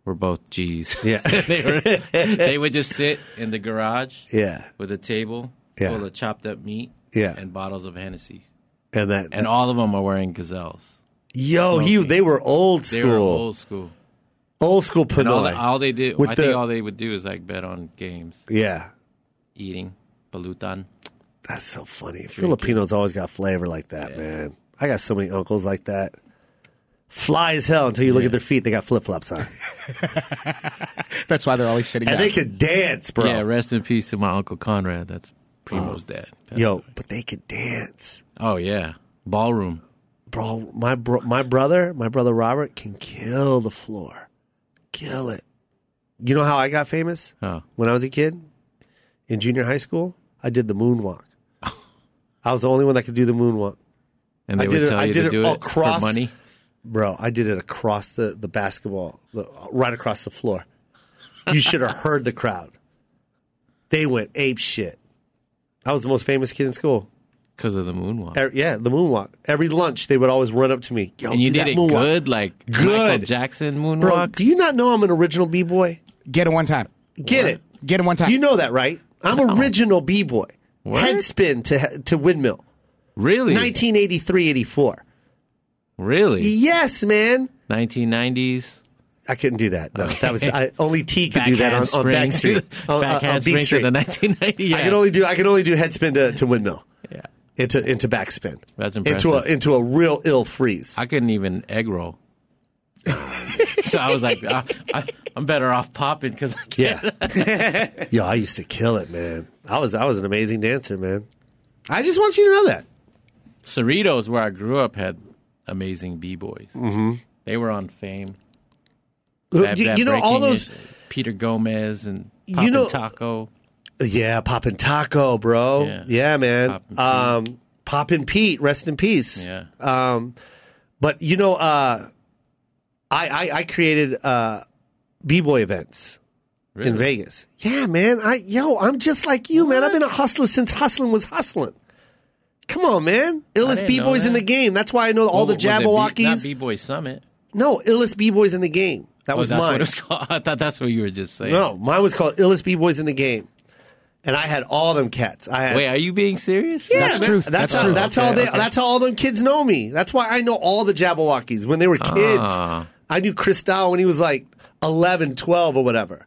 Speaker 3: were both G's.
Speaker 2: Yeah.
Speaker 3: they, were, they would just sit in the garage
Speaker 2: Yeah.
Speaker 3: with a table
Speaker 2: Yeah.
Speaker 3: full of chopped up meat
Speaker 2: Yeah.
Speaker 3: and bottles of Hennessy.
Speaker 2: And that.
Speaker 3: And all of them are wearing gazelles.
Speaker 2: yo, he, they were old
Speaker 3: They
Speaker 2: school.
Speaker 3: were
Speaker 2: old.
Speaker 3: old school.
Speaker 2: school
Speaker 3: And all,
Speaker 2: Pinoy.
Speaker 3: the, all they did,
Speaker 2: With
Speaker 3: I think
Speaker 2: the-
Speaker 3: all they would do is like bet on games,
Speaker 2: yeah.
Speaker 3: eating, balutan.
Speaker 2: That's so funny. Filipinos always got flavor like that, man. I got so many uncles like that. Fly as hell until you look at their feet; they got flip flops on,
Speaker 5: That's why they're always sitting
Speaker 2: and
Speaker 5: down.
Speaker 2: they could dance, bro.
Speaker 3: Yeah, rest in peace to
Speaker 2: Oh.
Speaker 3: my uncle Conrad. That's Primo's dad.
Speaker 2: Yo, but they could dance.
Speaker 3: Oh, yeah. ballroom.
Speaker 2: bro, my bro, my brother, my brother Robert can kill the floor, kill it. You know how I got famous?
Speaker 3: Huh.
Speaker 2: When I was a kid in junior high school, I did the moonwalk. I was the only one that could do the moonwalk,
Speaker 3: And
Speaker 2: I
Speaker 3: they
Speaker 2: did
Speaker 3: would
Speaker 2: it-
Speaker 3: tell
Speaker 2: I
Speaker 3: you
Speaker 2: did
Speaker 3: to
Speaker 2: it
Speaker 3: do it
Speaker 2: across-
Speaker 3: for money.
Speaker 2: bro. I did it across the the basketball, the, right across the floor. You should have heard the crowd. They went ape shit. I was the most famous kid in school.
Speaker 3: Because of the moonwalk.
Speaker 2: Er- yeah, the moonwalk. Every lunch, they would always run up to me. Yo,
Speaker 3: and you
Speaker 2: do
Speaker 3: did
Speaker 2: that
Speaker 3: it
Speaker 2: moonwalk.
Speaker 3: good, like Michael
Speaker 2: Good.
Speaker 3: Jackson
Speaker 2: Bro,
Speaker 3: moonwalk.
Speaker 2: do you not know I'm an original b boy?
Speaker 5: Get it one time.
Speaker 2: Get it?
Speaker 5: Get it one time.
Speaker 2: You know that, right? I'm original b boy.
Speaker 3: What?
Speaker 2: Head spin to to windmill.
Speaker 3: really?
Speaker 2: 1983-84.
Speaker 3: really?
Speaker 2: Yes, man.
Speaker 3: 1990s?
Speaker 2: I couldn't do that. No, that was I, only T could do that on,
Speaker 3: Backhand
Speaker 2: on
Speaker 3: spring.
Speaker 2: back
Speaker 3: to
Speaker 2: street.
Speaker 3: the-
Speaker 2: On, uh,
Speaker 3: Backhand
Speaker 2: on Beat
Speaker 3: spring to
Speaker 2: Street.
Speaker 3: the 1990. Yeah.
Speaker 2: I could only do I could only do head spin to, to windmill.
Speaker 3: Yeah.
Speaker 2: Into into backspin.
Speaker 3: That's
Speaker 2: Into a
Speaker 3: impressive.
Speaker 2: into a real ill freeze.
Speaker 3: I couldn't even egg roll. so I was like, I, I, I'm better off popping because I can't.
Speaker 2: Yeah. Yo, I used to kill it, man. I was I was an amazing dancer, man. I just want you to know that.
Speaker 3: Cerritos, where I grew up, had amazing b boys. Mm-hmm. They were on fame. That-
Speaker 2: you,
Speaker 3: that
Speaker 2: you know all
Speaker 3: breaking
Speaker 2: those
Speaker 3: is Peter Gomez and
Speaker 2: You
Speaker 3: Pop
Speaker 2: know-
Speaker 3: and Taco.
Speaker 2: Yeah, Poppin' Taco, bro. Yeah,
Speaker 3: Yeah.
Speaker 2: man.
Speaker 3: Poppin' Pete.
Speaker 2: um, Poppin' Pete, rest in peace.
Speaker 3: Yeah,
Speaker 2: Um, but you know, uh, I, I I created uh, b boy events in
Speaker 3: Really?
Speaker 2: Vegas. Yeah, man. I yo, I'm just like you, man. I've been a hustler since hustling was hustling. Come on, man. Illest
Speaker 3: didn't
Speaker 2: b
Speaker 3: know
Speaker 2: boys in
Speaker 3: that.
Speaker 2: the game. That's why I know all
Speaker 3: Well,
Speaker 2: the
Speaker 3: was it B- Not
Speaker 2: Jabberwockies.
Speaker 3: B Boy Summit.
Speaker 2: no, illest b boys in the game. That
Speaker 3: Oh,
Speaker 2: was
Speaker 3: that's
Speaker 2: mine.
Speaker 3: what it was called. I thought that's what you were just saying.
Speaker 2: No, mine was called illest b boys in the game, and I had all them cats. I had
Speaker 3: Wait, are you being serious?
Speaker 2: Yeah,
Speaker 5: That's
Speaker 2: man.
Speaker 5: truth.
Speaker 2: That's,
Speaker 5: That's
Speaker 2: how,
Speaker 5: truth.
Speaker 2: That's
Speaker 3: Okay,
Speaker 2: how they.
Speaker 3: okay.
Speaker 2: That's how all them kids know me. That's why I know all the Jabberwockies when they were kids.
Speaker 3: Ah.
Speaker 2: I knew Cristal when he was like 11, 12 or whatever.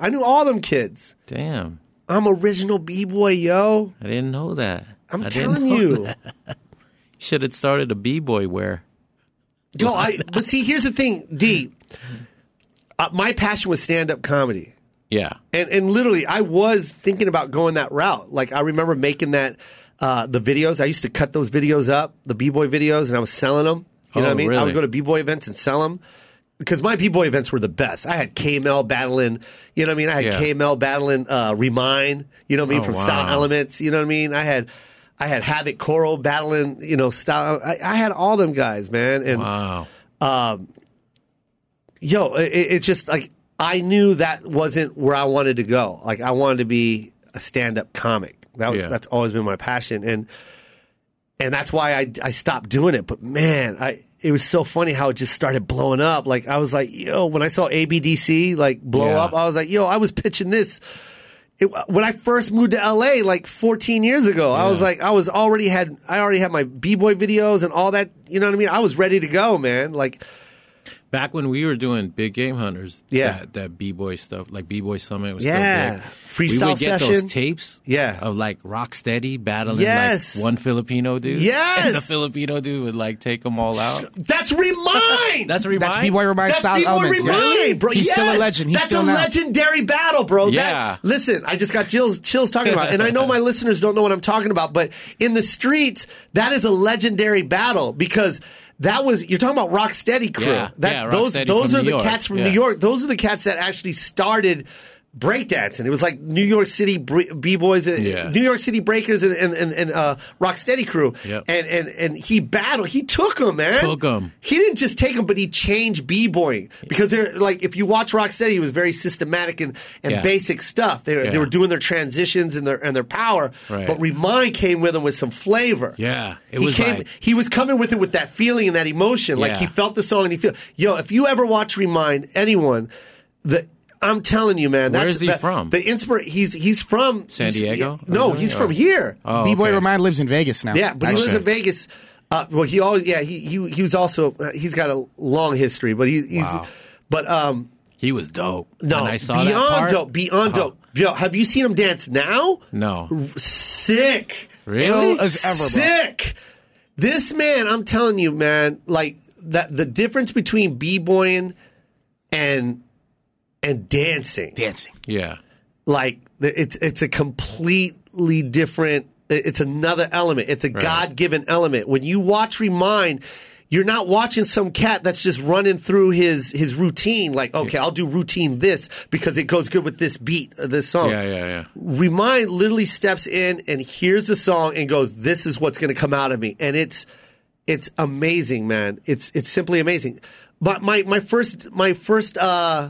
Speaker 2: I knew all them kids.
Speaker 3: Damn,
Speaker 2: I'm original b boy, yo.
Speaker 3: I didn't know that.
Speaker 2: I'm
Speaker 3: I didn't
Speaker 2: telling
Speaker 3: know
Speaker 2: you,
Speaker 3: that. Should have started a b boy wear.
Speaker 2: yo. I but see, here's the thing, D. Uh, my passion was stand up comedy.
Speaker 3: Yeah,
Speaker 2: And and literally, I was thinking about going that route. Like I remember making that uh, the videos. I used to cut those videos up, the b boy videos, and I was selling them. You know
Speaker 3: Oh,
Speaker 2: what I mean? I
Speaker 3: really?
Speaker 2: would go to b boy events and sell them because my b boy events were the best. I had KML battling. You know what I mean? I had
Speaker 3: Yeah.
Speaker 2: KML battling uh, Remind. You know what I mean?
Speaker 3: Oh,
Speaker 2: From Style
Speaker 3: wow.
Speaker 2: Elements. You know what I mean? I had. I had Havoc Coral battling, you know, style. I, I had all them guys, man. And
Speaker 3: wow.
Speaker 2: yo, it, it- it's just like I knew that wasn't where I wanted to go. Like I wanted to be a stand-up comic. That was
Speaker 3: Yeah.
Speaker 2: that's always been my passion, and and that's why I I stopped doing it. But man, I it was so funny how it just started blowing up. Like I was like, yo, when I saw ABDC like blow
Speaker 3: Yeah.
Speaker 2: up, I was like, yo, I was pitching this. It, when I first moved to LA like 14 years ago, I was like, I was already had, I already had my b boy videos and all that. You know what I mean? I was ready to go, man. Like,
Speaker 3: Back when we were doing big game hunters,
Speaker 2: Yeah.
Speaker 3: that, that b boy stuff, like b boy summit was
Speaker 2: Yeah.
Speaker 3: still big.
Speaker 2: Freestyle
Speaker 3: we would get
Speaker 2: session.
Speaker 3: those tapes,
Speaker 2: Yeah.
Speaker 3: of like Rocksteady battling
Speaker 2: Yes.
Speaker 3: like one Filipino dude,
Speaker 2: Yes.
Speaker 3: and the Filipino dude would like take them all out.
Speaker 2: That's remind.
Speaker 3: That's remind.
Speaker 5: That's B-Boy Remind
Speaker 2: That's
Speaker 5: style
Speaker 2: B-Boy
Speaker 5: elements. yeah.
Speaker 2: Remind, bro.
Speaker 5: He's still a
Speaker 2: Yes!
Speaker 5: legend. He's
Speaker 2: That's
Speaker 5: still
Speaker 2: a
Speaker 5: now.
Speaker 2: legendary battle, bro. That-
Speaker 3: Yeah.
Speaker 2: listen, I just got chills, chills talking about, it. and I know my listeners don't know what I'm talking about, but in the streets, that is a legendary battle because. That was you're talking about Rocksteady crew.
Speaker 3: Yeah.
Speaker 2: that,
Speaker 3: Yeah,
Speaker 2: those
Speaker 3: Rocksteady
Speaker 2: those
Speaker 3: from
Speaker 2: are
Speaker 3: New
Speaker 2: the
Speaker 3: York.
Speaker 2: cats from
Speaker 3: Yeah.
Speaker 2: New York. Those are the cats that actually started breakdancing. It was like New York City b boys,
Speaker 3: Yeah.
Speaker 2: New York City breakers, and and, and, and uh, Rocksteady crew.
Speaker 3: Yep.
Speaker 2: And and and he battled. He took them, man.
Speaker 3: Took 'em.
Speaker 2: He didn't just take them, but he changed b-boying because they're like if you watch Rocksteady, it was very systematic and, and
Speaker 3: Yeah.
Speaker 2: basic stuff. They, they
Speaker 3: Yeah.
Speaker 2: were doing their transitions and their and their power.
Speaker 3: Right.
Speaker 2: But Remind came with them with some flavor.
Speaker 3: Yeah, it
Speaker 2: he
Speaker 3: was
Speaker 2: came.
Speaker 3: like-
Speaker 2: he was coming with it with that feeling and that emotion. Like
Speaker 3: Yeah.
Speaker 2: he felt the song and he feel. Yo, if you ever watch Remind, anyone, the I'm telling you, man.
Speaker 3: Where
Speaker 2: that's,
Speaker 3: is he
Speaker 2: that-
Speaker 3: from?
Speaker 2: The inspir. He's he's from
Speaker 3: San
Speaker 2: he's-
Speaker 3: Diego?
Speaker 2: no,
Speaker 3: Or-
Speaker 2: he's
Speaker 3: or-
Speaker 2: from here.
Speaker 3: Oh,
Speaker 5: B-Boy
Speaker 3: okay.
Speaker 5: Remind lives in Vegas now.
Speaker 2: Yeah, but he lives
Speaker 5: actually.
Speaker 2: in Vegas. Uh, well, he always yeah he he he was also uh, he's got a long history, but he, he's
Speaker 3: Wow.
Speaker 2: but um
Speaker 3: He was dope.
Speaker 2: no
Speaker 3: When I saw that
Speaker 2: beyond
Speaker 3: part- uh-huh.
Speaker 2: dope beyond dope. Yo, have you seen him dance now?
Speaker 3: No,
Speaker 2: Sick,
Speaker 3: really?
Speaker 5: Ill as ever, bro.
Speaker 2: sick. This man, I'm telling you, man, like that the difference between b boying and and dancing,
Speaker 5: Dancing.
Speaker 3: Yeah,
Speaker 2: like the- it's it's a completely different It- It's another element. It's a God given element. When you watch Remind, you're not watching some cat that's just running through his his routine. Like, okay, I'll do routine this because it goes good with this beat, uh, this song.
Speaker 3: Yeah, yeah, yeah.
Speaker 2: Remind literally steps in and hears the song and goes, "This is what's going to come out of me," and it's it's amazing, man. It's it's simply amazing. But my my first my first uh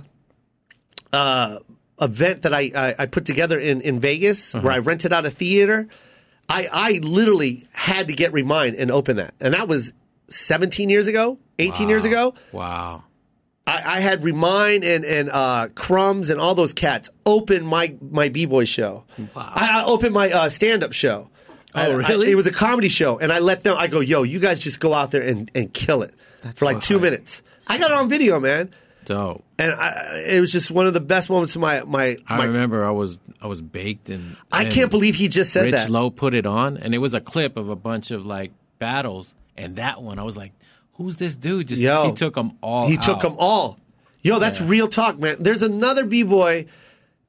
Speaker 2: event that I, I, I put together in, in Vegas
Speaker 3: Uh-huh.
Speaker 2: where I rented out a theater. I, I literally had to get Remind and open that. And that was 17 years ago, 18 years ago.
Speaker 3: Wow.
Speaker 2: I, I had Remind and, and uh, Crumbs and all those cats open my, my B-Boy show. I, I opened my uh, stand-up show.
Speaker 3: Oh,
Speaker 2: I- I-
Speaker 3: really?
Speaker 2: it was a comedy show. And I let them, I go, yo, you guys just go out there and, and kill it for like
Speaker 3: so
Speaker 2: two
Speaker 3: hype.
Speaker 2: minutes. I got it on video, man.
Speaker 3: Dope.
Speaker 2: And I, it was just one of the best moments of my, my,
Speaker 3: I
Speaker 2: my
Speaker 3: remember I was I was baked and
Speaker 2: I
Speaker 3: and
Speaker 2: can't believe he just said
Speaker 3: Rich
Speaker 2: that.
Speaker 3: Lowe put it on and it was a clip of a bunch of like battles and that one I was like, who's this dude? Just
Speaker 2: Yo.
Speaker 3: he took them all.
Speaker 2: he took
Speaker 3: out.
Speaker 2: them all. Yo, that's real talk, man. There's another b boy.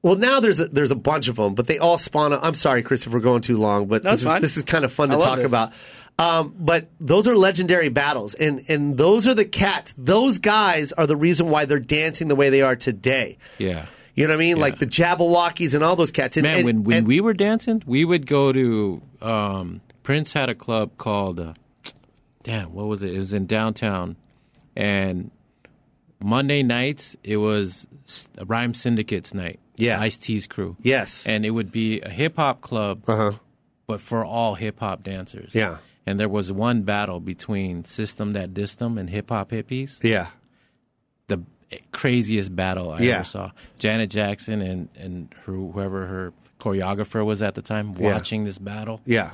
Speaker 2: Well, now there's a, there's a bunch of them, but they all spawn. Out. I'm sorry, Chris, if we're going too long, but
Speaker 4: No,
Speaker 2: this
Speaker 4: it's
Speaker 2: is,
Speaker 4: fine.
Speaker 2: this is kind of fun to
Speaker 4: I love
Speaker 2: talk
Speaker 4: this.
Speaker 2: about. Um, but those are legendary battles, and and those are the cats. Those guys are the reason why they're dancing the way they are today.
Speaker 3: Yeah.
Speaker 2: You know what I mean? Like the Jabberwockies and all those cats. And,
Speaker 3: Man,
Speaker 2: and-
Speaker 3: when when
Speaker 2: and-
Speaker 3: we were dancing, we would go to um, Prince had a club called uh, damn, what was it? It was in downtown, and Monday nights it was S- Rhyme Syndicate's night.
Speaker 2: Yeah.
Speaker 3: Ice T's crew.
Speaker 2: Yes.
Speaker 3: and it would be a hip hop club,
Speaker 2: Uh-huh.
Speaker 3: but for all hip hop dancers.
Speaker 2: Yeah.
Speaker 3: and there was one battle between System That Distum and Hip Hop Hippies
Speaker 2: yeah,
Speaker 3: the craziest battle I
Speaker 2: Yeah.
Speaker 3: ever saw. Janet Jackson and and her, whoever her choreographer was at the time watching this battle.
Speaker 2: yeah,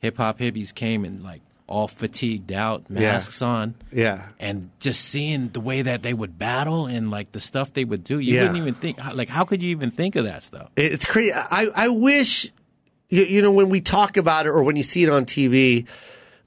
Speaker 3: Hip hop hippies came and like all fatigued out, masks on,
Speaker 2: yeah.
Speaker 3: and just seeing the way that they would battle and like the stuff they would do. You
Speaker 2: Yeah.
Speaker 3: wouldn't even think how- like how could you even think of that stuff?
Speaker 2: It- It's crazy. I, I wish, you, you know, when we talk about it or when you see it on TV,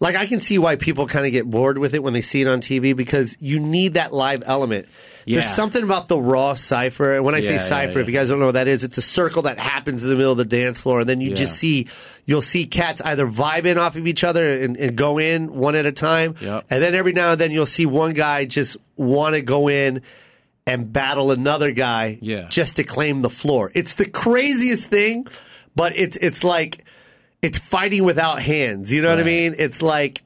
Speaker 2: like I can see why people kind of get bored with it when they see it on TV because you need that live element.
Speaker 3: Yeah.
Speaker 2: There's something about the raw cipher. And when I
Speaker 3: Yeah,
Speaker 2: say
Speaker 3: yeah,
Speaker 2: cipher, if
Speaker 3: yeah.
Speaker 2: you guys don't know what that is, it's a circle that happens in the middle of the dance floor. And then you just
Speaker 3: Yeah.
Speaker 2: see, you'll see cats either vibing off of each other and, and go in one at a time.
Speaker 3: Yep.
Speaker 2: And then every now and then you'll see one guy just want to go in and battle another guy
Speaker 3: Yeah.
Speaker 2: just to claim the floor. It's the craziest thing, but it's it's like it's fighting without hands. You know what I
Speaker 3: Right.
Speaker 2: mean? It's like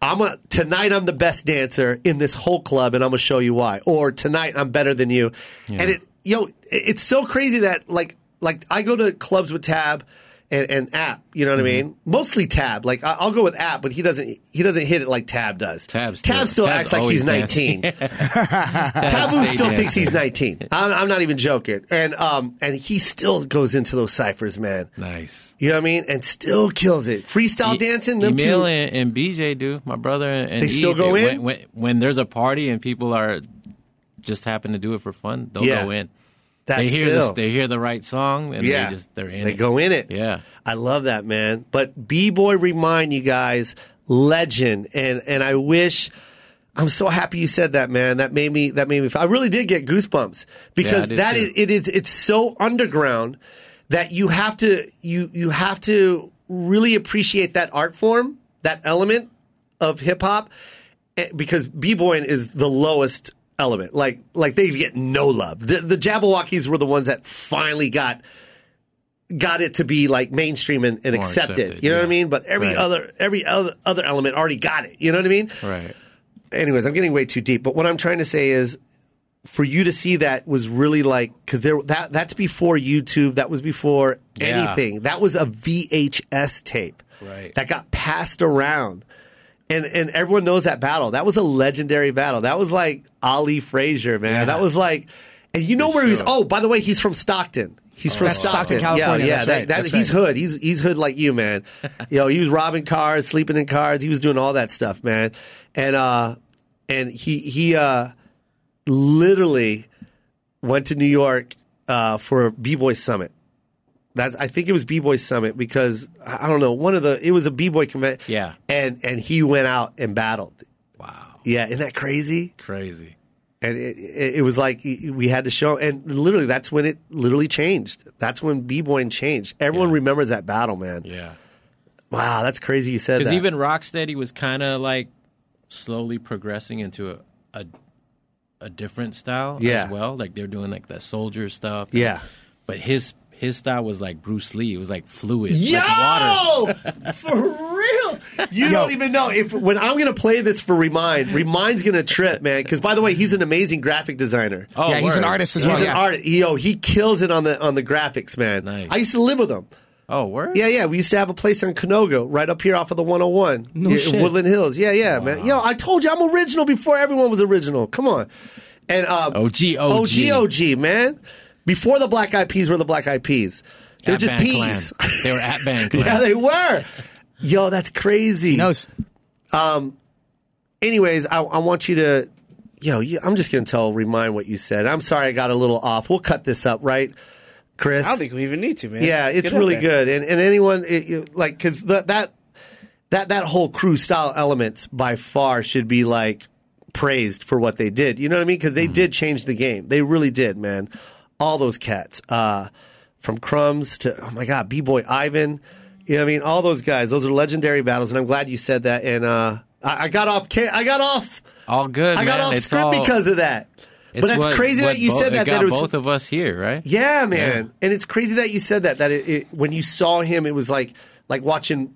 Speaker 2: I'm a tonight I'm the best dancer in this whole club and I'm gonna show you why. Or tonight I'm better than you. And it yo, it- it's so crazy that like like I go to clubs with Tab and, and App, you know what I
Speaker 3: Mm-hmm.
Speaker 2: mean? Mostly Tab. Like I, I'll go with App, but he doesn't he doesn't hit it like Tab does.
Speaker 3: Tab
Speaker 2: Tab
Speaker 3: still-
Speaker 2: still
Speaker 3: Tab's
Speaker 2: acts like
Speaker 3: always
Speaker 2: he's
Speaker 3: dancing.
Speaker 2: 19.
Speaker 3: Stay
Speaker 2: Taboo still
Speaker 3: dancing.
Speaker 2: thinks he's 19. I'm, I'm not even joking. And um and he still goes into those ciphers, man.
Speaker 3: Nice.
Speaker 2: You know what I mean? And still kills it. Freestyle
Speaker 3: E-
Speaker 2: dancing, them
Speaker 3: Emil
Speaker 2: two.
Speaker 3: and, and BJ do. My brother and
Speaker 2: They
Speaker 3: Eve,
Speaker 2: still go
Speaker 3: when-
Speaker 2: in?
Speaker 3: when, when there's a party and people are just happen to do it for fun. They'll
Speaker 2: Yeah.
Speaker 3: go in.
Speaker 2: That's
Speaker 3: they hear
Speaker 2: Bill.
Speaker 3: this, they hear the right song, and they just they're in.
Speaker 2: They
Speaker 3: it.
Speaker 2: go in it.
Speaker 3: Yeah.
Speaker 2: I love that, man. But B Boy remind you guys, legend. And and I wish I'm so happy you said that, man. That made me that made me I really did get goosebumps because
Speaker 3: did
Speaker 2: that
Speaker 3: too.
Speaker 2: is it is it's so underground that you have to you you have to really appreciate that art form, that element of hip hop eh, because b-boying is the lowest element. Like like they get no love. The the Jabberwockies were the ones that finally got got it to be like mainstream and, and
Speaker 3: More
Speaker 2: accepted.
Speaker 3: accepted,
Speaker 2: You know what I
Speaker 3: yeah.
Speaker 2: mean? But every
Speaker 3: Right.
Speaker 2: other every other other element already got it. You know what I mean?
Speaker 3: Right.
Speaker 2: Anyways, I'm getting way too deep. But what I'm trying to say is, for you to see that was really like because there that that's before YouTube. That was before
Speaker 3: Yeah.
Speaker 2: anything. That was a VHS tape.
Speaker 3: Right.
Speaker 2: That got passed around. And, and everyone knows that battle. That was a legendary battle. That was like Ali Frazier, man.
Speaker 3: Yeah.
Speaker 2: That was like, and you know where he was.
Speaker 3: sure.
Speaker 2: Oh, by the way, he's from Stockton. He's from
Speaker 5: That's Stockton,
Speaker 2: Yeah,
Speaker 5: California.
Speaker 2: Yeah,
Speaker 5: That's
Speaker 2: that-
Speaker 5: right.
Speaker 2: that-
Speaker 5: That's
Speaker 2: he's
Speaker 5: right.
Speaker 2: hood. He's he's hood like you, man. you know, he was robbing cars, sleeping in cars. He was doing all that stuff, man. And uh, and he he uh, literally went to New York uh, for B Boy Summit. That's I think it was B Boy Summit because I I don't know one of the it was a B Boy convention.
Speaker 3: Yeah.
Speaker 2: and and he went out and battled.
Speaker 3: Wow.
Speaker 2: Yeah, isn't that crazy?
Speaker 3: Crazy.
Speaker 2: and it, it, it was like we had to show and literally that's when it literally changed that's when b-boying changed everyone
Speaker 3: Yeah.
Speaker 2: remembers that battle man
Speaker 3: Yeah.
Speaker 2: Wow, that's crazy you said
Speaker 3: Because
Speaker 2: that.
Speaker 3: even Rocksteady was kind of like slowly progressing into a, a a different style
Speaker 2: Yeah.
Speaker 3: as well. Like they're doing like that soldier stuff.
Speaker 2: yeah.
Speaker 3: But his his style was like Bruce Lee. It was like fluid,
Speaker 2: Yo,
Speaker 3: like water.
Speaker 2: for real, you don't even know if when I'm gonna play this for Remind. Remind's gonna trip, man. Because by the way, he's an amazing graphic designer.
Speaker 3: Oh,
Speaker 5: yeah, he's an
Speaker 3: word.
Speaker 5: artist as
Speaker 2: He's
Speaker 5: well.
Speaker 2: an
Speaker 5: yeah.
Speaker 2: artist. Yo, he kills it on the on the graphics, man.
Speaker 3: Nice.
Speaker 2: I used to live with him.
Speaker 3: Oh, word.
Speaker 2: Yeah, yeah. We used to have a place on Canoga, right up here off of the 101. No
Speaker 5: shit.
Speaker 2: Woodland Hills. Yeah, yeah, man. Yo, I told you I'm original before everyone was original. Come on. And uh,
Speaker 3: OG,
Speaker 2: OG, OG, man. Before the Black Eyed Peas were the Black Eyed Peas. They're
Speaker 3: At
Speaker 2: just
Speaker 3: Van
Speaker 2: peas.
Speaker 3: Clan. They were at Van Clan.
Speaker 2: yeah, they were. Yo, that's crazy.
Speaker 5: He knows.
Speaker 2: Anyways, I, I want you to, yo, you, I'm just going to tell, remind what you said. I'm sorry I got a little off. We'll cut this up, right, Chris?
Speaker 4: I don't think we even need to, man.
Speaker 2: Yeah, it's
Speaker 4: Get out
Speaker 2: really
Speaker 4: there.
Speaker 2: good. And and anyone it, you, like because that that that whole crew style elements by far should be like praised for what they did. You know what I mean? Because they
Speaker 3: Mm-hmm.
Speaker 2: did change the game. They really did, man. All those cats, uh, from Crumbs to oh my god, B Boy Ivan. You know what I mean? All those guys. Those are legendary battles, and I'm glad you said that. And uh, I, I got off. ca- I got off.
Speaker 3: All good.
Speaker 2: I got
Speaker 3: man.
Speaker 2: off
Speaker 3: It's
Speaker 2: script
Speaker 3: all-
Speaker 2: because of that. But
Speaker 3: it's
Speaker 2: that's
Speaker 3: what-
Speaker 2: crazy
Speaker 3: what
Speaker 2: that you
Speaker 3: bo-
Speaker 2: said
Speaker 3: it
Speaker 2: that.
Speaker 3: Got
Speaker 2: that it was,
Speaker 3: both of us here, right?
Speaker 2: yeah, man. And it's crazy that you said that. That it, it, when you saw him, it was like like watching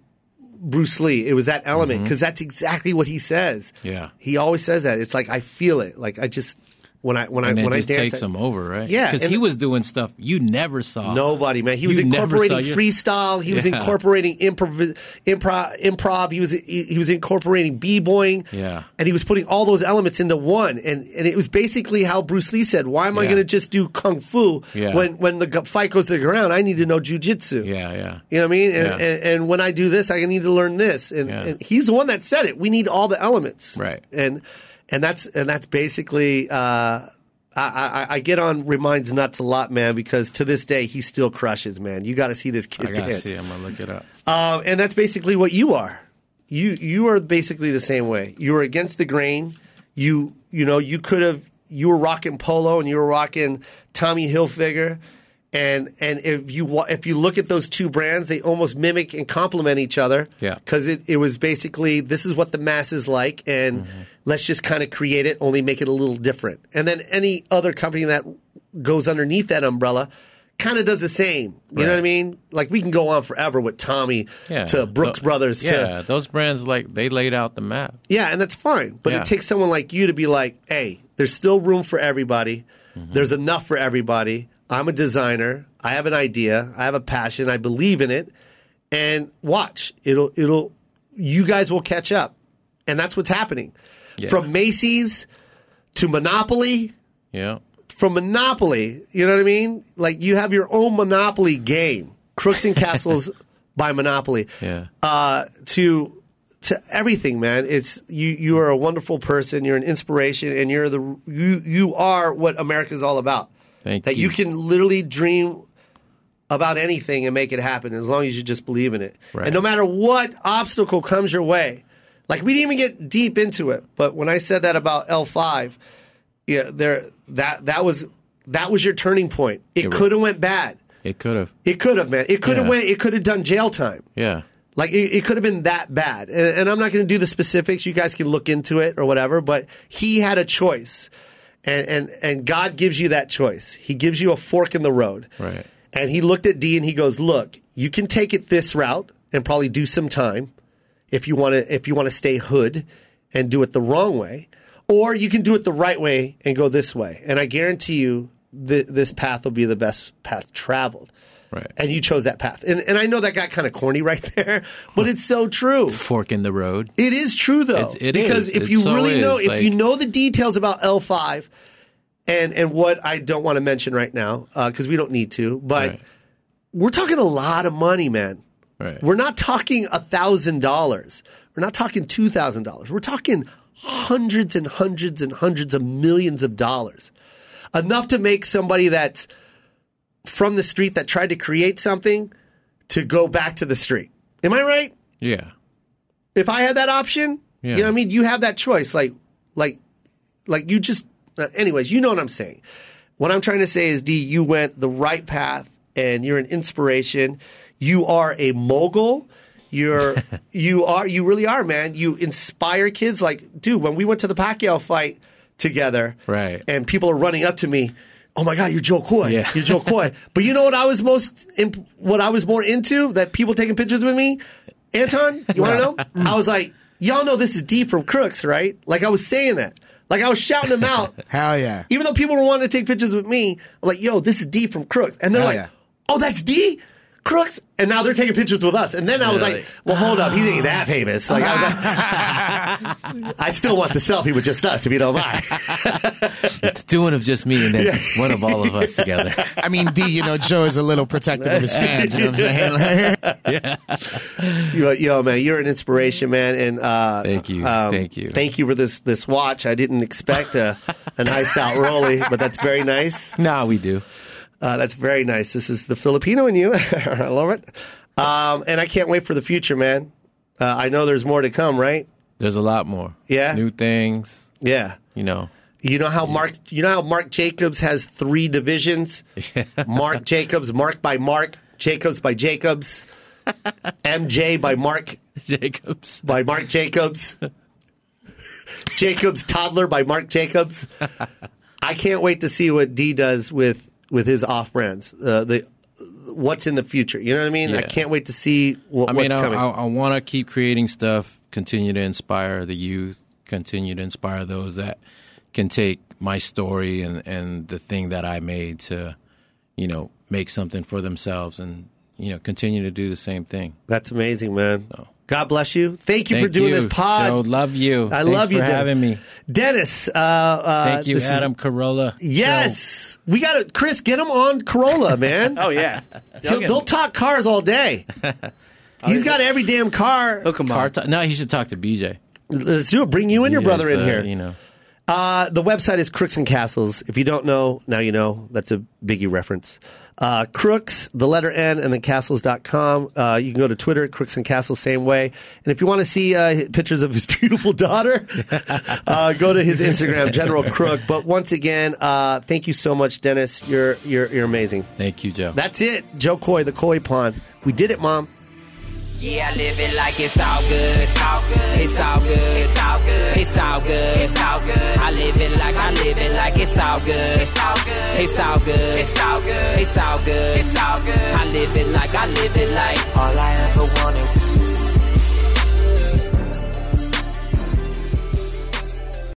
Speaker 2: Bruce Lee. It was that element because that's exactly what he says.
Speaker 3: Mm-hmm. Yeah.
Speaker 2: he always says that. It's like I feel it. Like I just when I when
Speaker 3: And
Speaker 2: I
Speaker 3: it
Speaker 2: when
Speaker 3: just
Speaker 2: I dance.
Speaker 3: takes
Speaker 2: I-
Speaker 3: them over, right?
Speaker 2: Yeah,
Speaker 3: because
Speaker 2: and-
Speaker 3: he was doing stuff you never saw.
Speaker 2: Nobody, man. He was
Speaker 3: You never
Speaker 2: incorporating
Speaker 3: saw your-
Speaker 2: freestyle. He was
Speaker 3: Yeah.
Speaker 2: incorporating improv, improv, improv. He was he, he was incorporating b boying.
Speaker 3: Yeah.
Speaker 2: and he was putting all those elements into one. And and it was basically how Bruce Lee said, "Why am I
Speaker 3: Yeah.
Speaker 2: going to just do kung fu
Speaker 3: Yeah.
Speaker 2: when when the gu- fight goes to the ground? I need to know jujitsu."
Speaker 3: Yeah, yeah.
Speaker 2: You know what I mean? And,
Speaker 3: Yeah.
Speaker 2: and, and when I do this, I need to learn this. And,
Speaker 3: Yeah.
Speaker 2: and he's the one that said it. We need all the elements,
Speaker 3: Right.
Speaker 2: And and that's and that's basically. Uh, I, I, I get on reminds nuts a lot, man, because to this day he still crushes, man. You got to see this kid
Speaker 3: I gotta
Speaker 2: dance,
Speaker 3: see. I'm gonna look it up.
Speaker 2: Um, and that's basically what you are. You you are basically the same way. You were against the grain. You you know you could have you were rocking polo and you were rocking Tommy Hilfiger, and and if you wa- if you look at those two brands, they almost mimic and complement each other.
Speaker 3: Yeah.
Speaker 2: because it it was basically this is what the masses like, and
Speaker 3: Mm-hmm.
Speaker 2: let's just kind of create it, only make it a little different. And then any other company that goes underneath that umbrella. Kind of does the same, you know
Speaker 3: Right.
Speaker 2: what I mean? Like we can go on forever with Tommy
Speaker 3: Yeah,
Speaker 2: to Brooks
Speaker 3: tho-
Speaker 2: Brothers
Speaker 3: Yeah,
Speaker 2: to
Speaker 3: those brands like they laid out the map.
Speaker 2: yeah, and that's fine. But
Speaker 3: Yeah.
Speaker 2: it takes someone like you to be like, hey, there's still room for everybody.
Speaker 3: Mm-hmm.
Speaker 2: There's enough for everybody. I'm a designer. I have an idea. I have a passion. I believe in it. And watch, it'll it'll you guys will catch up. And that's what's happening. From Macy's to Monopoly,
Speaker 3: Yeah,
Speaker 2: from Monopoly, you know what I mean? Like you have your own Monopoly game, Crooks and Castles by Monopoly.
Speaker 3: Yeah.
Speaker 2: Uh, to to everything, man. It's you. You are a wonderful person. You're an inspiration, and you're the you. You are what America's all about.
Speaker 3: Thank
Speaker 2: that
Speaker 3: you.
Speaker 2: you can literally dream about anything and make it happen as long as you just believe in it.
Speaker 3: Right.
Speaker 2: And no matter what obstacle comes your way, like we didn't even get deep into it, but when I said that about L five, yeah, there that that was that was your turning point. It,
Speaker 3: was.
Speaker 2: could have went bad.
Speaker 3: it could have.
Speaker 2: It could have, man. It could have
Speaker 3: Yeah.
Speaker 2: went. It could have done jail time.
Speaker 3: Yeah,
Speaker 2: Like it, it could have been that bad. And, and I'm not going to do the specifics. You guys can look into it or whatever. But he had a choice, and and and God gives you that choice. He gives you a fork in the road.
Speaker 3: Right.
Speaker 2: And he looked at D and he goes, "Look, you can take it this route and probably do some time if you want to if you want to stay hood and do it the wrong way, or you can do it the right way and go this way. And I guarantee you, th- this path will be the best path traveled."
Speaker 3: right.
Speaker 2: and you chose that path. And and I know that got kind of corny right there, but it's so true.
Speaker 3: Fork in the road.
Speaker 2: It is true though,
Speaker 3: It's- it
Speaker 2: because
Speaker 3: is.
Speaker 2: if
Speaker 3: It
Speaker 2: you
Speaker 3: so
Speaker 2: really
Speaker 3: is,
Speaker 2: know, if
Speaker 3: like-
Speaker 2: you know the details about L five, and and what I don't want to mention right now because we don't need to, but
Speaker 3: Right.
Speaker 2: we're talking a lot of money, man.
Speaker 3: Right.
Speaker 2: We're not talking a thousand dollars. We're not talking two thousand dollars. We're talking hundreds and hundreds and hundreds of millions of dollars, enough to make somebody that's from the street that tried to create something to go back to the street. Am I right?
Speaker 3: yeah.
Speaker 2: if I had that option,
Speaker 3: Yeah.
Speaker 2: you know what I mean? You have that choice. Like, like, like you just, uh, anyways, you know what I'm saying. What I'm trying to say is, D, you went the right path and you're an inspiration. You are a mogul. You're you are you really are, man. You inspire kids. Like, dude, when we went to the Pacquiao fight together,
Speaker 3: Right.
Speaker 2: And people are running up to me. Oh my God, you're Joe Coy.
Speaker 3: Yeah.
Speaker 2: You're Joe Coy. But you know what I was most, imp- what I was more into that people taking pictures with me? Anton, you want to know? I was like, y'all know this is D from Crooks, right? Like I was saying that. Like I was shouting him out.
Speaker 5: Hell yeah.
Speaker 2: Even though people were wanting to take pictures with me, I'm like, yo, this is D from Crooks. And they're
Speaker 5: Hell
Speaker 2: like,
Speaker 5: yeah.
Speaker 2: oh, that's D? Crooks? And now they're taking pictures with us. And then I was
Speaker 3: Really?
Speaker 2: like, well, hold up. He's ain't that famous. Like, I, was like- I still want the selfie with just us, if you don't mind.
Speaker 3: Doing of just me and then one of all of us together.
Speaker 5: I mean, D, you know, Joe is a little protective of his fans. You know what I'm saying?
Speaker 2: yo, yo, man, you're an inspiration, man. And uh,
Speaker 3: Thank you. Thank you.
Speaker 2: Thank you for this this watch. I didn't expect a, an iced out Rolly, but that's very nice.
Speaker 3: Nah, we do.
Speaker 2: Uh, that's very nice. This is the Filipino in you. I love it. Um, and I can't wait for the future, man. Uh, I know there's more to come, right?
Speaker 3: There's a lot more.
Speaker 2: Yeah.
Speaker 3: New things,
Speaker 2: Yeah.
Speaker 3: you know.
Speaker 2: You know how Mark? You know how Mark Jacobs has three divisions? Mark Jacobs, Mark by Mark, Jacobs by Jacobs, MJ by Mark
Speaker 3: Jacobs.
Speaker 2: by Mark Jacobs. Jacobs Toddler by Mark Jacobs. I can't wait to see what D does with with his off brands. Uh, the what's in the future. You know what I mean? I
Speaker 3: Yeah.
Speaker 2: can't wait to see what,
Speaker 3: I mean,
Speaker 2: what's
Speaker 3: I,
Speaker 2: coming.
Speaker 3: I, I want to keep creating stuff, continue to inspire the youth, continue to inspire those that can take my story and, and the thing that I made to, you know, make something for themselves and, you know, continue to do the same thing.
Speaker 2: That's amazing, man. God bless you. Thank you
Speaker 3: Thank
Speaker 2: for doing
Speaker 3: you,
Speaker 2: this pod.
Speaker 3: Joe, love you.
Speaker 2: I
Speaker 3: Thanks
Speaker 2: love you
Speaker 3: for
Speaker 2: Dennis.
Speaker 3: having me.
Speaker 2: Dennis. Uh, uh,
Speaker 3: Thank you,
Speaker 2: this is-
Speaker 3: Adam Carolla.
Speaker 2: yes, we got it. Chris, get him on Corolla, man.
Speaker 4: Oh yeah.
Speaker 2: He'll- they'll talk cars all day. He's got every damn car.
Speaker 4: Look him
Speaker 3: Car
Speaker 4: up.
Speaker 3: talk. No, you should talk to BJ.
Speaker 2: Let's do it. Bring you and your
Speaker 3: BJ 's
Speaker 2: brother in
Speaker 3: the,
Speaker 2: here.
Speaker 3: uh, You know,
Speaker 2: Uh, the website is Crooks and Castles. If you don't know, now you know. That's a biggie reference. Uh, Crooks, the letter N, and then castles.com. Uh, you can go to Twitter, Crooks and Castles, same way. And if you want to see uh, pictures of his beautiful daughter, uh, go to his Instagram, General Crook. But once again, uh, thank you so much, Dennis. You're, you're, you're amazing.
Speaker 3: thank you, Joe.
Speaker 2: That's it. Joe Coy, the Coy Pond. We did it, Mom.
Speaker 6: Yeah, I live it like it's all good. It's all good. It's all good. It's all good. It's all good. It's all good. I live it like I live it like it's all good. It's all good. It's all good. It's all good. It's all good. It's all good. I live it like I live it like all I ever wanted.